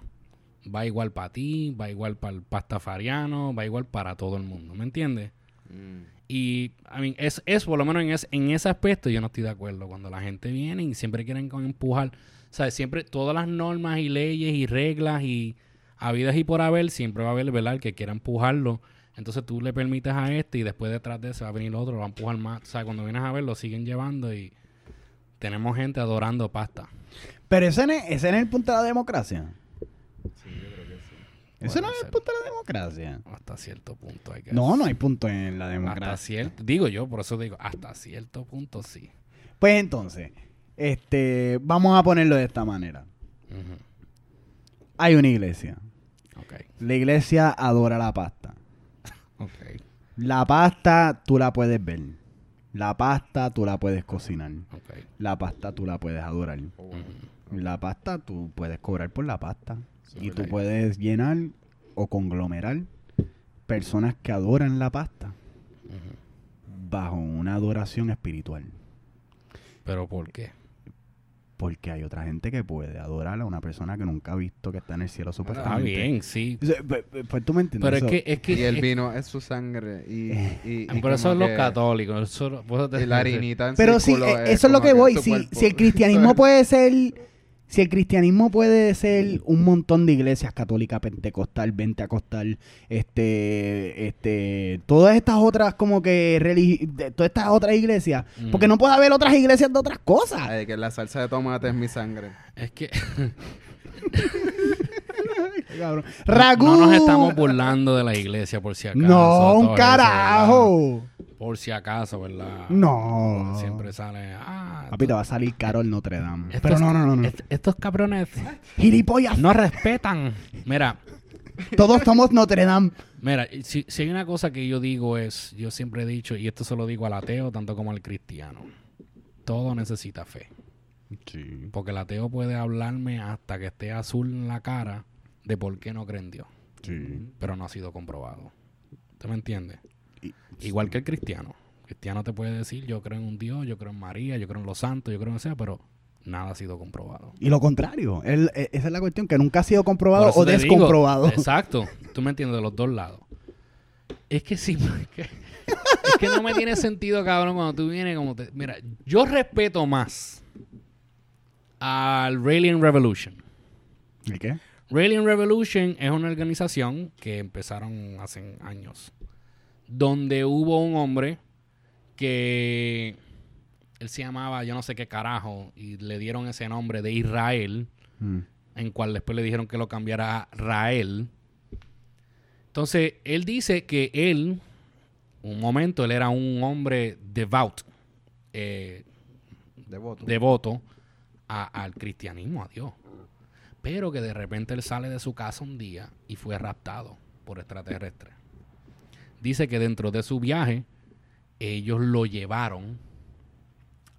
[SPEAKER 3] Va igual para ti, va igual para el pastafariano, va igual para todo el mundo, ¿me entiendes?
[SPEAKER 5] cosas. Mm.
[SPEAKER 3] Y a mí, es, es por lo menos en, es- en ese aspecto yo no estoy de acuerdo. Cuando la gente viene y siempre quieren con empujar, o sea, siempre todas las normas y leyes y reglas y habidas y por haber, siempre va a haber, ¿verdad? El que quiera empujarlo. Entonces tú le permites a este y después detrás de ese va a venir otro, lo va a empujar más. O sea, cuando vienes a ver, lo siguen llevando y tenemos gente adorando pasta.
[SPEAKER 4] Pero ese no es, ese no es el punto de la democracia. Ese no
[SPEAKER 3] Puede
[SPEAKER 4] es
[SPEAKER 3] ser.
[SPEAKER 4] el punto de la democracia.
[SPEAKER 3] Hasta cierto punto hay que...
[SPEAKER 4] No, no hay punto en la
[SPEAKER 3] Hasta
[SPEAKER 4] democracia.
[SPEAKER 3] cierto, digo yo, por eso digo, hasta cierto punto sí.
[SPEAKER 4] Pues entonces, este, vamos a ponerlo de esta manera.
[SPEAKER 3] Ujú.
[SPEAKER 4] Hay una iglesia.
[SPEAKER 3] Ok,
[SPEAKER 4] La iglesia adora la pasta.
[SPEAKER 3] ok,
[SPEAKER 4] La pasta tú la puedes ver. La pasta tú la puedes cocinar.
[SPEAKER 3] ok.
[SPEAKER 4] La pasta tú la puedes adorar. La pasta tú puedes cobrar por la pasta. Y tú puedes llenar o conglomerar personas que adoran la pasta bajo una adoración espiritual.
[SPEAKER 3] Pero ¿por qué?
[SPEAKER 4] Porque hay otra gente que puede adorar a una persona que nunca ha visto que está en el cielo
[SPEAKER 3] Está
[SPEAKER 4] supuestamente.
[SPEAKER 3] bien, sí.
[SPEAKER 4] O sea, pe- pe- Pues tú me entiendes.
[SPEAKER 3] Pero es
[SPEAKER 4] So,
[SPEAKER 3] que, es que,
[SPEAKER 5] Y el
[SPEAKER 3] es-
[SPEAKER 5] vino es su sangre. Y, y, y
[SPEAKER 3] pero eso es
[SPEAKER 5] como
[SPEAKER 3] los
[SPEAKER 5] que-
[SPEAKER 3] católicos. eso lo- por eso te-
[SPEAKER 5] Y la harinita en
[SPEAKER 4] Pero sí,
[SPEAKER 5] círculo
[SPEAKER 4] eh, eso es lo
[SPEAKER 5] como
[SPEAKER 4] que voy.
[SPEAKER 5] su
[SPEAKER 4] Si,
[SPEAKER 5] cuerpo.
[SPEAKER 4] si el cristianismo puede ser Si el cristianismo puede ser un montón de iglesias católica, pentecostal, pentecostal, este, este, todas estas otras como que religi- de- todas estas otras iglesias,
[SPEAKER 3] Mm. Eh,
[SPEAKER 4] porque no puede haber otras iglesias de otras cosas.
[SPEAKER 5] Ay, que la salsa de tomate es mi sangre.
[SPEAKER 3] Es que
[SPEAKER 4] Cabrón. Ragú.
[SPEAKER 3] no nos estamos burlando de la iglesia, por si acaso.
[SPEAKER 4] No,
[SPEAKER 3] todo
[SPEAKER 4] un
[SPEAKER 3] eso,
[SPEAKER 4] carajo.
[SPEAKER 3] ¿verdad? por si acaso, ¿verdad?
[SPEAKER 4] No.
[SPEAKER 3] Siempre sale. Ah,
[SPEAKER 4] Papi, te va a salir caro el Notre Dame.
[SPEAKER 3] estos-
[SPEAKER 4] Pero no, no, no, no.
[SPEAKER 3] est- estos cabrones
[SPEAKER 4] Gilipollas.
[SPEAKER 3] no respetan. Mira,
[SPEAKER 4] Todos somos Notre Dame.
[SPEAKER 3] Mira, si, si hay una cosa que yo digo es, yo siempre he dicho, y esto se lo digo al ateo tanto como al cristiano, todo necesita fe. Porque el ateo puede hablarme hasta que esté azul en la cara de por qué no cree en Dios, pero no ha sido comprobado. ¿Usted me entiende? Igual que el cristiano. El cristiano te puede decir, yo creo en un Dios, yo creo en María, yo creo en los santos, yo creo en sea, pero nada ha sido comprobado.
[SPEAKER 4] Y lo contrario. El- e- esa es la cuestión, que nunca ha sido comprobado
[SPEAKER 3] Por
[SPEAKER 4] o
[SPEAKER 3] eso te digo,
[SPEAKER 4] descomprobado.
[SPEAKER 3] exacto. Tú me entiendes de los dos lados. Es que sí, es que, es que no me tiene sentido, cabrón, cuando tú vienes como te... Mira, yo respeto más al Rallying Revolution.
[SPEAKER 11] ¿Y qué?
[SPEAKER 3] Rallying Revolution es una organización que empezaron hace años, donde hubo un hombre que él se llamaba yo no sé qué carajo y le dieron ese nombre de Israel, en cual después le dijeron que lo cambiara a Rael. Entonces, él dice que él, un momento, él era un hombre devout, eh,
[SPEAKER 5] Devoto.
[SPEAKER 3] devoto a- al cristianismo, a Dios. Pero que de repente él sale de su casa un día y fue raptado por extraterrestres. Dice que dentro de su viaje, ellos lo llevaron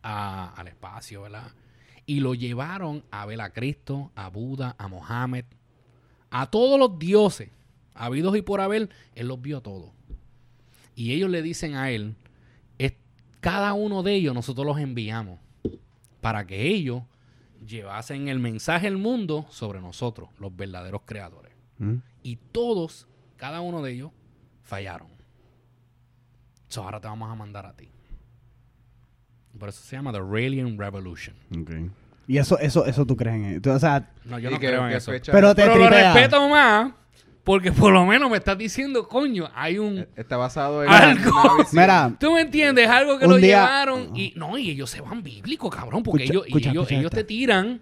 [SPEAKER 3] a- al espacio, ¿verdad? Y lo llevaron a ver a Cristo, a Buda, a Mohammed, a todos los dioses, habidos y por haber, él los vio todos. Y ellos le dicen a él, "Es- cada uno de ellos nosotros los enviamos para que ellos llevasen el mensaje al mundo sobre nosotros, los verdaderos creadores.
[SPEAKER 5] Mm.
[SPEAKER 3] Y todos, cada uno de ellos, fallaron. So, ahora te vamos a mandar a ti. Por eso se llama The Rallying Revolution.
[SPEAKER 4] Y eso, eso, eso tú crees en eso. O sea,
[SPEAKER 3] No, yo
[SPEAKER 5] Y
[SPEAKER 3] no
[SPEAKER 5] que-
[SPEAKER 3] creo en
[SPEAKER 5] que
[SPEAKER 3] eso.
[SPEAKER 5] fecha-
[SPEAKER 4] pero te
[SPEAKER 3] Pero lo
[SPEAKER 4] tripea.
[SPEAKER 3] respeto más porque por lo menos me estás diciendo, coño, hay un...
[SPEAKER 5] Está basado en...
[SPEAKER 3] Algo.
[SPEAKER 5] una visión.
[SPEAKER 4] Mira,
[SPEAKER 3] ¿Tú me entiendes? Algo que
[SPEAKER 4] Un
[SPEAKER 3] lo
[SPEAKER 4] día-
[SPEAKER 3] llevaron y... No, y ellos se van bíblicos, cabrón, porque
[SPEAKER 4] Escucha-
[SPEAKER 3] ellos, y
[SPEAKER 4] escucha,
[SPEAKER 3] ellos,
[SPEAKER 4] escucha
[SPEAKER 3] ellos
[SPEAKER 4] esta.
[SPEAKER 3] te tiran,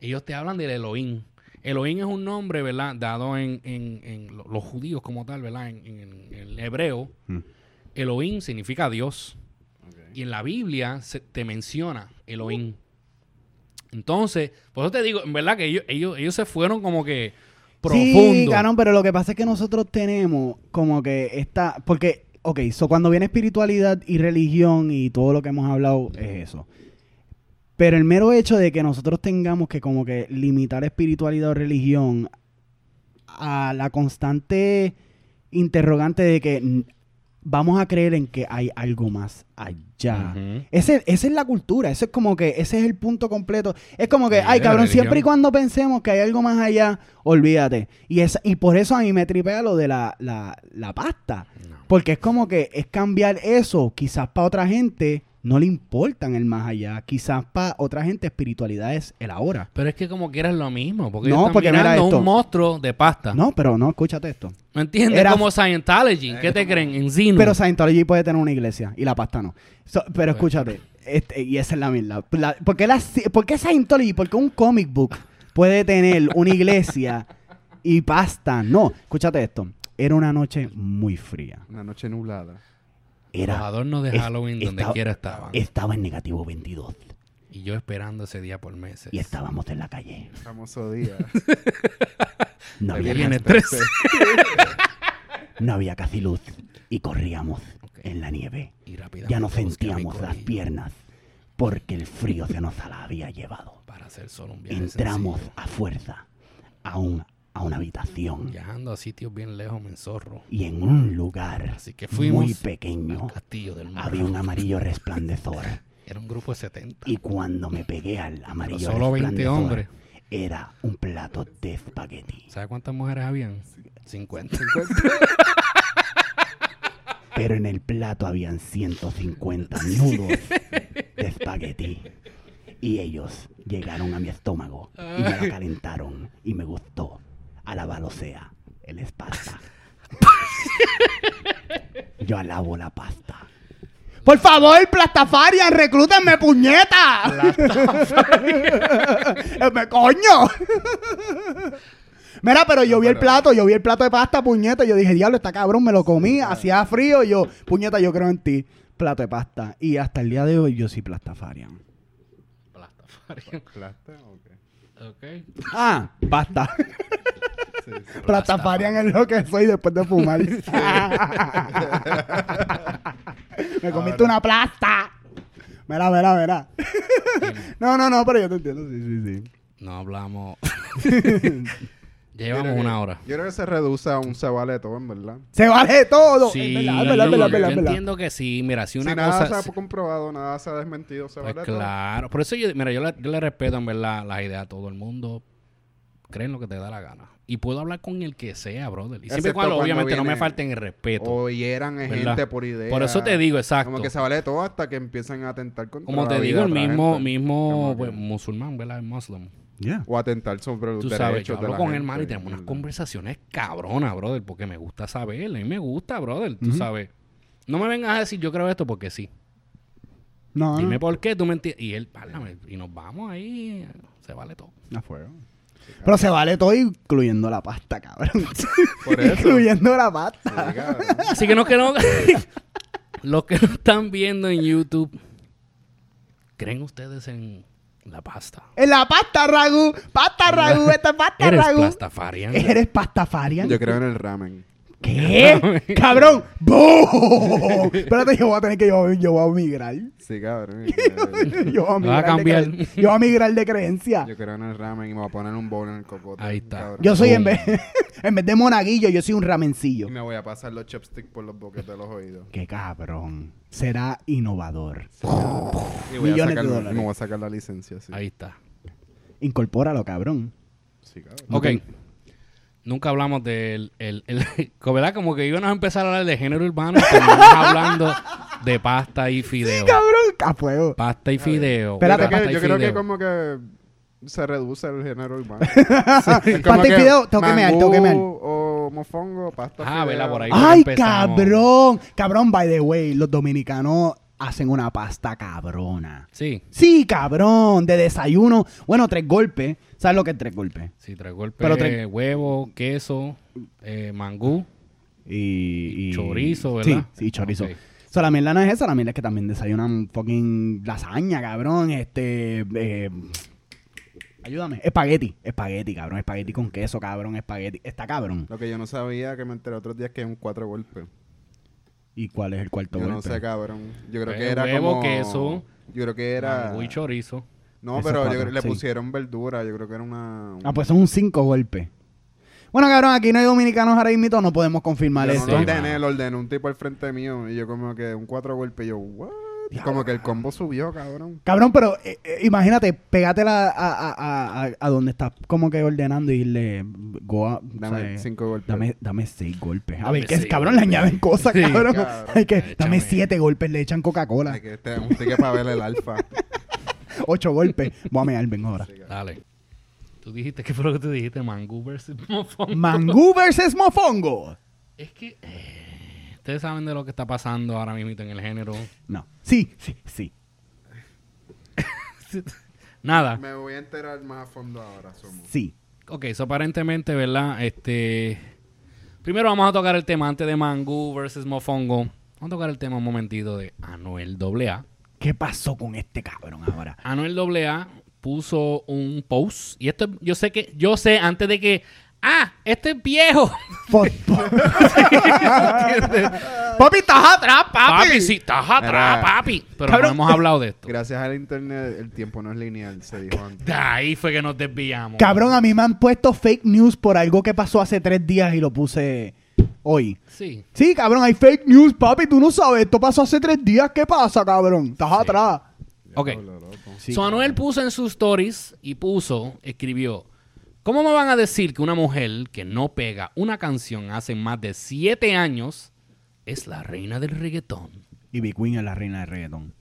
[SPEAKER 3] ellos te hablan del Elohim. Elohim es un nombre, ¿verdad? Dado en, en- en lo- los judíos como tal, ¿verdad? En, en- en el hebreo,
[SPEAKER 4] Mm.
[SPEAKER 3] Elohim significa Dios. Y en la Biblia se, te menciona Elohim. Entonces, por eso te digo, en verdad que ellos, ellos, ellos se fueron como que profundo.
[SPEAKER 4] Sí, cabrón, pero lo que pasa es que nosotros tenemos como que esta. Porque, ok, so cuando viene espiritualidad y religión y todo lo que hemos hablado es eso. Pero el mero hecho de que nosotros tengamos que como que limitar espiritualidad o religión a la constante interrogante de que mm, vamos a creer en que hay algo más allá.
[SPEAKER 3] Ujú.
[SPEAKER 4] Ese- esa es la cultura, eso es como que ese es el punto completo. Es como que,
[SPEAKER 3] Sí,
[SPEAKER 4] ay
[SPEAKER 3] la
[SPEAKER 4] cabrón,
[SPEAKER 3] religión.
[SPEAKER 4] siempre y cuando pensemos que hay algo más allá, olvídate. Y, esa- y por eso a mí me tripea lo de la, la- la pasta.
[SPEAKER 3] No.
[SPEAKER 4] Porque es como que es cambiar eso, quizás para otra gente no le importan el más allá, quizás para otra gente espiritualidad es el ahora.
[SPEAKER 3] Pero es que como quieras lo mismo, porque
[SPEAKER 4] No,
[SPEAKER 3] ellos están
[SPEAKER 4] porque mira
[SPEAKER 3] mirando
[SPEAKER 4] esto.
[SPEAKER 3] un monstruo de pasta.
[SPEAKER 4] No, pero no, escúchate esto.
[SPEAKER 3] ¿Me entiendes?
[SPEAKER 4] Era-
[SPEAKER 3] Como Scientology. ¿Qué te creen? En Zinu.
[SPEAKER 4] Pero Scientology puede tener una iglesia y la pasta no. So, pero escúchate, este, y esa es la mierda. La- ¿por, qué la, ci- ¿Por qué Scientology? ¿Por qué un comic book puede tener una iglesia y pasta? No, escúchate esto. Era una noche muy fría.
[SPEAKER 5] Una noche nublada.
[SPEAKER 3] Los
[SPEAKER 4] Era,
[SPEAKER 3] adornos de
[SPEAKER 4] es-
[SPEAKER 3] Halloween donde
[SPEAKER 4] estaba-
[SPEAKER 3] quiera estaban.
[SPEAKER 4] estaba en negativo 22
[SPEAKER 3] y yo esperando ese día por meses.
[SPEAKER 4] y estábamos en la calle.
[SPEAKER 5] Famoso día.
[SPEAKER 4] No
[SPEAKER 5] De
[SPEAKER 4] había,
[SPEAKER 3] viernes
[SPEAKER 5] viernes
[SPEAKER 3] 13.
[SPEAKER 5] 13.
[SPEAKER 4] no había casi luz y corríamos en la nieve.
[SPEAKER 3] Y rápidamente
[SPEAKER 4] Ya no
[SPEAKER 3] busqué a mi
[SPEAKER 4] sentíamos las
[SPEAKER 3] corillo
[SPEAKER 4] piernas porque el frío se nos la había llevado.
[SPEAKER 3] Para hacer solo un viaje
[SPEAKER 4] entramos
[SPEAKER 3] sencillo.
[SPEAKER 4] a fuerza a, un- a una habitación
[SPEAKER 3] Viajando a sitios bien lejos me enzorro.
[SPEAKER 4] y en un lugar
[SPEAKER 3] Así que fuimos
[SPEAKER 4] muy pequeño
[SPEAKER 3] al castillo del mar.
[SPEAKER 4] había un amarillo resplandecor
[SPEAKER 3] Era un grupo de 70.
[SPEAKER 4] y cuando me pegué al amarillo
[SPEAKER 3] solo 20
[SPEAKER 4] resplandecor,
[SPEAKER 3] hombres.
[SPEAKER 4] era un plato de espagueti
[SPEAKER 3] ¿Sabes cuántas mujeres habían? 50.
[SPEAKER 4] pero en el plato habían 150 nudos de espagueti y ellos
[SPEAKER 7] llegaron a mi estómago y me la calentaron y me gustó. Alabado sea el pasta. Yo alabo la pasta.
[SPEAKER 4] Por favor, Plastafaria, reclútenme, puñeta. me coño. Mira, pero yo vi el plato, yo vi el plato de pasta, puñeta. y Yo dije, diablo, está cabrón, me lo comí, hacía frío. y yo, puñeta, yo creo en ti. Plato de pasta. Y hasta el día de hoy, yo sí Plastafarian.
[SPEAKER 3] Plastafarian.
[SPEAKER 5] ¿Plasta? Ok.
[SPEAKER 3] Ok.
[SPEAKER 7] Ah, pasta.
[SPEAKER 5] Sí, sí.
[SPEAKER 4] Plastafarian es lo que soy después de fumar. me comiste una plasta. Mira, mira, mira. no, no, no, pero yo te entiendo, sí, sí, sí.
[SPEAKER 3] No hablamos.
[SPEAKER 5] Yo creo
[SPEAKER 3] Llevamos
[SPEAKER 5] que-
[SPEAKER 3] una hora.
[SPEAKER 5] Yo creo que se reduce a un todo en verdad.
[SPEAKER 4] Se vale todo.
[SPEAKER 3] Sí,
[SPEAKER 4] es verdad, es verdad,
[SPEAKER 3] yo-
[SPEAKER 4] es verdad, es
[SPEAKER 3] yo
[SPEAKER 4] verdad, es verdad.
[SPEAKER 3] entiendo que sí. Mira, si una
[SPEAKER 5] si nada
[SPEAKER 3] cosa...
[SPEAKER 5] se ha comprobado, nada se ha desmentido, se
[SPEAKER 3] Pues
[SPEAKER 5] vale todo.
[SPEAKER 3] claro. Por eso yo, mira, yo le, yo le respeto en verdad las ideas a todo el mundo. Creen lo que te da la gana. Y puedo hablar con el que sea, brother. Y siempre y
[SPEAKER 5] Excepto
[SPEAKER 3] cuando,
[SPEAKER 5] cuando
[SPEAKER 3] obviamente, no me
[SPEAKER 5] viene-
[SPEAKER 3] falten el respeto.
[SPEAKER 5] O hieran a
[SPEAKER 3] ¿verdad?
[SPEAKER 5] gente por idea.
[SPEAKER 3] Por eso te digo, exacto.
[SPEAKER 5] Como que se vale todo hasta que empiezan a atentar contra
[SPEAKER 3] Como
[SPEAKER 5] la
[SPEAKER 3] te
[SPEAKER 5] vida
[SPEAKER 3] digo,
[SPEAKER 5] de
[SPEAKER 3] el
[SPEAKER 5] otra
[SPEAKER 3] mismo,
[SPEAKER 5] gente.
[SPEAKER 3] mismo
[SPEAKER 5] Como
[SPEAKER 3] pues,
[SPEAKER 5] que-
[SPEAKER 3] musulmán, ¿verdad? El muslim.
[SPEAKER 7] Yeah.
[SPEAKER 5] O atentar sobre los
[SPEAKER 3] Tú
[SPEAKER 5] derechos
[SPEAKER 3] sabes, yo
[SPEAKER 5] de
[SPEAKER 3] hablo
[SPEAKER 5] la
[SPEAKER 3] con
[SPEAKER 5] gente,
[SPEAKER 3] él, mano, y tenemos unas
[SPEAKER 5] ¿verdad?
[SPEAKER 3] conversaciones cabronas, brother, porque me gusta saber. A mí me gusta, brother, tú sabes. No me vengas a decir yo creo esto porque sí.
[SPEAKER 5] Ah.
[SPEAKER 7] No, no.
[SPEAKER 3] Dime por qué, tú me entiendes. Y él, "Pálame", y nos vamos ahí, se vale todo.
[SPEAKER 7] A fuego.
[SPEAKER 4] Pero se vale todo, incluyendo la pasta, cabrón.
[SPEAKER 5] Por eso.
[SPEAKER 4] incluyendo la pasta.
[SPEAKER 5] Sí, cabrón.
[SPEAKER 3] Así que no que no. los que nos están viendo en YouTube, ¿creen ustedes en la pasta?
[SPEAKER 4] En la pasta, Ragú. Pasta, Ragú. Esta es pasta,
[SPEAKER 3] Eres
[SPEAKER 4] Ragú.
[SPEAKER 3] plastafarian.
[SPEAKER 4] Eres pastafarian.
[SPEAKER 5] Yo creo en el ramen.
[SPEAKER 4] ¿Qué? cabrón. ¡Boo! Espérate, yo voy a tener que yo, yo voy a migrar.
[SPEAKER 5] Sí, cabrón.
[SPEAKER 4] Yo voy a migrar. de
[SPEAKER 3] cambiar.
[SPEAKER 4] creen- yo voy a migrar de creencia.
[SPEAKER 5] Yo creo en el ramen y me voy a poner un bowl en el cocote.
[SPEAKER 3] Ahí está.
[SPEAKER 5] cabrón.
[SPEAKER 4] Yo soy en
[SPEAKER 3] Boom.
[SPEAKER 4] vez, en vez de monaguillo, yo soy un ramencillo.
[SPEAKER 5] Y me voy a pasar los chopsticks por los boquetes de los oídos.
[SPEAKER 7] Qué cabrón. Será innovador.
[SPEAKER 5] Y voy a
[SPEAKER 7] Millones de
[SPEAKER 5] sacar-
[SPEAKER 7] dólares.
[SPEAKER 5] y Me voy a sacar la licencia, sí.
[SPEAKER 3] Ahí está.
[SPEAKER 7] Incorpóralo, cabrón.
[SPEAKER 5] Sí, cabrón.
[SPEAKER 3] Ok. Nunca hablamos del... El, el- como, ¿Verdad? Como que íbamos a empezar a hablar de género urbano, pero no hablando de pasta y fideo.
[SPEAKER 4] Cabrón, a fuego.
[SPEAKER 3] Pasta y fideo.
[SPEAKER 4] Espérate,
[SPEAKER 5] Yo creo
[SPEAKER 3] pasta
[SPEAKER 5] que,
[SPEAKER 3] y
[SPEAKER 5] yo creo que
[SPEAKER 3] fideo.
[SPEAKER 5] como que se reduce el género urbano.
[SPEAKER 4] Pasta y fideo, tengo que mear, tengo que mear.
[SPEAKER 5] O mofongo, pasta
[SPEAKER 3] Ah,
[SPEAKER 5] fideo.
[SPEAKER 3] vela por ahí.
[SPEAKER 4] ¡Ay,
[SPEAKER 3] empezamos.
[SPEAKER 4] cabrón! Cabrón, by the way, los dominicanos hacen una pasta cabrona.
[SPEAKER 3] Sí.
[SPEAKER 4] Sí, cabrón, de desayuno. Bueno, tres golpes. ¿Sabes lo que es tres golpes?
[SPEAKER 3] Sí, tres golpes.
[SPEAKER 4] Pero tres-
[SPEAKER 3] Huevo, queso, eh, mangú.
[SPEAKER 7] Y, y-
[SPEAKER 3] Chorizo, ¿verdad?
[SPEAKER 7] Sí, sí, chorizo.
[SPEAKER 3] Ok.
[SPEAKER 7] O sea, la mierda no es esa, la mierda es que también desayunan fucking lasaña, cabrón. Este. eh, ayúdame. Espagueti. Espagueti, cabrón. Espagueti con queso, cabrón. Espagueti. Está cabrón.
[SPEAKER 5] Lo que yo no sabía, que me enteré otros días que es un cuatro golpes.
[SPEAKER 7] ¿Y cuál es el cuarto
[SPEAKER 5] Yo no
[SPEAKER 7] golpe?
[SPEAKER 5] sé, cabrón. Yo creo
[SPEAKER 3] Eh,
[SPEAKER 5] que era
[SPEAKER 3] huevo,
[SPEAKER 5] como...
[SPEAKER 3] queso,
[SPEAKER 5] Yo creo que era...
[SPEAKER 3] Mangú y chorizo.
[SPEAKER 5] No,
[SPEAKER 7] Esos
[SPEAKER 5] pero yo
[SPEAKER 7] cuatro,
[SPEAKER 5] creo- le
[SPEAKER 7] sí.
[SPEAKER 5] pusieron verdura. Yo creo que era una... un-
[SPEAKER 7] Ah, pues son un cinco golpe.
[SPEAKER 4] Bueno, cabrón, aquí no hay dominicanos ahora mismo, no podemos confirmar
[SPEAKER 5] Yo
[SPEAKER 4] eso.
[SPEAKER 5] no lo
[SPEAKER 3] Sí,
[SPEAKER 5] ordené,
[SPEAKER 3] mano.
[SPEAKER 5] lo ordené un tipo al frente mío. Y yo como que un cuatro golpes. Y yo, ¿what? Como que el combo subió, cabrón.
[SPEAKER 4] Cabrón, pero eh, eh, imagínate, pégatela a, a, a, a- a donde estás como que ordenando y le go a-
[SPEAKER 5] Dame
[SPEAKER 4] o sea,
[SPEAKER 5] cinco golpes.
[SPEAKER 7] Dame, dame seis golpes.
[SPEAKER 4] A ver,
[SPEAKER 3] Dame
[SPEAKER 4] que
[SPEAKER 3] seis
[SPEAKER 4] cabrón, le
[SPEAKER 3] golpes.
[SPEAKER 4] añaden cosas,
[SPEAKER 3] Sí,
[SPEAKER 4] cabrón.
[SPEAKER 5] cabrón.
[SPEAKER 4] Hay que, dame
[SPEAKER 3] Échame.
[SPEAKER 4] siete golpes, le echan Coca-Cola.
[SPEAKER 5] Hay que este, un ticket para ver el alfa.
[SPEAKER 4] Ocho golpes. Voy a mear, vengo ahora.
[SPEAKER 3] Dale. Tú dijiste, ¿qué fue lo que tú dijiste? Mangú versus mofongo.
[SPEAKER 4] Mangú versus mofongo.
[SPEAKER 3] Es que... eh, Ustedes saben de lo que está pasando ahora mismo en el género.
[SPEAKER 7] No. Sí, sí, sí.
[SPEAKER 3] Nada.
[SPEAKER 5] Me voy a enterar más a fondo ahora, somos.
[SPEAKER 7] Sí.
[SPEAKER 3] Ok, eso aparentemente, ¿verdad? Este. Primero vamos a tocar el tema antes de Mangú versus Mofongo. Vamos a tocar el tema un momentito de Anuel AA.
[SPEAKER 7] ¿Qué pasó con este cabrón ahora?
[SPEAKER 3] Anuel AA puso un post. Y esto, yo sé que, yo sé antes de que. ¡Ah! Este es viejo.
[SPEAKER 4] Fo- fo- papi, estás atrás, papi.
[SPEAKER 3] Papi, sí, estás atrás,
[SPEAKER 5] Mira.
[SPEAKER 3] papi. Pero
[SPEAKER 4] Cabrón.
[SPEAKER 3] no hemos hablado de esto.
[SPEAKER 5] Gracias al internet, el tiempo no es lineal, se dijo antes.
[SPEAKER 3] De ahí fue que nos desviamos.
[SPEAKER 4] Cabrón, a mí me han puesto fake news por algo que pasó hace tres días y lo puse hoy.
[SPEAKER 3] Sí.
[SPEAKER 4] Sí, cabrón, hay fake news, papi. Tú no sabes, esto pasó hace tres días. ¿Qué pasa, cabrón? Estás atrás.
[SPEAKER 3] Ok.
[SPEAKER 5] Lo loco.
[SPEAKER 3] so, Anuel puso en sus stories y puso, escribió, ¿cómo me van a decir que una mujer que no pega una canción hace más de siete años es la reina del reggaetón?
[SPEAKER 7] Y Big Queen es la reina del reggaetón.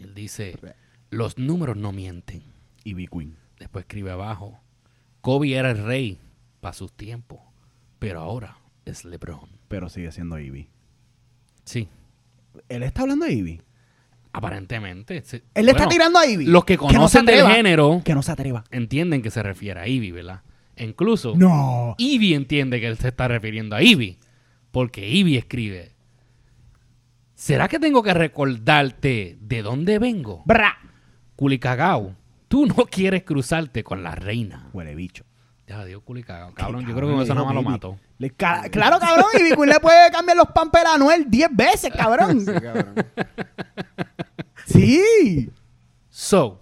[SPEAKER 3] Él dice, los números no mienten.
[SPEAKER 4] y B Queen.
[SPEAKER 3] Después escribe abajo. Kobe era el rey para sus tiempos, pero ahora es LeBron.
[SPEAKER 4] Pero sigue siendo Ivy.
[SPEAKER 3] Sí,
[SPEAKER 4] Él está hablando de Ivy.
[SPEAKER 3] aparentemente. sí.
[SPEAKER 4] Él le está
[SPEAKER 3] Bueno,
[SPEAKER 4] tirando a Ivy.
[SPEAKER 3] Los que
[SPEAKER 4] no se
[SPEAKER 3] conocen del
[SPEAKER 4] atreva.
[SPEAKER 3] género
[SPEAKER 4] Que no se atreva.
[SPEAKER 3] entienden que se refiere a Ivy, ¿verdad? Incluso
[SPEAKER 4] No.
[SPEAKER 3] Ivy entiende que él se está refiriendo a Ivy, porque Ivy escribe. ¿Será que tengo que recordarte de dónde vengo?
[SPEAKER 4] Bra.
[SPEAKER 3] Culicagao, tú no quieres cruzarte con la reina.
[SPEAKER 4] Huele bicho.
[SPEAKER 3] Ya Dios, Culicagao. Cabrón, yo
[SPEAKER 4] Cabrón,
[SPEAKER 3] creo que con eso
[SPEAKER 4] le
[SPEAKER 3] nada más
[SPEAKER 4] dijo
[SPEAKER 3] lo
[SPEAKER 4] baby.
[SPEAKER 3] mato.
[SPEAKER 4] Le ca- claro, cabrón. Ivy Queen le puede cambiar los pampers a Anuel 10 veces, cabrón. sí.
[SPEAKER 3] So,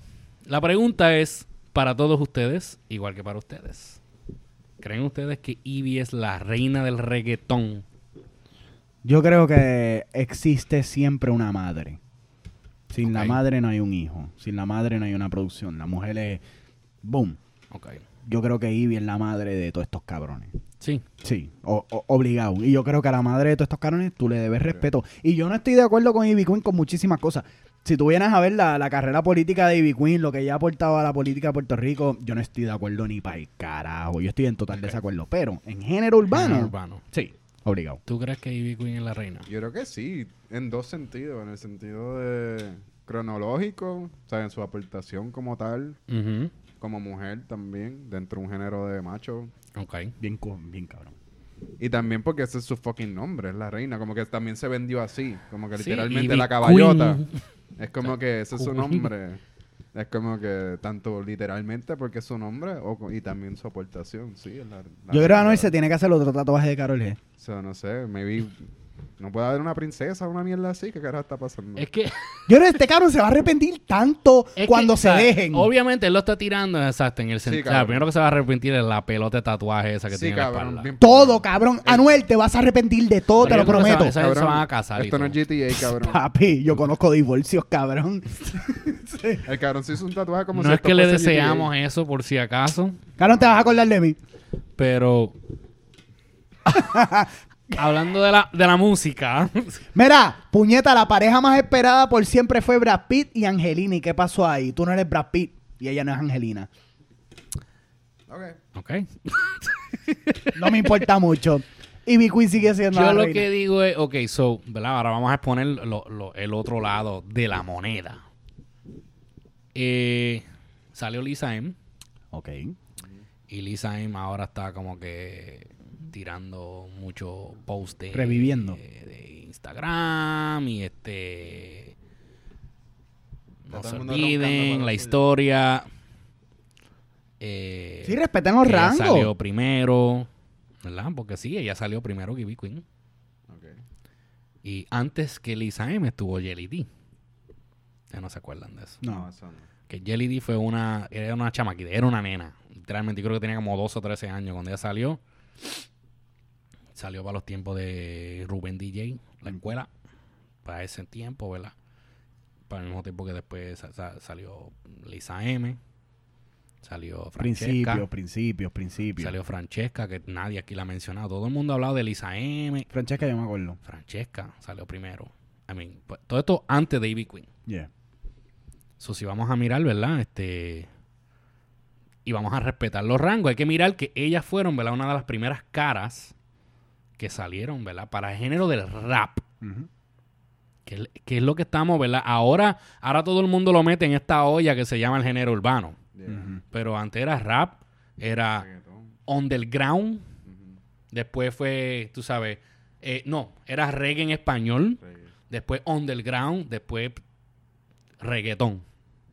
[SPEAKER 3] la pregunta es para todos ustedes, igual que para ustedes. ¿Creen ustedes que Ivy es la reina del reggaetón?
[SPEAKER 4] Yo creo que existe siempre una madre. Sin la
[SPEAKER 3] Ok.
[SPEAKER 4] madre no hay un hijo. Sin la madre no hay una producción. La mujer es. Boom.
[SPEAKER 3] Ok.
[SPEAKER 4] Yo creo que Ivy es la madre de todos estos cabrones.
[SPEAKER 3] Sí.
[SPEAKER 4] Sí, o- o- obligado. Y yo creo que a la madre de todos estos cabrones tú le debes respeto. Y yo no estoy de acuerdo con Ivy Queen con muchísimas cosas. Si tú vienes a ver la, la carrera política de Ivy Queen, lo que ella ha aportado a la política de Puerto Rico, yo no estoy de acuerdo ni para el carajo. Yo estoy en total desacuerdo. Pero en género urbano,
[SPEAKER 3] Urbano.
[SPEAKER 4] sí, obligado.
[SPEAKER 3] ¿Tú crees que Ivy Queen es la reina?
[SPEAKER 5] Yo creo que sí, en dos sentidos. En el sentido de cronológico, o sea, en su aportación como tal,
[SPEAKER 3] Ujú.
[SPEAKER 5] como mujer también, dentro de un género de macho.
[SPEAKER 3] Ok.
[SPEAKER 4] Bien, co- bien cabrón.
[SPEAKER 5] Y también porque ese es su fucking nombre, es la reina. Como que también se vendió así. Como que
[SPEAKER 3] Sí,
[SPEAKER 5] literalmente
[SPEAKER 3] Ivy
[SPEAKER 5] la caballota.
[SPEAKER 3] Queen.
[SPEAKER 5] Es como que ese es su
[SPEAKER 3] Queen.
[SPEAKER 5] nombre. Es como que tanto literalmente porque es su nombre o, co- y también su aportación, sí. es la- la
[SPEAKER 4] Yo creo que Anuel
[SPEAKER 5] reina.
[SPEAKER 4] se tiene que hacer otro tatuaje de Carol G.
[SPEAKER 5] O sea, no sé, maybe... No puede haber una princesa o una mierda así. ¿Qué carajo está pasando?
[SPEAKER 3] Es que...
[SPEAKER 4] Yo creo que este cabrón se va a arrepentir tanto
[SPEAKER 3] es que,
[SPEAKER 4] cuando
[SPEAKER 3] o
[SPEAKER 4] se
[SPEAKER 3] sea,
[SPEAKER 4] dejen.
[SPEAKER 3] Obviamente él lo está tirando, exacto, en el sentido. o sea,
[SPEAKER 5] cabrón.
[SPEAKER 3] primero que se va a arrepentir es la pelota de tatuaje esa que
[SPEAKER 5] sí,
[SPEAKER 3] tiene en la
[SPEAKER 5] cabrón.
[SPEAKER 3] espalda.
[SPEAKER 5] bien
[SPEAKER 4] Todo,
[SPEAKER 5] pendejo.
[SPEAKER 4] cabrón. Anuel, te vas a arrepentir de todo, te
[SPEAKER 3] Pero
[SPEAKER 4] lo
[SPEAKER 3] yo creo que se va-
[SPEAKER 4] prometo.
[SPEAKER 3] esa gente se van a casar y
[SPEAKER 5] Esto no es
[SPEAKER 3] todo.
[SPEAKER 5] GTA, cabrón.
[SPEAKER 4] Papi, yo conozco divorcios, cabrón.
[SPEAKER 5] El cabrón se hizo un tatuaje como
[SPEAKER 3] No
[SPEAKER 5] si
[SPEAKER 3] es
[SPEAKER 5] esto
[SPEAKER 3] que le
[SPEAKER 5] fuese GTA.
[SPEAKER 3] deseamos eh. eso por si acaso,
[SPEAKER 4] Cabrón, te vas a acordar de mí.
[SPEAKER 3] pero... Hablando de la, de la música,
[SPEAKER 4] Mira, puñeta, la pareja más esperada por siempre fue Brad Pitt y Angelina. ¿Y qué pasó ahí? Tú no eres Brad Pitt y ella no es Angelina.
[SPEAKER 5] Ok.
[SPEAKER 3] ok.
[SPEAKER 4] No me importa mucho. Y B. Queen sigue siendo
[SPEAKER 3] Yo
[SPEAKER 4] la
[SPEAKER 3] lo
[SPEAKER 4] reina.
[SPEAKER 3] que digo es, ok, so, ¿verdad? Ahora vamos a exponer lo- lo- el otro lado de la moneda. Eh, salió Lisa M.
[SPEAKER 4] Ok.
[SPEAKER 3] Eh, Y Lisa M ahora está como que tirando muchos posts de,
[SPEAKER 4] Reviviendo.
[SPEAKER 3] de, de Instagram y este no
[SPEAKER 5] todo
[SPEAKER 3] se
[SPEAKER 5] el mundo roncando
[SPEAKER 3] olviden
[SPEAKER 5] para
[SPEAKER 3] la
[SPEAKER 5] decirlo.
[SPEAKER 3] historia eh,
[SPEAKER 4] Sí, respeten los
[SPEAKER 3] que ella
[SPEAKER 4] rangos.
[SPEAKER 3] salió primero ¿verdad? porque sí, ella salió primero que B Queen
[SPEAKER 5] Ok.
[SPEAKER 3] y antes que Lisa M estuvo Jelly D ustedes no se acuerdan de eso
[SPEAKER 5] No,
[SPEAKER 4] No.
[SPEAKER 5] eso no.
[SPEAKER 3] que Jelly D fue una, era una chamaquita, era una nena. Literalmente, yo creo que tenía como 12 o 13 años cuando ella salió. Salió para los tiempos de Rubén DJ, la escuela, para ese tiempo, ¿verdad? Para el mismo tiempo que después sa- sa- salió Lisa M, salió Francesca,
[SPEAKER 4] Principios, principios, principios.
[SPEAKER 3] salió Francesca, que nadie aquí la ha mencionado. Todo el mundo ha hablado de Lisa M.
[SPEAKER 4] Francesca, yo me acuerdo.
[SPEAKER 3] Francesca salió primero. I mean, pues, todo esto antes de Ivy Queen.
[SPEAKER 4] Yeah.
[SPEAKER 3] So, si vamos a mirar, ¿verdad? Este. Y vamos a respetar los rangos. Hay que mirar que ellas fueron, ¿verdad? Una de las primeras caras que salieron, ¿verdad? Para el género del rap.
[SPEAKER 4] Ujú.
[SPEAKER 3] Que, es- que es lo que estamos, ¿verdad? Ahora, ahora todo el mundo lo mete en esta olla que se llama el género urbano.
[SPEAKER 5] Yeah.
[SPEAKER 4] Ujú.
[SPEAKER 3] Pero antes era rap, era
[SPEAKER 5] Reggaetón.
[SPEAKER 3] underground.
[SPEAKER 5] Ujú.
[SPEAKER 3] Después fue, tú sabes, eh, no, era reggae en español.
[SPEAKER 5] Reggae.
[SPEAKER 3] Después underground. Después reggaetón.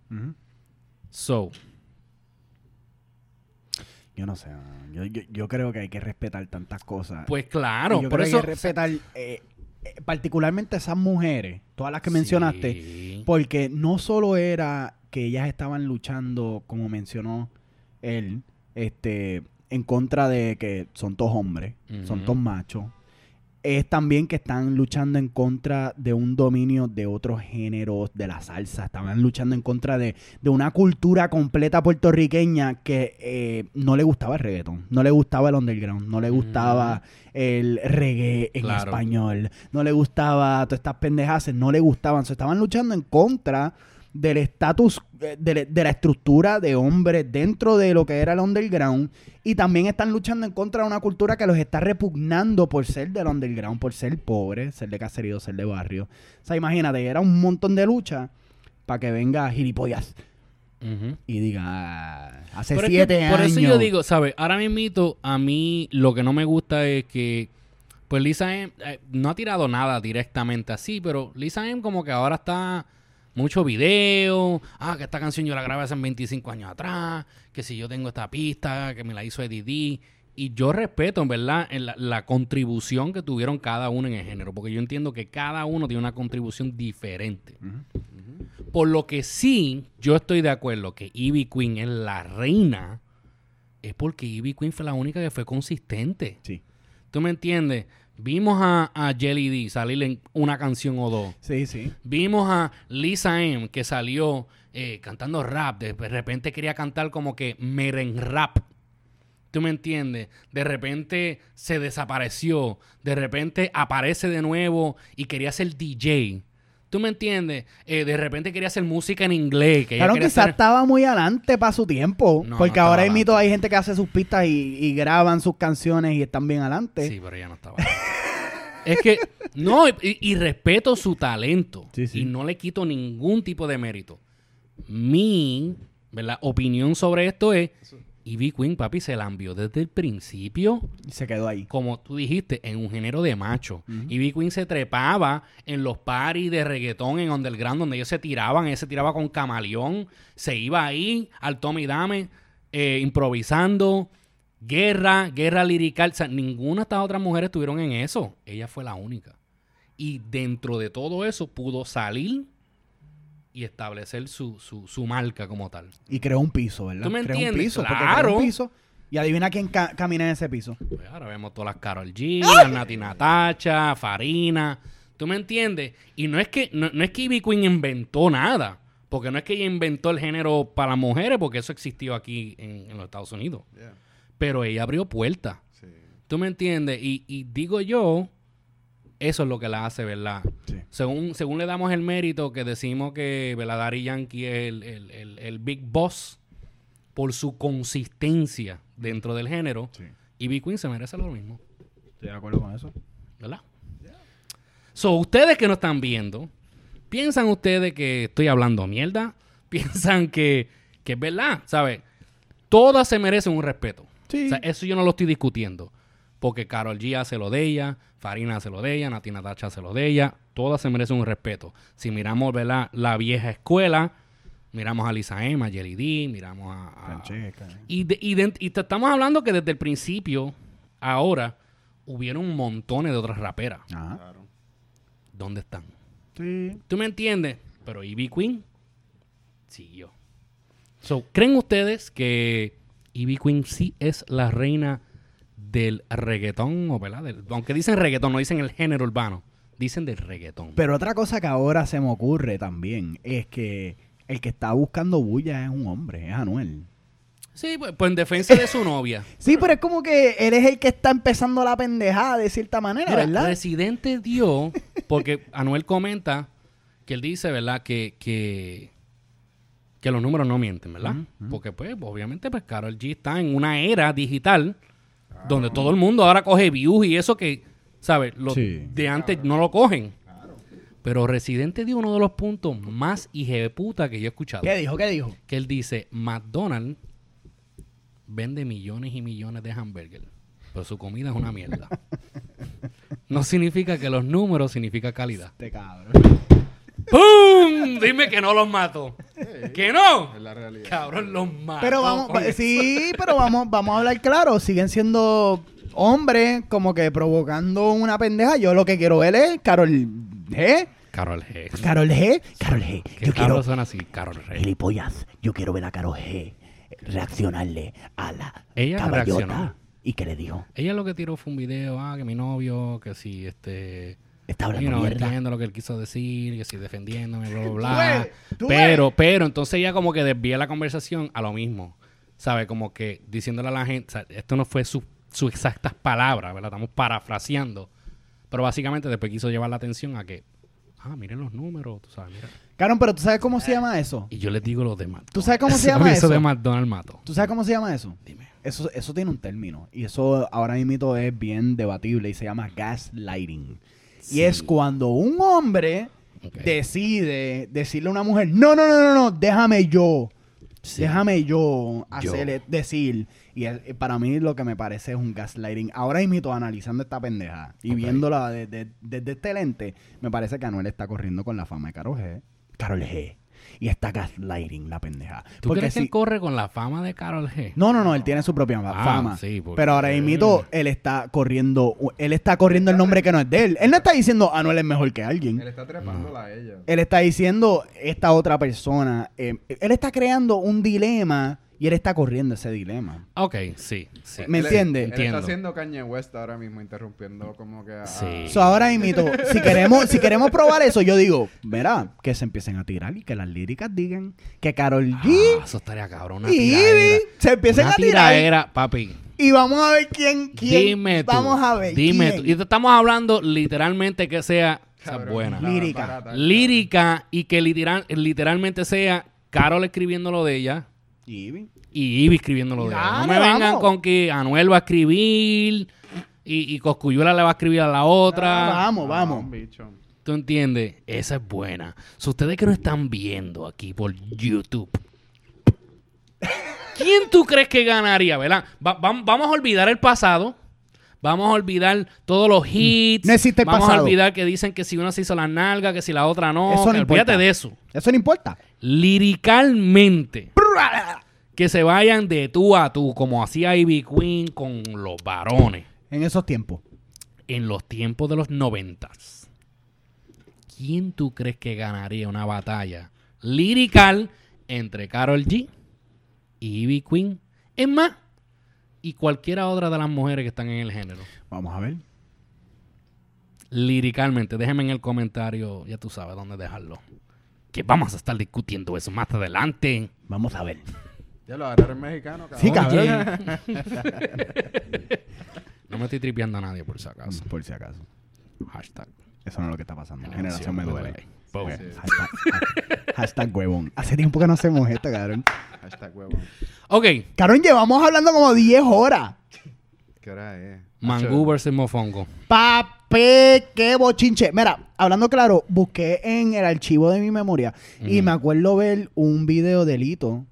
[SPEAKER 4] Ujú.
[SPEAKER 3] So,
[SPEAKER 4] Yo no sé. no. Yo, yo- yo creo que hay que respetar tantas cosas.
[SPEAKER 3] pues claro.
[SPEAKER 4] Y yo
[SPEAKER 3] Por
[SPEAKER 4] creo
[SPEAKER 3] eso.
[SPEAKER 4] que hay que respetar eh, eh, particularmente esas mujeres, todas las que mencionaste,
[SPEAKER 3] Sí.
[SPEAKER 4] porque no solo era que ellas estaban luchando, como mencionó él, este, en contra de que son todos hombres, son
[SPEAKER 3] Ujú.
[SPEAKER 4] todos machos, es también que están luchando en contra de un dominio de otros géneros, de la salsa, estaban luchando en contra de, de una cultura completa puertorriqueña que eh, no le gustaba el reggaetón, no le gustaba el underground, no le
[SPEAKER 3] Mm.
[SPEAKER 4] gustaba el reggae en
[SPEAKER 3] Claro.
[SPEAKER 4] español, no le gustaba todas estas pendejaces, no le gustaban, se estaban luchando en contra del estatus, eh, de, de la estructura de hombres dentro de lo que era el underground. Y también están luchando en contra de una cultura que los está repugnando por ser del underground, por ser pobre, ser de caserío, ser de barrio. O sea, imagínate, era un montón de lucha para que venga gilipollas
[SPEAKER 3] Ujú.
[SPEAKER 4] y diga, "Ah, hace
[SPEAKER 3] Pero es que
[SPEAKER 4] siete años.
[SPEAKER 3] Por eso yo digo, ¿sabes? Ahora mismito, a mí lo que no me gusta es que. Pues Lisa M eh, no ha tirado nada directamente así, pero Lisa M como que ahora está mucho video. Ah, que esta canción yo la grabé hace 25 años atrás. Que si yo tengo esta pista, que me la hizo Eddie D. Y yo respeto, en verdad, en la, la contribución que tuvieron cada uno en el género. Porque yo entiendo que cada uno tiene una contribución diferente. Por lo que sí, yo estoy de acuerdo que Ivy Queen es la reina, es porque Ivy Queen fue la única que fue consistente.
[SPEAKER 4] Sí.
[SPEAKER 3] ¿Tú me entiendes? Vimos a, a Jelly D salir en una canción o dos.
[SPEAKER 4] Sí, sí.
[SPEAKER 3] Vimos a Lisa M que salió eh, cantando rap. De repente quería cantar como que meren rap. ¿Tú me entiendes? De repente se desapareció. De repente aparece de nuevo y quería ser DJ. ¿Tú me entiendes? Eh, de repente quería hacer música en inglés. Que ella
[SPEAKER 4] Claro,
[SPEAKER 3] quería
[SPEAKER 4] quizás
[SPEAKER 3] hacer-
[SPEAKER 4] estaba muy adelante para su tiempo.
[SPEAKER 3] No, no
[SPEAKER 4] porque
[SPEAKER 3] estaba
[SPEAKER 4] ahora
[SPEAKER 3] adelante.
[SPEAKER 4] mito hay gente que hace sus pistas y, y graban sus canciones y están bien adelante.
[SPEAKER 3] Sí, pero ya no estaba. es que, no, y, y respeto su talento.
[SPEAKER 4] Sí, sí.
[SPEAKER 3] Y no le quito ningún tipo de mérito. Mi ¿verdad? opinión sobre esto es, Ivy Queen, papi, se la envió desde el principio,
[SPEAKER 4] Y se quedó ahí.
[SPEAKER 3] como tú dijiste, en un género de macho. Ivy Queen se trepaba en los paris de reggaetón en underground, donde ellos se tiraban, ella se tiraba con camaleón, se iba ahí al Tommy Dame, eh, improvisando. Guerra, guerra lirical. O sea, ninguna de estas otras mujeres estuvieron en eso. Ella fue la única. Y dentro de todo eso pudo salir y establecer su, su, su marca como tal.
[SPEAKER 4] Y creó un piso, ¿verdad?
[SPEAKER 3] ¿Tú me
[SPEAKER 4] creó un
[SPEAKER 3] entiendes?
[SPEAKER 4] piso. Porque
[SPEAKER 3] Claro.
[SPEAKER 4] creó un piso. Y adivina quién ca- camina en ese piso.
[SPEAKER 3] Pues ahora vemos todas las Carol G, las Nati Natacha, Farina. ¿Tú me entiendes? Y no es que no, no es que Ivy Queen inventó nada. Porque no es que ella inventó el género para mujeres, porque eso existió aquí en, en los Estados Unidos.
[SPEAKER 5] Yeah.
[SPEAKER 3] Pero ella abrió puertas.
[SPEAKER 5] Sí.
[SPEAKER 3] ¿Tú me entiendes? Y, y digo yo, eso es lo que la hace, ¿verdad?
[SPEAKER 4] Sí.
[SPEAKER 3] Según, según le damos el mérito que decimos que ¿verdad? Daddy Yankee es el, el- el- el Big Boss por su consistencia dentro del género, y Big Queen se merece lo mismo,
[SPEAKER 4] Estoy de acuerdo con eso.
[SPEAKER 3] ¿verdad? So, ustedes que nos están viendo, ¿piensan ustedes que estoy hablando mierda? ¿Piensan que, que es verdad? ¿Sabes? Todas se merecen un respeto.
[SPEAKER 4] Sí.
[SPEAKER 3] O sea, eso yo no lo estoy discutiendo. Porque Carol G hace lo de ella, Farina hace lo de ella, Natina Tacha hace lo de ella. Todas se merecen un respeto. Si miramos, ¿verdad? La vieja escuela, miramos a Lisa Emma, Jelly D, miramos a- a,
[SPEAKER 4] Francesca.
[SPEAKER 3] y, de- y de- y te estamos hablando que desde el principio, ahora, hubieron montones de otras raperas.
[SPEAKER 4] Ajá.
[SPEAKER 3] Ah. ¿Dónde están?
[SPEAKER 4] Sí.
[SPEAKER 3] ¿Tú me entiendes? Pero Ivy Queen siguió. So, ¿Creen ustedes que Ivy Queen sí es la reina del reggaetón? O, ¿verdad? Del- aunque dicen reggaetón, no dicen el género urbano. Dicen del reggaetón.
[SPEAKER 4] Pero otra cosa que ahora se me ocurre también es que el que está buscando bulla es un hombre, es Anuel.
[SPEAKER 3] sí, pues, pues en defensa de su novia.
[SPEAKER 4] Sí, pero es como que él es el que está empezando la pendejada de cierta manera,
[SPEAKER 3] Mira,
[SPEAKER 4] ¿verdad?
[SPEAKER 3] Residente dio, porque Anuel comenta que él dice, ¿verdad? Que, que, que los números no mienten, ¿verdad? Porque, pues, obviamente, pues, Carol G está en una era digital donde todo el mundo ahora coge views y eso que, ¿sabes? Los
[SPEAKER 4] Sí.
[SPEAKER 3] de antes no lo cogen. Pero Residente dio uno de los puntos más puta que yo he escuchado.
[SPEAKER 4] ¿Qué dijo? ¿Qué dijo?
[SPEAKER 3] Que él dice, McDonald's vende millones y millones de hamburguesas, pero su comida es una mierda. No significa que los números significa calidad.
[SPEAKER 4] Este cabrón.
[SPEAKER 3] ¡Pum! Dime que no los mato. ¿Que no?
[SPEAKER 5] Es la realidad.
[SPEAKER 3] Cabrón, los mato.
[SPEAKER 4] Pero vamos,
[SPEAKER 3] con
[SPEAKER 4] va-
[SPEAKER 3] eso.
[SPEAKER 4] sí, pero vamos, vamos a hablar claro. Siguen siendo hombres como que provocando una pendeja. Yo lo que quiero ver es Carol G.
[SPEAKER 3] Carol G.
[SPEAKER 4] Carol G. Carol G.
[SPEAKER 3] Que
[SPEAKER 4] Yo quiero
[SPEAKER 3] Carlos suena así, Carol G.
[SPEAKER 4] gilipollas. Yo quiero ver a Carol G. Reaccionarle a la
[SPEAKER 3] Ella
[SPEAKER 4] caballota.
[SPEAKER 3] reaccionó.
[SPEAKER 4] ¿Y qué le dijo?
[SPEAKER 3] Ella lo que tiró fue un video, ah, que mi novio, que si este...
[SPEAKER 4] Está
[SPEAKER 3] Y
[SPEAKER 4] hablando
[SPEAKER 3] no
[SPEAKER 4] mierda.
[SPEAKER 3] entiendo lo que él quiso decir, que si defendiéndome, bla, bla, bla.
[SPEAKER 4] ves, tú
[SPEAKER 3] Pero, pero, entonces ella como que desvía la conversación a lo mismo. ¿Sabe? Como que diciéndole a la gente, o sea, esto no fue su- sus exactas palabras, ¿verdad? Estamos parafraseando. Pero básicamente después quiso llevar la atención a que Ah, miren los números, tú sabes, mira.
[SPEAKER 4] Cabrón, pero ¿tú sabes cómo se llama eso?
[SPEAKER 3] Y yo les digo los demás.
[SPEAKER 4] ¿Tú sabes cómo se llama
[SPEAKER 3] Eso
[SPEAKER 4] eso?
[SPEAKER 3] de McDonald's Mato.
[SPEAKER 4] ¿Tú sabes cómo se llama eso?
[SPEAKER 3] Dime.
[SPEAKER 4] Eso, eso tiene un término y eso ahora mismo es bien debatible y se llama gaslighting. Y es cuando un hombre
[SPEAKER 3] Ok.
[SPEAKER 4] decide decirle a una mujer, no, no, no, no, no, déjame yo,
[SPEAKER 3] Sí.
[SPEAKER 4] déjame yo
[SPEAKER 3] Yo.
[SPEAKER 4] hacerle decir. Y es- y para mí lo que me parece es un gaslighting. Ahora mismo analizando esta pendeja y
[SPEAKER 3] Ok.
[SPEAKER 4] viéndola de- de- desde este lente, me parece que Anuel está corriendo con la fama de Carol G. Carol G. Y está gaslighting la pendeja.
[SPEAKER 3] ¿Tú crees que él corre con la fama de Carol G?
[SPEAKER 4] No, no, no, él tiene su propia ma-
[SPEAKER 3] Ah,
[SPEAKER 4] fama.
[SPEAKER 3] sí, porque-
[SPEAKER 4] Pero ahora mismo él está corriendo, él está corriendo el nombre que no es de él. Él no está diciendo Anuel es mejor que
[SPEAKER 5] Él
[SPEAKER 4] alguien.
[SPEAKER 5] está trepándola a ella.
[SPEAKER 4] Él está diciendo esta otra persona. eh, él está creando un dilema y él está corriendo ese dilema.
[SPEAKER 3] Ok, sí, sí.
[SPEAKER 4] Me-
[SPEAKER 5] Él-
[SPEAKER 4] entiende?
[SPEAKER 5] Él
[SPEAKER 3] Entiendo.
[SPEAKER 5] está haciendo Kanye West ahora mismo, interrumpiendo como que a...
[SPEAKER 3] Sí.
[SPEAKER 4] So, ahora mismo, si queremos, si queremos probar eso, yo digo, mira, que se empiecen a tirar y que las líricas digan que Carol
[SPEAKER 3] Ah,
[SPEAKER 4] G
[SPEAKER 3] eso estaría cabrón. Una
[SPEAKER 4] y
[SPEAKER 3] tiradera.
[SPEAKER 4] Ivy se empiecen
[SPEAKER 3] Una
[SPEAKER 4] a tirar.
[SPEAKER 3] tiradera, papi.
[SPEAKER 4] Y vamos a ver quién, quién.
[SPEAKER 3] Dime tú.
[SPEAKER 4] vamos a ver.
[SPEAKER 3] Dime
[SPEAKER 4] quién.
[SPEAKER 3] tú. Y te estamos hablando literalmente que sea, sea
[SPEAKER 5] Cabrón,
[SPEAKER 3] buena.
[SPEAKER 5] la
[SPEAKER 4] Lírica.
[SPEAKER 5] barata,
[SPEAKER 3] Lírica y que literal- literalmente sea Carol escribiendo lo de ella
[SPEAKER 4] Ivy.
[SPEAKER 3] y Ivy escribiendo lo de ella. No
[SPEAKER 4] Claro,
[SPEAKER 3] me vengan
[SPEAKER 4] vamos.
[SPEAKER 3] con que Anuel va a escribir y, y Coscuyuela le va a escribir a la otra.
[SPEAKER 4] Vamos, vamos.
[SPEAKER 5] Ah, bicho.
[SPEAKER 3] ¿Tú entiendes? Esa es buena. Si ustedes que nos están viendo aquí por YouTube, ¿quién tú crees que ganaría, verdad? Va- vam- vamos a olvidar el pasado. Vamos a olvidar todos los hits.
[SPEAKER 4] No existe Mm. el
[SPEAKER 3] vamos
[SPEAKER 4] pasado.
[SPEAKER 3] a olvidar que dicen que si una se hizo la nalga, que si la otra no.
[SPEAKER 4] Eso no
[SPEAKER 3] Olvídate
[SPEAKER 4] importa.
[SPEAKER 3] de eso.
[SPEAKER 4] Eso no importa.
[SPEAKER 3] Liricalmente. Que se vayan de tú a tú, como hacía Ivy Queen con los varones
[SPEAKER 4] En esos tiempos.
[SPEAKER 3] en los tiempos de los noventas, ¿quién tú crees que ganaría una batalla lirical entre Carol G y Ivy Queen? Es más, y cualquiera otra de las mujeres que están en el género.
[SPEAKER 4] Vamos a ver.
[SPEAKER 3] Liricalmente, déjenme en el comentario, ya tú sabes dónde dejarlo. Que vamos a estar discutiendo eso más adelante.
[SPEAKER 4] Vamos a ver.
[SPEAKER 5] Ya lo agarraron mexicano, cabrón.
[SPEAKER 4] Sí, cabrón.
[SPEAKER 3] No me estoy tripeando a nadie por si acaso.
[SPEAKER 4] Por si acaso.
[SPEAKER 3] Hashtag.
[SPEAKER 4] Eso no es lo que está pasando.
[SPEAKER 3] Generación
[SPEAKER 4] Generación me duele.
[SPEAKER 3] Boom.
[SPEAKER 4] Ok, Hashtag, ha- hashtag huevón. Hace tiempo que no hacemos esto, cabrón.
[SPEAKER 5] Hashtag huevón.
[SPEAKER 3] Ok,
[SPEAKER 4] Cabrón, llevamos hablando como 10 horas.
[SPEAKER 5] ¿Qué hora es?
[SPEAKER 3] Mangú versus Mofongo.
[SPEAKER 4] Papi, qué bochinche. Mira, hablando claro, busqué en el archivo de mi memoria y
[SPEAKER 3] Ujú.
[SPEAKER 4] me acuerdo ver un video de Lito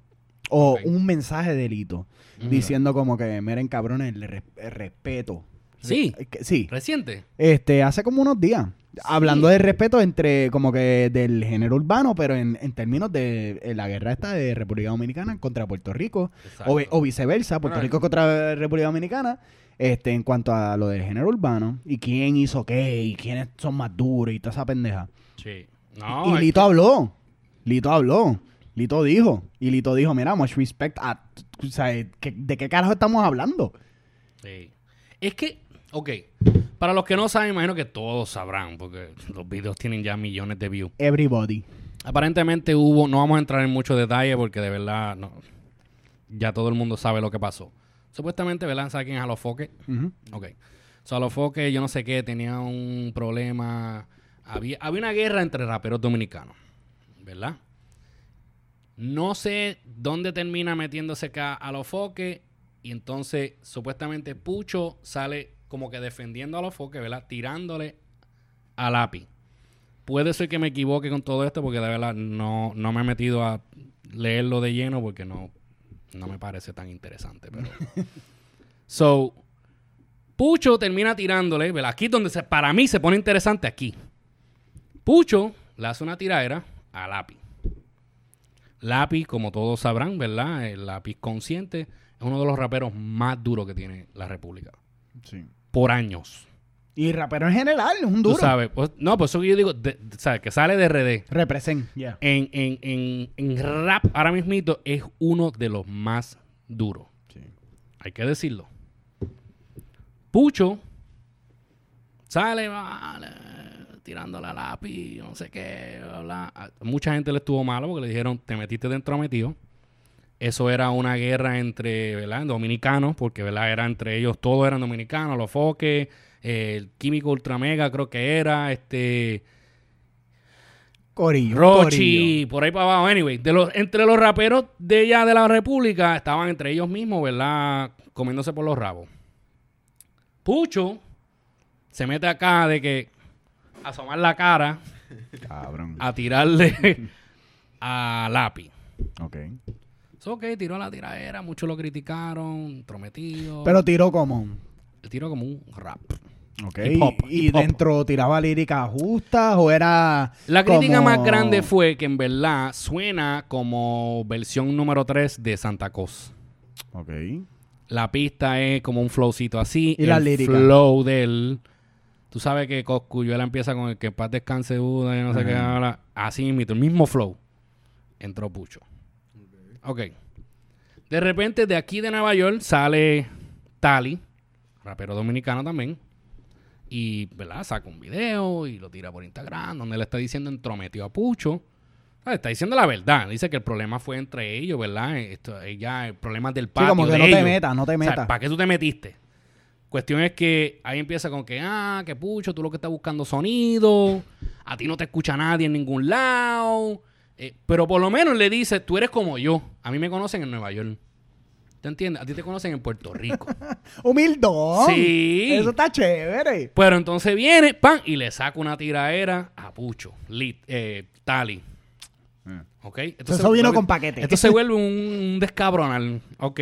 [SPEAKER 4] o
[SPEAKER 3] Ok.
[SPEAKER 4] un mensaje de Lito diciendo como que, miren cabrones, el, res- el respeto.
[SPEAKER 3] Sí,
[SPEAKER 4] Eh, que- Sí.
[SPEAKER 3] reciente.
[SPEAKER 4] Este, hace como unos días. Hablando de respeto entre, como que del género urbano, pero en, en términos de eh, la guerra esta de República Dominicana contra Puerto Rico, o, vi-
[SPEAKER 3] Exacto. eh.
[SPEAKER 4] o viceversa, Puerto
[SPEAKER 5] Bueno,
[SPEAKER 4] Rico contra República Dominicana, este, en cuanto a lo del género urbano, y quién hizo qué, y quiénes son más duros, y toda esa pendeja.
[SPEAKER 3] Sí. No, eh,
[SPEAKER 4] y
[SPEAKER 3] es
[SPEAKER 4] Lito habló, Lito habló, Lito dijo, y Lito dijo, mira, much respect a, o sea, ¿qué- ¿de qué carajo estamos hablando?
[SPEAKER 3] Sí. Es que, ok, para los que no saben, imagino que todos sabrán, porque los videos tienen ya millones de views.
[SPEAKER 4] Everybody.
[SPEAKER 3] Aparentemente hubo, no vamos a entrar en mucho detalle porque de verdad no, ya todo el mundo sabe lo que pasó. Supuestamente, ¿verdad? ¿Saben quién es Alofoque? Ok. So, Alofoque, yo no sé qué, tenía un problema. Había, había una guerra entre raperos dominicanos, ¿verdad? No sé dónde termina metiéndose acá Alofoque y entonces supuestamente Pucho sale como que defendiendo a Alofoque, ¿verdad? Tirándole a Lapi. Puede ser que me equivoque con todo esto porque de verdad no, no me he metido a leerlo de lleno porque no, no me parece tan interesante. Pero... so, Pucho termina tirándole, ¿verdad? Aquí es donde se- para mí se pone interesante aquí. Pucho le hace una tiradera a Lapi. Lapi, como todos sabrán, ¿verdad? El Lápiz Consciente es uno de los raperos más duros que tiene la República. Por años.
[SPEAKER 4] Y rapero en general, es un
[SPEAKER 3] Tú
[SPEAKER 4] duro.
[SPEAKER 3] sabes, pues, no, por eso que yo digo, de- de- ¿sabes? Que sale de RD.
[SPEAKER 4] Represent. Yeah.
[SPEAKER 3] En, en- en- en rap, ahora mismito, es uno de los más duros. Hay que decirlo. Pucho sale, vale, tirándole a lápiz, no sé qué. bla, bla. A- Mucha gente le estuvo malo porque le dijeron, te metiste dentro metido. Eso era una guerra entre, ¿verdad? Dominicanos, porque, ¿verdad? Era entre ellos, todos eran dominicanos, eh, los foques, el químico ultramega creo que era, este...
[SPEAKER 4] Corillo.
[SPEAKER 3] Rochi, por ahí para abajo. Anyway, de los, entre los raperos de allá de la República estaban entre ellos mismos, ¿verdad? Comiéndose por los rabos. Pucho se mete acá de que a asomar la cara
[SPEAKER 4] corillo. Cabrón.
[SPEAKER 3] a tirarle a Lápiz.
[SPEAKER 4] Ok.
[SPEAKER 3] So, ok, tiró a la tiradera, muchos lo criticaron, prometido.
[SPEAKER 4] Pero tiró como.
[SPEAKER 3] tiró como un rap.
[SPEAKER 4] Ok.
[SPEAKER 3] Hip hop,
[SPEAKER 4] y
[SPEAKER 3] hip hop.
[SPEAKER 4] dentro tiraba líricas justas o era.
[SPEAKER 3] La crítica
[SPEAKER 4] como-
[SPEAKER 3] más grande fue que en verdad suena como versión número 3 de Santa Cosa.
[SPEAKER 4] Ok.
[SPEAKER 3] La pista es como un flowcito así.
[SPEAKER 4] Y la
[SPEAKER 3] el
[SPEAKER 4] lírica.
[SPEAKER 3] flow del... Tú sabes que Coscuyuela empieza con el que en paz descanse Buda y no sé qué. ahora. Así mismo, el mismo flow. Entró Pucho. ok. De repente, de aquí de Nueva York sale Tali, rapero dominicano también. Y, ¿verdad? Saca un video y lo tira por Instagram, donde le está diciendo entrometió a Pucho. Ah, Está diciendo la verdad. Dice que el problema fue entre ellos, ¿verdad? Esto, ella, el problema del patio.
[SPEAKER 4] como que
[SPEAKER 3] de
[SPEAKER 4] no te
[SPEAKER 3] ellos.
[SPEAKER 4] metas, no te metas.
[SPEAKER 3] ¿Para qué tú te metiste? Cuestión es que ahí empieza con que, ah, que pucho, tú lo que estás buscando sonido, a ti no te escucha nadie en ningún lado. Eh, pero por lo menos le dice, tú eres como yo. A mí me conocen en Nueva York. ¿Te entiendes? A ti te conocen en Puerto Rico.
[SPEAKER 4] Humildón.
[SPEAKER 3] Sí.
[SPEAKER 4] Eso está chévere.
[SPEAKER 3] pero entonces viene, pan, y le saca una tiraera a Pucho, Lit, eh, Tali. ¿Ok? Entonces,
[SPEAKER 4] eso vino con paquete.
[SPEAKER 3] Esto se vuelve un, un descabronal. Ok.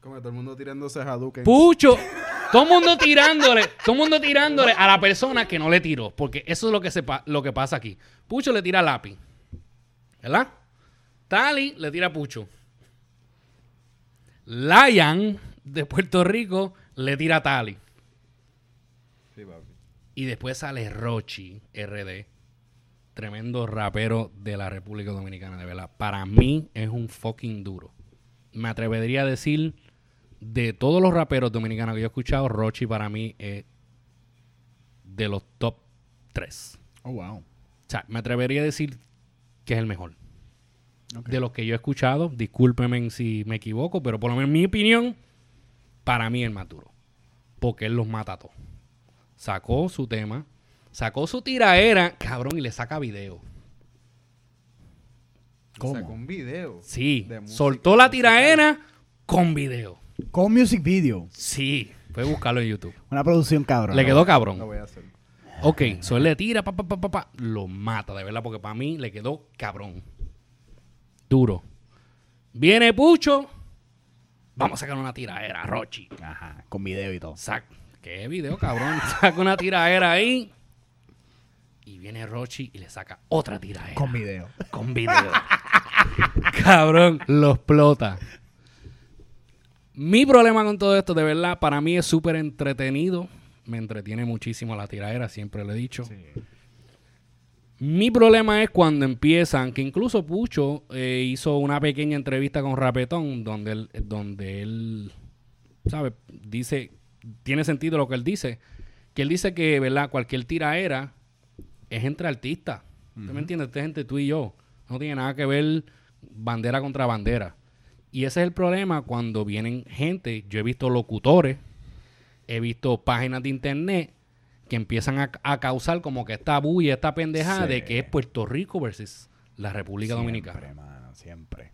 [SPEAKER 5] Como todo el mundo tirándose a Hadouken.
[SPEAKER 3] Pucho. Todo el mundo tirándole, todo el mundo tirándole a la persona que no le tiró. Porque eso es lo que, se pa- lo que pasa aquí. Pucho le tira a lápiz. ¿Verdad? Tali le tira a Pucho. Lion de Puerto Rico le tira a Tali. Y después sale Rochi RD. Tremendo rapero de la República Dominicana, de verdad. Para mí es un fucking duro. Me atrevería a decir, de todos los raperos dominicanos que yo he escuchado, Rochi para mí es de los top 3.
[SPEAKER 4] Oh, wow.
[SPEAKER 3] O sea, me atrevería a decir que es el mejor. De los que yo he escuchado, discúlpenme si me equivoco, pero por lo menos en mi opinión, para mí el más duro. Porque él los mata a todos. Sacó su tema, sacó su tiraera, cabrón, y le saca video.
[SPEAKER 5] Sacó
[SPEAKER 4] ¿Cómo?
[SPEAKER 5] un video.
[SPEAKER 3] Sí,
[SPEAKER 5] de música.
[SPEAKER 3] soltó la tiraera con video.
[SPEAKER 4] Con music video.
[SPEAKER 3] Sí, fue a buscarlo en YouTube.
[SPEAKER 4] Una producción cabrón.
[SPEAKER 3] le quedó cabrón.
[SPEAKER 5] Lo voy a hacer.
[SPEAKER 3] Ok, so él le tira, pa, pa, pa, pa, pa, lo mata, de verdad, porque para mí le quedó cabrón. Duro. Viene Pucho, vamos a sacar una tiraera, Rochi.
[SPEAKER 4] Ajá. Con video y todo.
[SPEAKER 3] Sac, qué video, cabrón. Saca una tiraera ahí. Y viene Rochi y le saca otra tiraera.
[SPEAKER 4] Con video.
[SPEAKER 3] Con video. cabrón, lo explota. Mi problema con todo esto, de verdad, para mí es súper entretenido. Me entretiene muchísimo la tiradera, siempre lo he dicho. Mi problema es cuando empiezan, que incluso Pucho eh, hizo una pequeña entrevista con Rapetón, donde él, donde él, ¿sabe? Dice, tiene sentido lo que él dice, que él dice que, ¿verdad? Cualquier tiraera es entre artistas. ¿Tú me entiendes? Esta gente, tú y yo, no tiene nada que ver bandera contra bandera. Y ese es el problema cuando vienen gente, yo he visto locutores, he visto páginas de internet que empiezan a, a causar como que esta bulla, esta pendejada
[SPEAKER 4] Sí.
[SPEAKER 3] de que es Puerto Rico versus la República Dominicana.
[SPEAKER 4] Siempre, mano, siempre.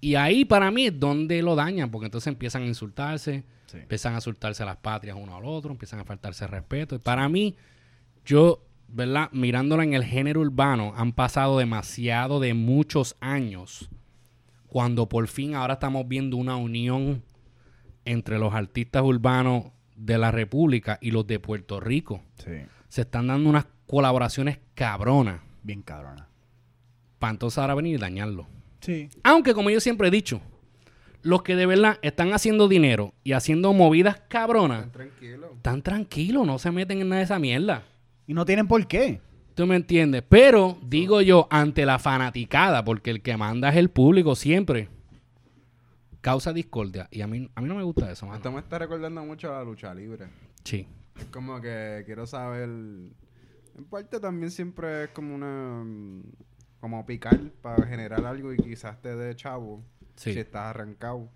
[SPEAKER 3] Y ahí para mí es donde lo dañan, porque entonces empiezan a insultarse,
[SPEAKER 4] Sí.
[SPEAKER 3] empiezan a insultarse a las patrias uno al otro, empiezan a faltarse respeto. Y para mí, yo, ¿verdad? Mirándola en el género urbano, han pasado demasiado de muchos años cuando por fin ahora estamos viendo una unión entre los artistas urbanos de la República y los de Puerto Rico.
[SPEAKER 4] Sí.
[SPEAKER 3] Se están dando unas colaboraciones cabronas
[SPEAKER 4] Bien cabrona.
[SPEAKER 3] para entonces ahora venir y dañarlo.
[SPEAKER 4] Sí.
[SPEAKER 3] Aunque, como yo siempre he dicho, los que de verdad están haciendo dinero y haciendo movidas cabronas,
[SPEAKER 5] Tranquilo.
[SPEAKER 3] están tranquilos, no se meten en nada de esa mierda.
[SPEAKER 4] Y no tienen por qué.
[SPEAKER 3] ¿Tú me entiendes? Pero, digo yo, ante la fanaticada, porque el que manda es el público siempre, causa discordia. Y a mí, a mí no me gusta eso, mano.
[SPEAKER 5] Esto me está recordando mucho a la lucha libre.
[SPEAKER 3] Sí.
[SPEAKER 5] Es como que quiero saber. En parte también siempre es como una. mm, Como picar para generar algo y quizás te dé chavo.
[SPEAKER 3] Sí.
[SPEAKER 5] Si estás arrancado.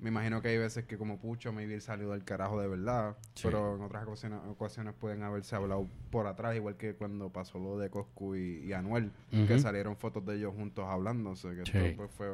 [SPEAKER 5] Me imagino que hay veces que como pucho maybe él salió del carajo de verdad,
[SPEAKER 3] Sí.
[SPEAKER 5] pero en otras ocasiones, ocasiones pueden haberse hablado por atrás, igual que cuando pasó lo de Coscu y, y Anuel, que
[SPEAKER 3] Ujú.
[SPEAKER 5] salieron fotos de ellos juntos hablándose, que
[SPEAKER 3] Sí.
[SPEAKER 5] esto, pues, fue,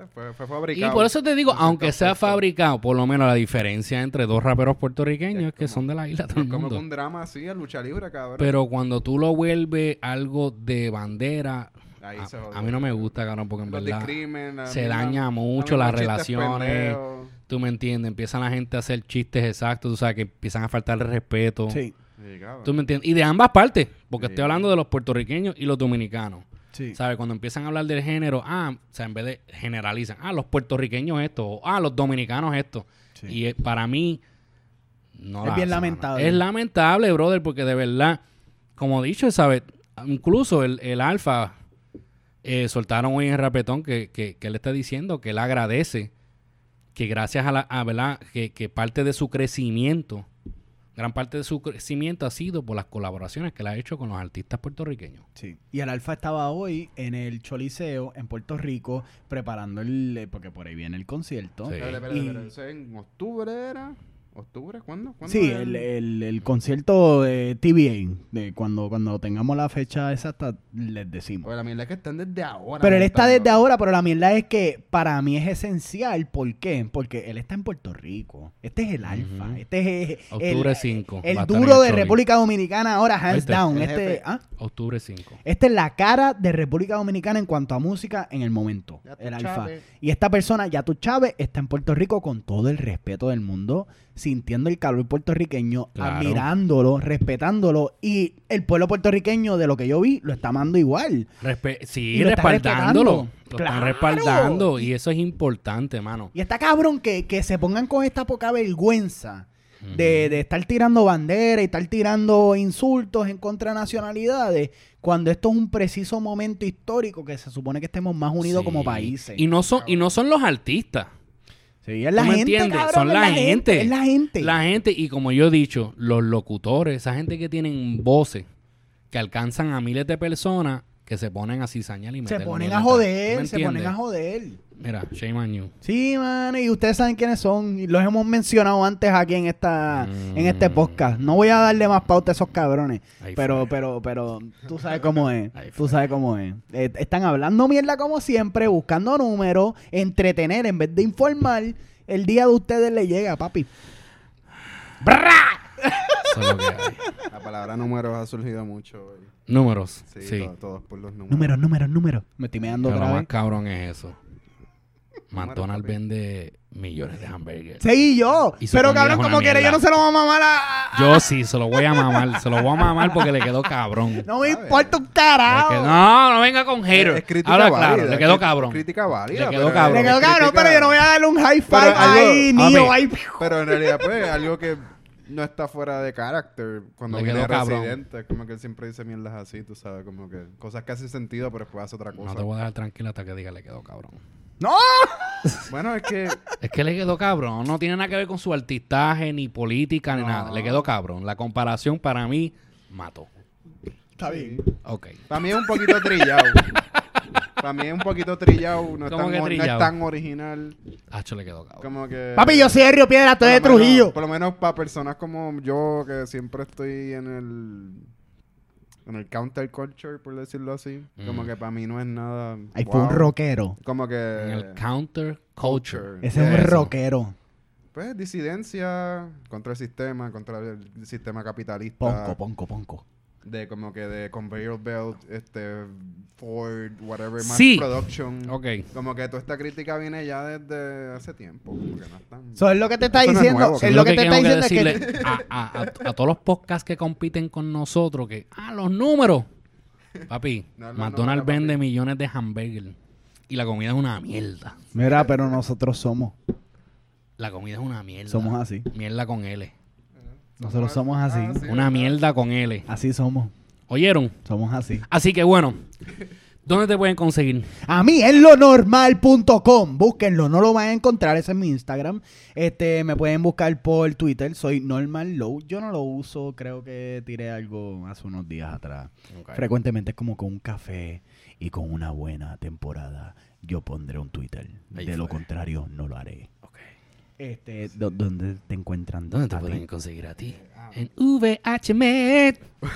[SPEAKER 5] eh, fue, fue
[SPEAKER 3] Y
[SPEAKER 5] fabricado.
[SPEAKER 3] por eso te digo,
[SPEAKER 5] En
[SPEAKER 3] aunque
[SPEAKER 5] cierto
[SPEAKER 3] sea
[SPEAKER 5] aspecto.
[SPEAKER 3] fabricado, por lo menos la diferencia entre dos raperos puertorriqueños
[SPEAKER 5] Es
[SPEAKER 3] es que
[SPEAKER 5] como-
[SPEAKER 3] son de la isla todo
[SPEAKER 5] Es
[SPEAKER 3] el
[SPEAKER 5] como que
[SPEAKER 3] mundo.
[SPEAKER 5] un drama así, a lucha libre, cabrón.
[SPEAKER 3] Pero cuando tú lo vuelves algo de bandera,
[SPEAKER 5] Ahí
[SPEAKER 3] a,
[SPEAKER 5] se jodió.
[SPEAKER 3] a mí no me gusta, cabrón, porque en
[SPEAKER 5] Los
[SPEAKER 3] verdad
[SPEAKER 5] discrimen, la
[SPEAKER 3] se
[SPEAKER 5] misma-
[SPEAKER 3] daña mucho eh.
[SPEAKER 5] la
[SPEAKER 3] las
[SPEAKER 5] misma chistes
[SPEAKER 3] relaciones.
[SPEAKER 5] pendejos.
[SPEAKER 3] Tú me entiendes, empiezan la gente a hacer chistes exactos, tú sabes que empiezan a faltar el respeto.
[SPEAKER 4] Sí,
[SPEAKER 5] Sí, cabrón.
[SPEAKER 3] ¿Tú me entiendes? Y de ambas partes, porque
[SPEAKER 5] Sí.
[SPEAKER 3] estoy hablando de los puertorriqueños y los dominicanos.
[SPEAKER 4] sí.
[SPEAKER 3] ¿Sabes? Cuando empiezan a hablar del género, ah, o sea, en vez de generalizan, ah, los puertorriqueños esto, o ah, los dominicanos esto.
[SPEAKER 4] Sí.
[SPEAKER 3] Y eh, para mí, no
[SPEAKER 4] Es
[SPEAKER 3] la hacen, mano.
[SPEAKER 4] bien lamentable.
[SPEAKER 3] Es lamentable, brother, porque de verdad, como dicho, ¿sabes? Incluso el, el Alfa eh, soltaron hoy en Rapetón que, que, que él está diciendo que él agradece que gracias a la, a, ¿verdad? Que, que parte de su crecimiento, gran parte de su crecimiento ha sido por las colaboraciones que él ha hecho con los artistas puertorriqueños.
[SPEAKER 4] Sí. Y el Alfa estaba hoy en el Choliseo, en Puerto Rico, preparando el... eh, Porque por ahí viene el concierto.
[SPEAKER 3] Sí.
[SPEAKER 5] Espérate, espérate,
[SPEAKER 4] Y-
[SPEAKER 5] espérate. Eso en octubre era. ¿Octubre? ¿Cuándo? ¿Cuándo
[SPEAKER 4] Sí,
[SPEAKER 5] era?
[SPEAKER 4] el,
[SPEAKER 3] eh,
[SPEAKER 4] el- el concierto de TBA, de cuando, cuando tengamos la fecha exacta, les decimos.
[SPEAKER 5] Pues la mierda es que están desde ahora.
[SPEAKER 4] Pero él está
[SPEAKER 5] montando.
[SPEAKER 4] desde ahora, pero la mierda es que para mí es esencial. ¿Por qué? Porque él está en Puerto Rico. Este es el alfa.
[SPEAKER 3] Ujú.
[SPEAKER 4] Este es el-
[SPEAKER 3] Octubre
[SPEAKER 4] el,
[SPEAKER 3] 5.
[SPEAKER 4] el
[SPEAKER 3] va a estar en
[SPEAKER 4] duro de
[SPEAKER 3] Choli.
[SPEAKER 4] República Dominicana ahora, hands
[SPEAKER 3] Este,
[SPEAKER 4] down.
[SPEAKER 5] el jefe.
[SPEAKER 4] Este, ¿ah?
[SPEAKER 3] Octubre 5.
[SPEAKER 4] Esta es la cara de República Dominicana en cuanto a música en el momento.
[SPEAKER 5] Ya tú
[SPEAKER 4] El alfa.
[SPEAKER 5] sabes.
[SPEAKER 4] Y esta persona, Yatu Chávez, está en Puerto Rico con todo el respeto del mundo, sintiendo el calor puertorriqueño,
[SPEAKER 3] Claro.
[SPEAKER 4] admirándolo, respetándolo. Y el pueblo puertorriqueño, de lo que yo vi, lo está amando igual.
[SPEAKER 3] Respe- sí,
[SPEAKER 4] Y lo está
[SPEAKER 3] respaldándolo.
[SPEAKER 4] respetando.
[SPEAKER 3] Lo
[SPEAKER 4] ¡Claro!
[SPEAKER 3] están respaldando y eso es importante, mano.
[SPEAKER 4] Y está cabrón que, que se pongan con esta poca vergüenza
[SPEAKER 3] Mm.
[SPEAKER 4] de, de estar tirando bandera y estar tirando insultos en contra de nacionalidades, cuando esto es un preciso momento histórico que se supone que estemos más unidos
[SPEAKER 3] Sí.
[SPEAKER 4] como países.
[SPEAKER 3] Y no son, y no son los artistas.
[SPEAKER 4] Sí, es la
[SPEAKER 3] ¿Tú me
[SPEAKER 4] gente,
[SPEAKER 3] entiendes?
[SPEAKER 4] cabrón,
[SPEAKER 3] Son
[SPEAKER 4] es
[SPEAKER 3] la gente.
[SPEAKER 4] Es la gente.
[SPEAKER 3] La gente, y como yo he dicho, los locutores, esa gente que tienen voces que alcanzan a miles de personas que se ponen a cizañar y
[SPEAKER 4] se
[SPEAKER 3] meter
[SPEAKER 4] ponen
[SPEAKER 3] mierda.
[SPEAKER 4] a
[SPEAKER 3] ¿Tú
[SPEAKER 4] joder,
[SPEAKER 3] me
[SPEAKER 4] se ponen a
[SPEAKER 3] entiendes?
[SPEAKER 4] joder.
[SPEAKER 3] Mira, shame on you.
[SPEAKER 4] Sí, mano, y ustedes saben quiénes son. y Los hemos mencionado antes aquí en esta en este
[SPEAKER 3] Mm.
[SPEAKER 4] podcast. No voy a darle más pauta a esos cabrones.
[SPEAKER 3] Ahí
[SPEAKER 4] Pero, pero, pero, tú sabes cómo es.
[SPEAKER 3] Ahí
[SPEAKER 4] Tú sabes cómo es. Eh, están hablando mierda como siempre, buscando números, entretener en vez de informar. El día de ustedes le llega, papi.
[SPEAKER 3] Eso es lo que hay.
[SPEAKER 5] La palabra números ha surgido mucho. hoy.
[SPEAKER 3] Números.
[SPEAKER 5] Sí,
[SPEAKER 3] Sí.
[SPEAKER 5] todo- todos por los números.
[SPEAKER 4] Números, números, números. Me estoy meando
[SPEAKER 3] Pero lo
[SPEAKER 4] otra
[SPEAKER 3] más
[SPEAKER 4] vez.
[SPEAKER 3] cabrón es eso. McDonald's
[SPEAKER 5] papi.
[SPEAKER 3] vende millones de hamburguesas.
[SPEAKER 4] Seguí yo.
[SPEAKER 3] Y su
[SPEAKER 4] Pero
[SPEAKER 3] comida
[SPEAKER 4] cabrón,
[SPEAKER 3] es una
[SPEAKER 4] como quiere, yo
[SPEAKER 3] mierda.
[SPEAKER 4] no se lo voy a mamar a. a-
[SPEAKER 3] Yo sí, se lo voy a mamar. se lo voy a mamar porque le quedó cabrón.
[SPEAKER 4] No me importa un carajo.
[SPEAKER 3] Le quedó- no, no venga con haters.
[SPEAKER 5] Es crítica
[SPEAKER 3] Ahora
[SPEAKER 5] válida,
[SPEAKER 3] claro, le
[SPEAKER 5] es
[SPEAKER 3] quedó
[SPEAKER 5] cri-
[SPEAKER 3] cabrón.
[SPEAKER 5] Crítica válida.
[SPEAKER 3] Le quedó
[SPEAKER 5] pero-
[SPEAKER 3] cabrón.
[SPEAKER 4] Le quedó
[SPEAKER 5] es
[SPEAKER 4] cabrón,
[SPEAKER 5] crítica-
[SPEAKER 4] pero yo no voy a darle un high five
[SPEAKER 5] Pero algo-
[SPEAKER 4] ahí,
[SPEAKER 3] a
[SPEAKER 4] Nio,
[SPEAKER 3] ver.
[SPEAKER 4] ahí.
[SPEAKER 5] Pero en realidad, pues, algo que no está fuera de carácter. Cuando
[SPEAKER 3] Le
[SPEAKER 5] viene
[SPEAKER 3] quedó cabrón.
[SPEAKER 5] Residente, es como que él siempre dice mierdas así, tú sabes, como que cosas que hacen sentido, pero después hace otra cosa.
[SPEAKER 3] No te voy a dejar tranquila hasta que diga le quedó cabrón.
[SPEAKER 4] ¡No!
[SPEAKER 5] Bueno, es que
[SPEAKER 3] Es que le quedó cabrón. No tiene nada que ver con su artistaje, ni política, ni nada. Le quedó cabrón. La comparación para mí mató.
[SPEAKER 4] Está bien.
[SPEAKER 3] Ok.
[SPEAKER 5] para mí es un poquito trillado. Para mí es un poquito trillado, no es,
[SPEAKER 3] ¿Cómo
[SPEAKER 5] tan,
[SPEAKER 3] que
[SPEAKER 5] or- no es
[SPEAKER 3] trillado?
[SPEAKER 5] tan original.
[SPEAKER 3] Hacho le quedó cabrón.
[SPEAKER 5] Como que.
[SPEAKER 4] Papi, yo soy de Río Piedra, estoy
[SPEAKER 5] Por
[SPEAKER 4] de
[SPEAKER 5] lo menos-
[SPEAKER 4] Trujillo.
[SPEAKER 5] Por lo menos para personas como yo, que siempre estoy en el. En el counterculture, por decirlo así. Como
[SPEAKER 3] Mm.
[SPEAKER 5] que para mí no es nada.
[SPEAKER 4] Ahí fue un
[SPEAKER 5] wow.
[SPEAKER 4] rockero.
[SPEAKER 5] Como que.
[SPEAKER 3] En el counter culture.
[SPEAKER 4] Ese es un
[SPEAKER 5] Eso.
[SPEAKER 4] rockero.
[SPEAKER 5] Pues disidencia contra el sistema, contra el sistema capitalista.
[SPEAKER 4] Ponco, ponco, ponco.
[SPEAKER 5] De como que de conveyor belt, este, Ford, whatever, mass
[SPEAKER 3] Sí.
[SPEAKER 5] production.
[SPEAKER 3] Ok.
[SPEAKER 5] Como que toda esta crítica viene ya desde hace tiempo. Como que no es tan-
[SPEAKER 4] Eso es lo que te está
[SPEAKER 5] Eso no es
[SPEAKER 4] diciendo.
[SPEAKER 5] nuevo.
[SPEAKER 4] es
[SPEAKER 5] Yo
[SPEAKER 4] lo que te está
[SPEAKER 3] tengo
[SPEAKER 4] diciendo es que.
[SPEAKER 3] decirle a, a- a- a todos los podcasts que compiten con nosotros que, ah, los números. Papi,
[SPEAKER 5] No, los números,
[SPEAKER 3] McDonald's
[SPEAKER 5] papi.
[SPEAKER 3] vende millones de hamburguesas y la comida es una mierda.
[SPEAKER 4] Mira, pero nosotros somos.
[SPEAKER 3] La comida es una mierda.
[SPEAKER 4] Somos así.
[SPEAKER 3] Mierda con L.
[SPEAKER 4] Nosotros somos así.
[SPEAKER 5] Ah,
[SPEAKER 3] Una mierda con L.
[SPEAKER 4] Así somos.
[SPEAKER 3] ¿Oyeron?
[SPEAKER 4] Somos así.
[SPEAKER 3] Así que bueno, ¿dónde te pueden conseguir?
[SPEAKER 4] A mí en lonormal.com. Búsquenlo, no lo van a encontrar. Ese es mi Instagram. Este, me pueden buscar por Twitter. Soy Normal Low. Yo no lo uso. Creo que tiré algo hace unos días atrás. Frecuentemente es como con un café y con una buena temporada. Yo pondré un Twitter.
[SPEAKER 3] Ahí
[SPEAKER 4] de lo
[SPEAKER 3] fue.
[SPEAKER 4] contrario, no lo haré.
[SPEAKER 3] Ok.
[SPEAKER 4] Este, do- ¿Dónde te encuentran?
[SPEAKER 3] ¿Dónde te
[SPEAKER 4] a ti? Ah.
[SPEAKER 3] pueden conseguir a ti? En VHMed. E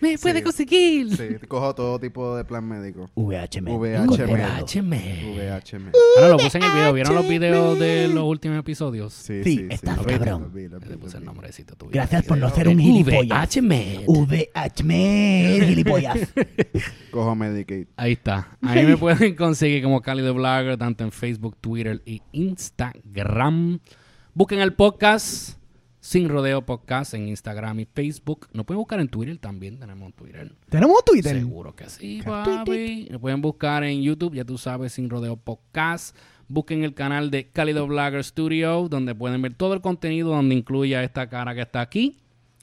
[SPEAKER 3] Me puede conseguir.
[SPEAKER 5] Sí, cojo todo tipo de plan médico.
[SPEAKER 4] VHM.
[SPEAKER 5] VHM.
[SPEAKER 4] E
[SPEAKER 3] VHMed.
[SPEAKER 5] VHM.
[SPEAKER 3] E Ahora lo puse en el video. ¿Vieron los videos de los últimos episodios?
[SPEAKER 5] Sí,
[SPEAKER 4] Sí,
[SPEAKER 5] sí,
[SPEAKER 4] estás
[SPEAKER 5] lo vi,
[SPEAKER 4] cabrón.
[SPEAKER 5] lo vi, lo vi,
[SPEAKER 3] Le puse
[SPEAKER 5] lo
[SPEAKER 3] Pues el
[SPEAKER 5] vi.
[SPEAKER 3] nombrecito. tú.
[SPEAKER 4] Gracias por no ser un gilipollas.
[SPEAKER 3] VHMed.
[SPEAKER 4] VHM, gilipollas.
[SPEAKER 5] Cojo Medicaid.
[SPEAKER 3] Ahí está. A mí me pueden conseguir como Cali de Blogger, tanto en Facebook, Twitter y Instagram. Busquen el podcast, Sin Rodeo Podcast, en Instagram y Facebook. Nos pueden buscar en Twitter también, tenemos Twitter.
[SPEAKER 4] ¿Tenemos Twitter?
[SPEAKER 3] Seguro que sí, papi. Nos pueden buscar en YouTube, ya tú sabes, Sin Rodeo Podcast. Busquen el canal de Cálido Blogger Studio, donde pueden ver todo el contenido, donde incluye a esta cara que está aquí.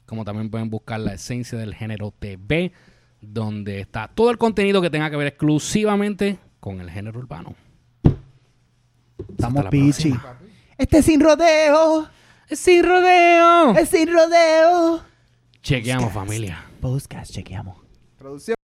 [SPEAKER 3] Como también pueden buscar la esencia del género TV, donde está todo el contenido que tenga que ver exclusivamente con el género urbano.
[SPEAKER 4] Estamos
[SPEAKER 3] Hasta la
[SPEAKER 4] pichi.
[SPEAKER 7] Este es sin rodeo,
[SPEAKER 3] Sin rodeo.
[SPEAKER 7] es sin rodeo.
[SPEAKER 3] Chequeamos, familia.
[SPEAKER 4] Podcast, chequeamos.
[SPEAKER 5] Traducción.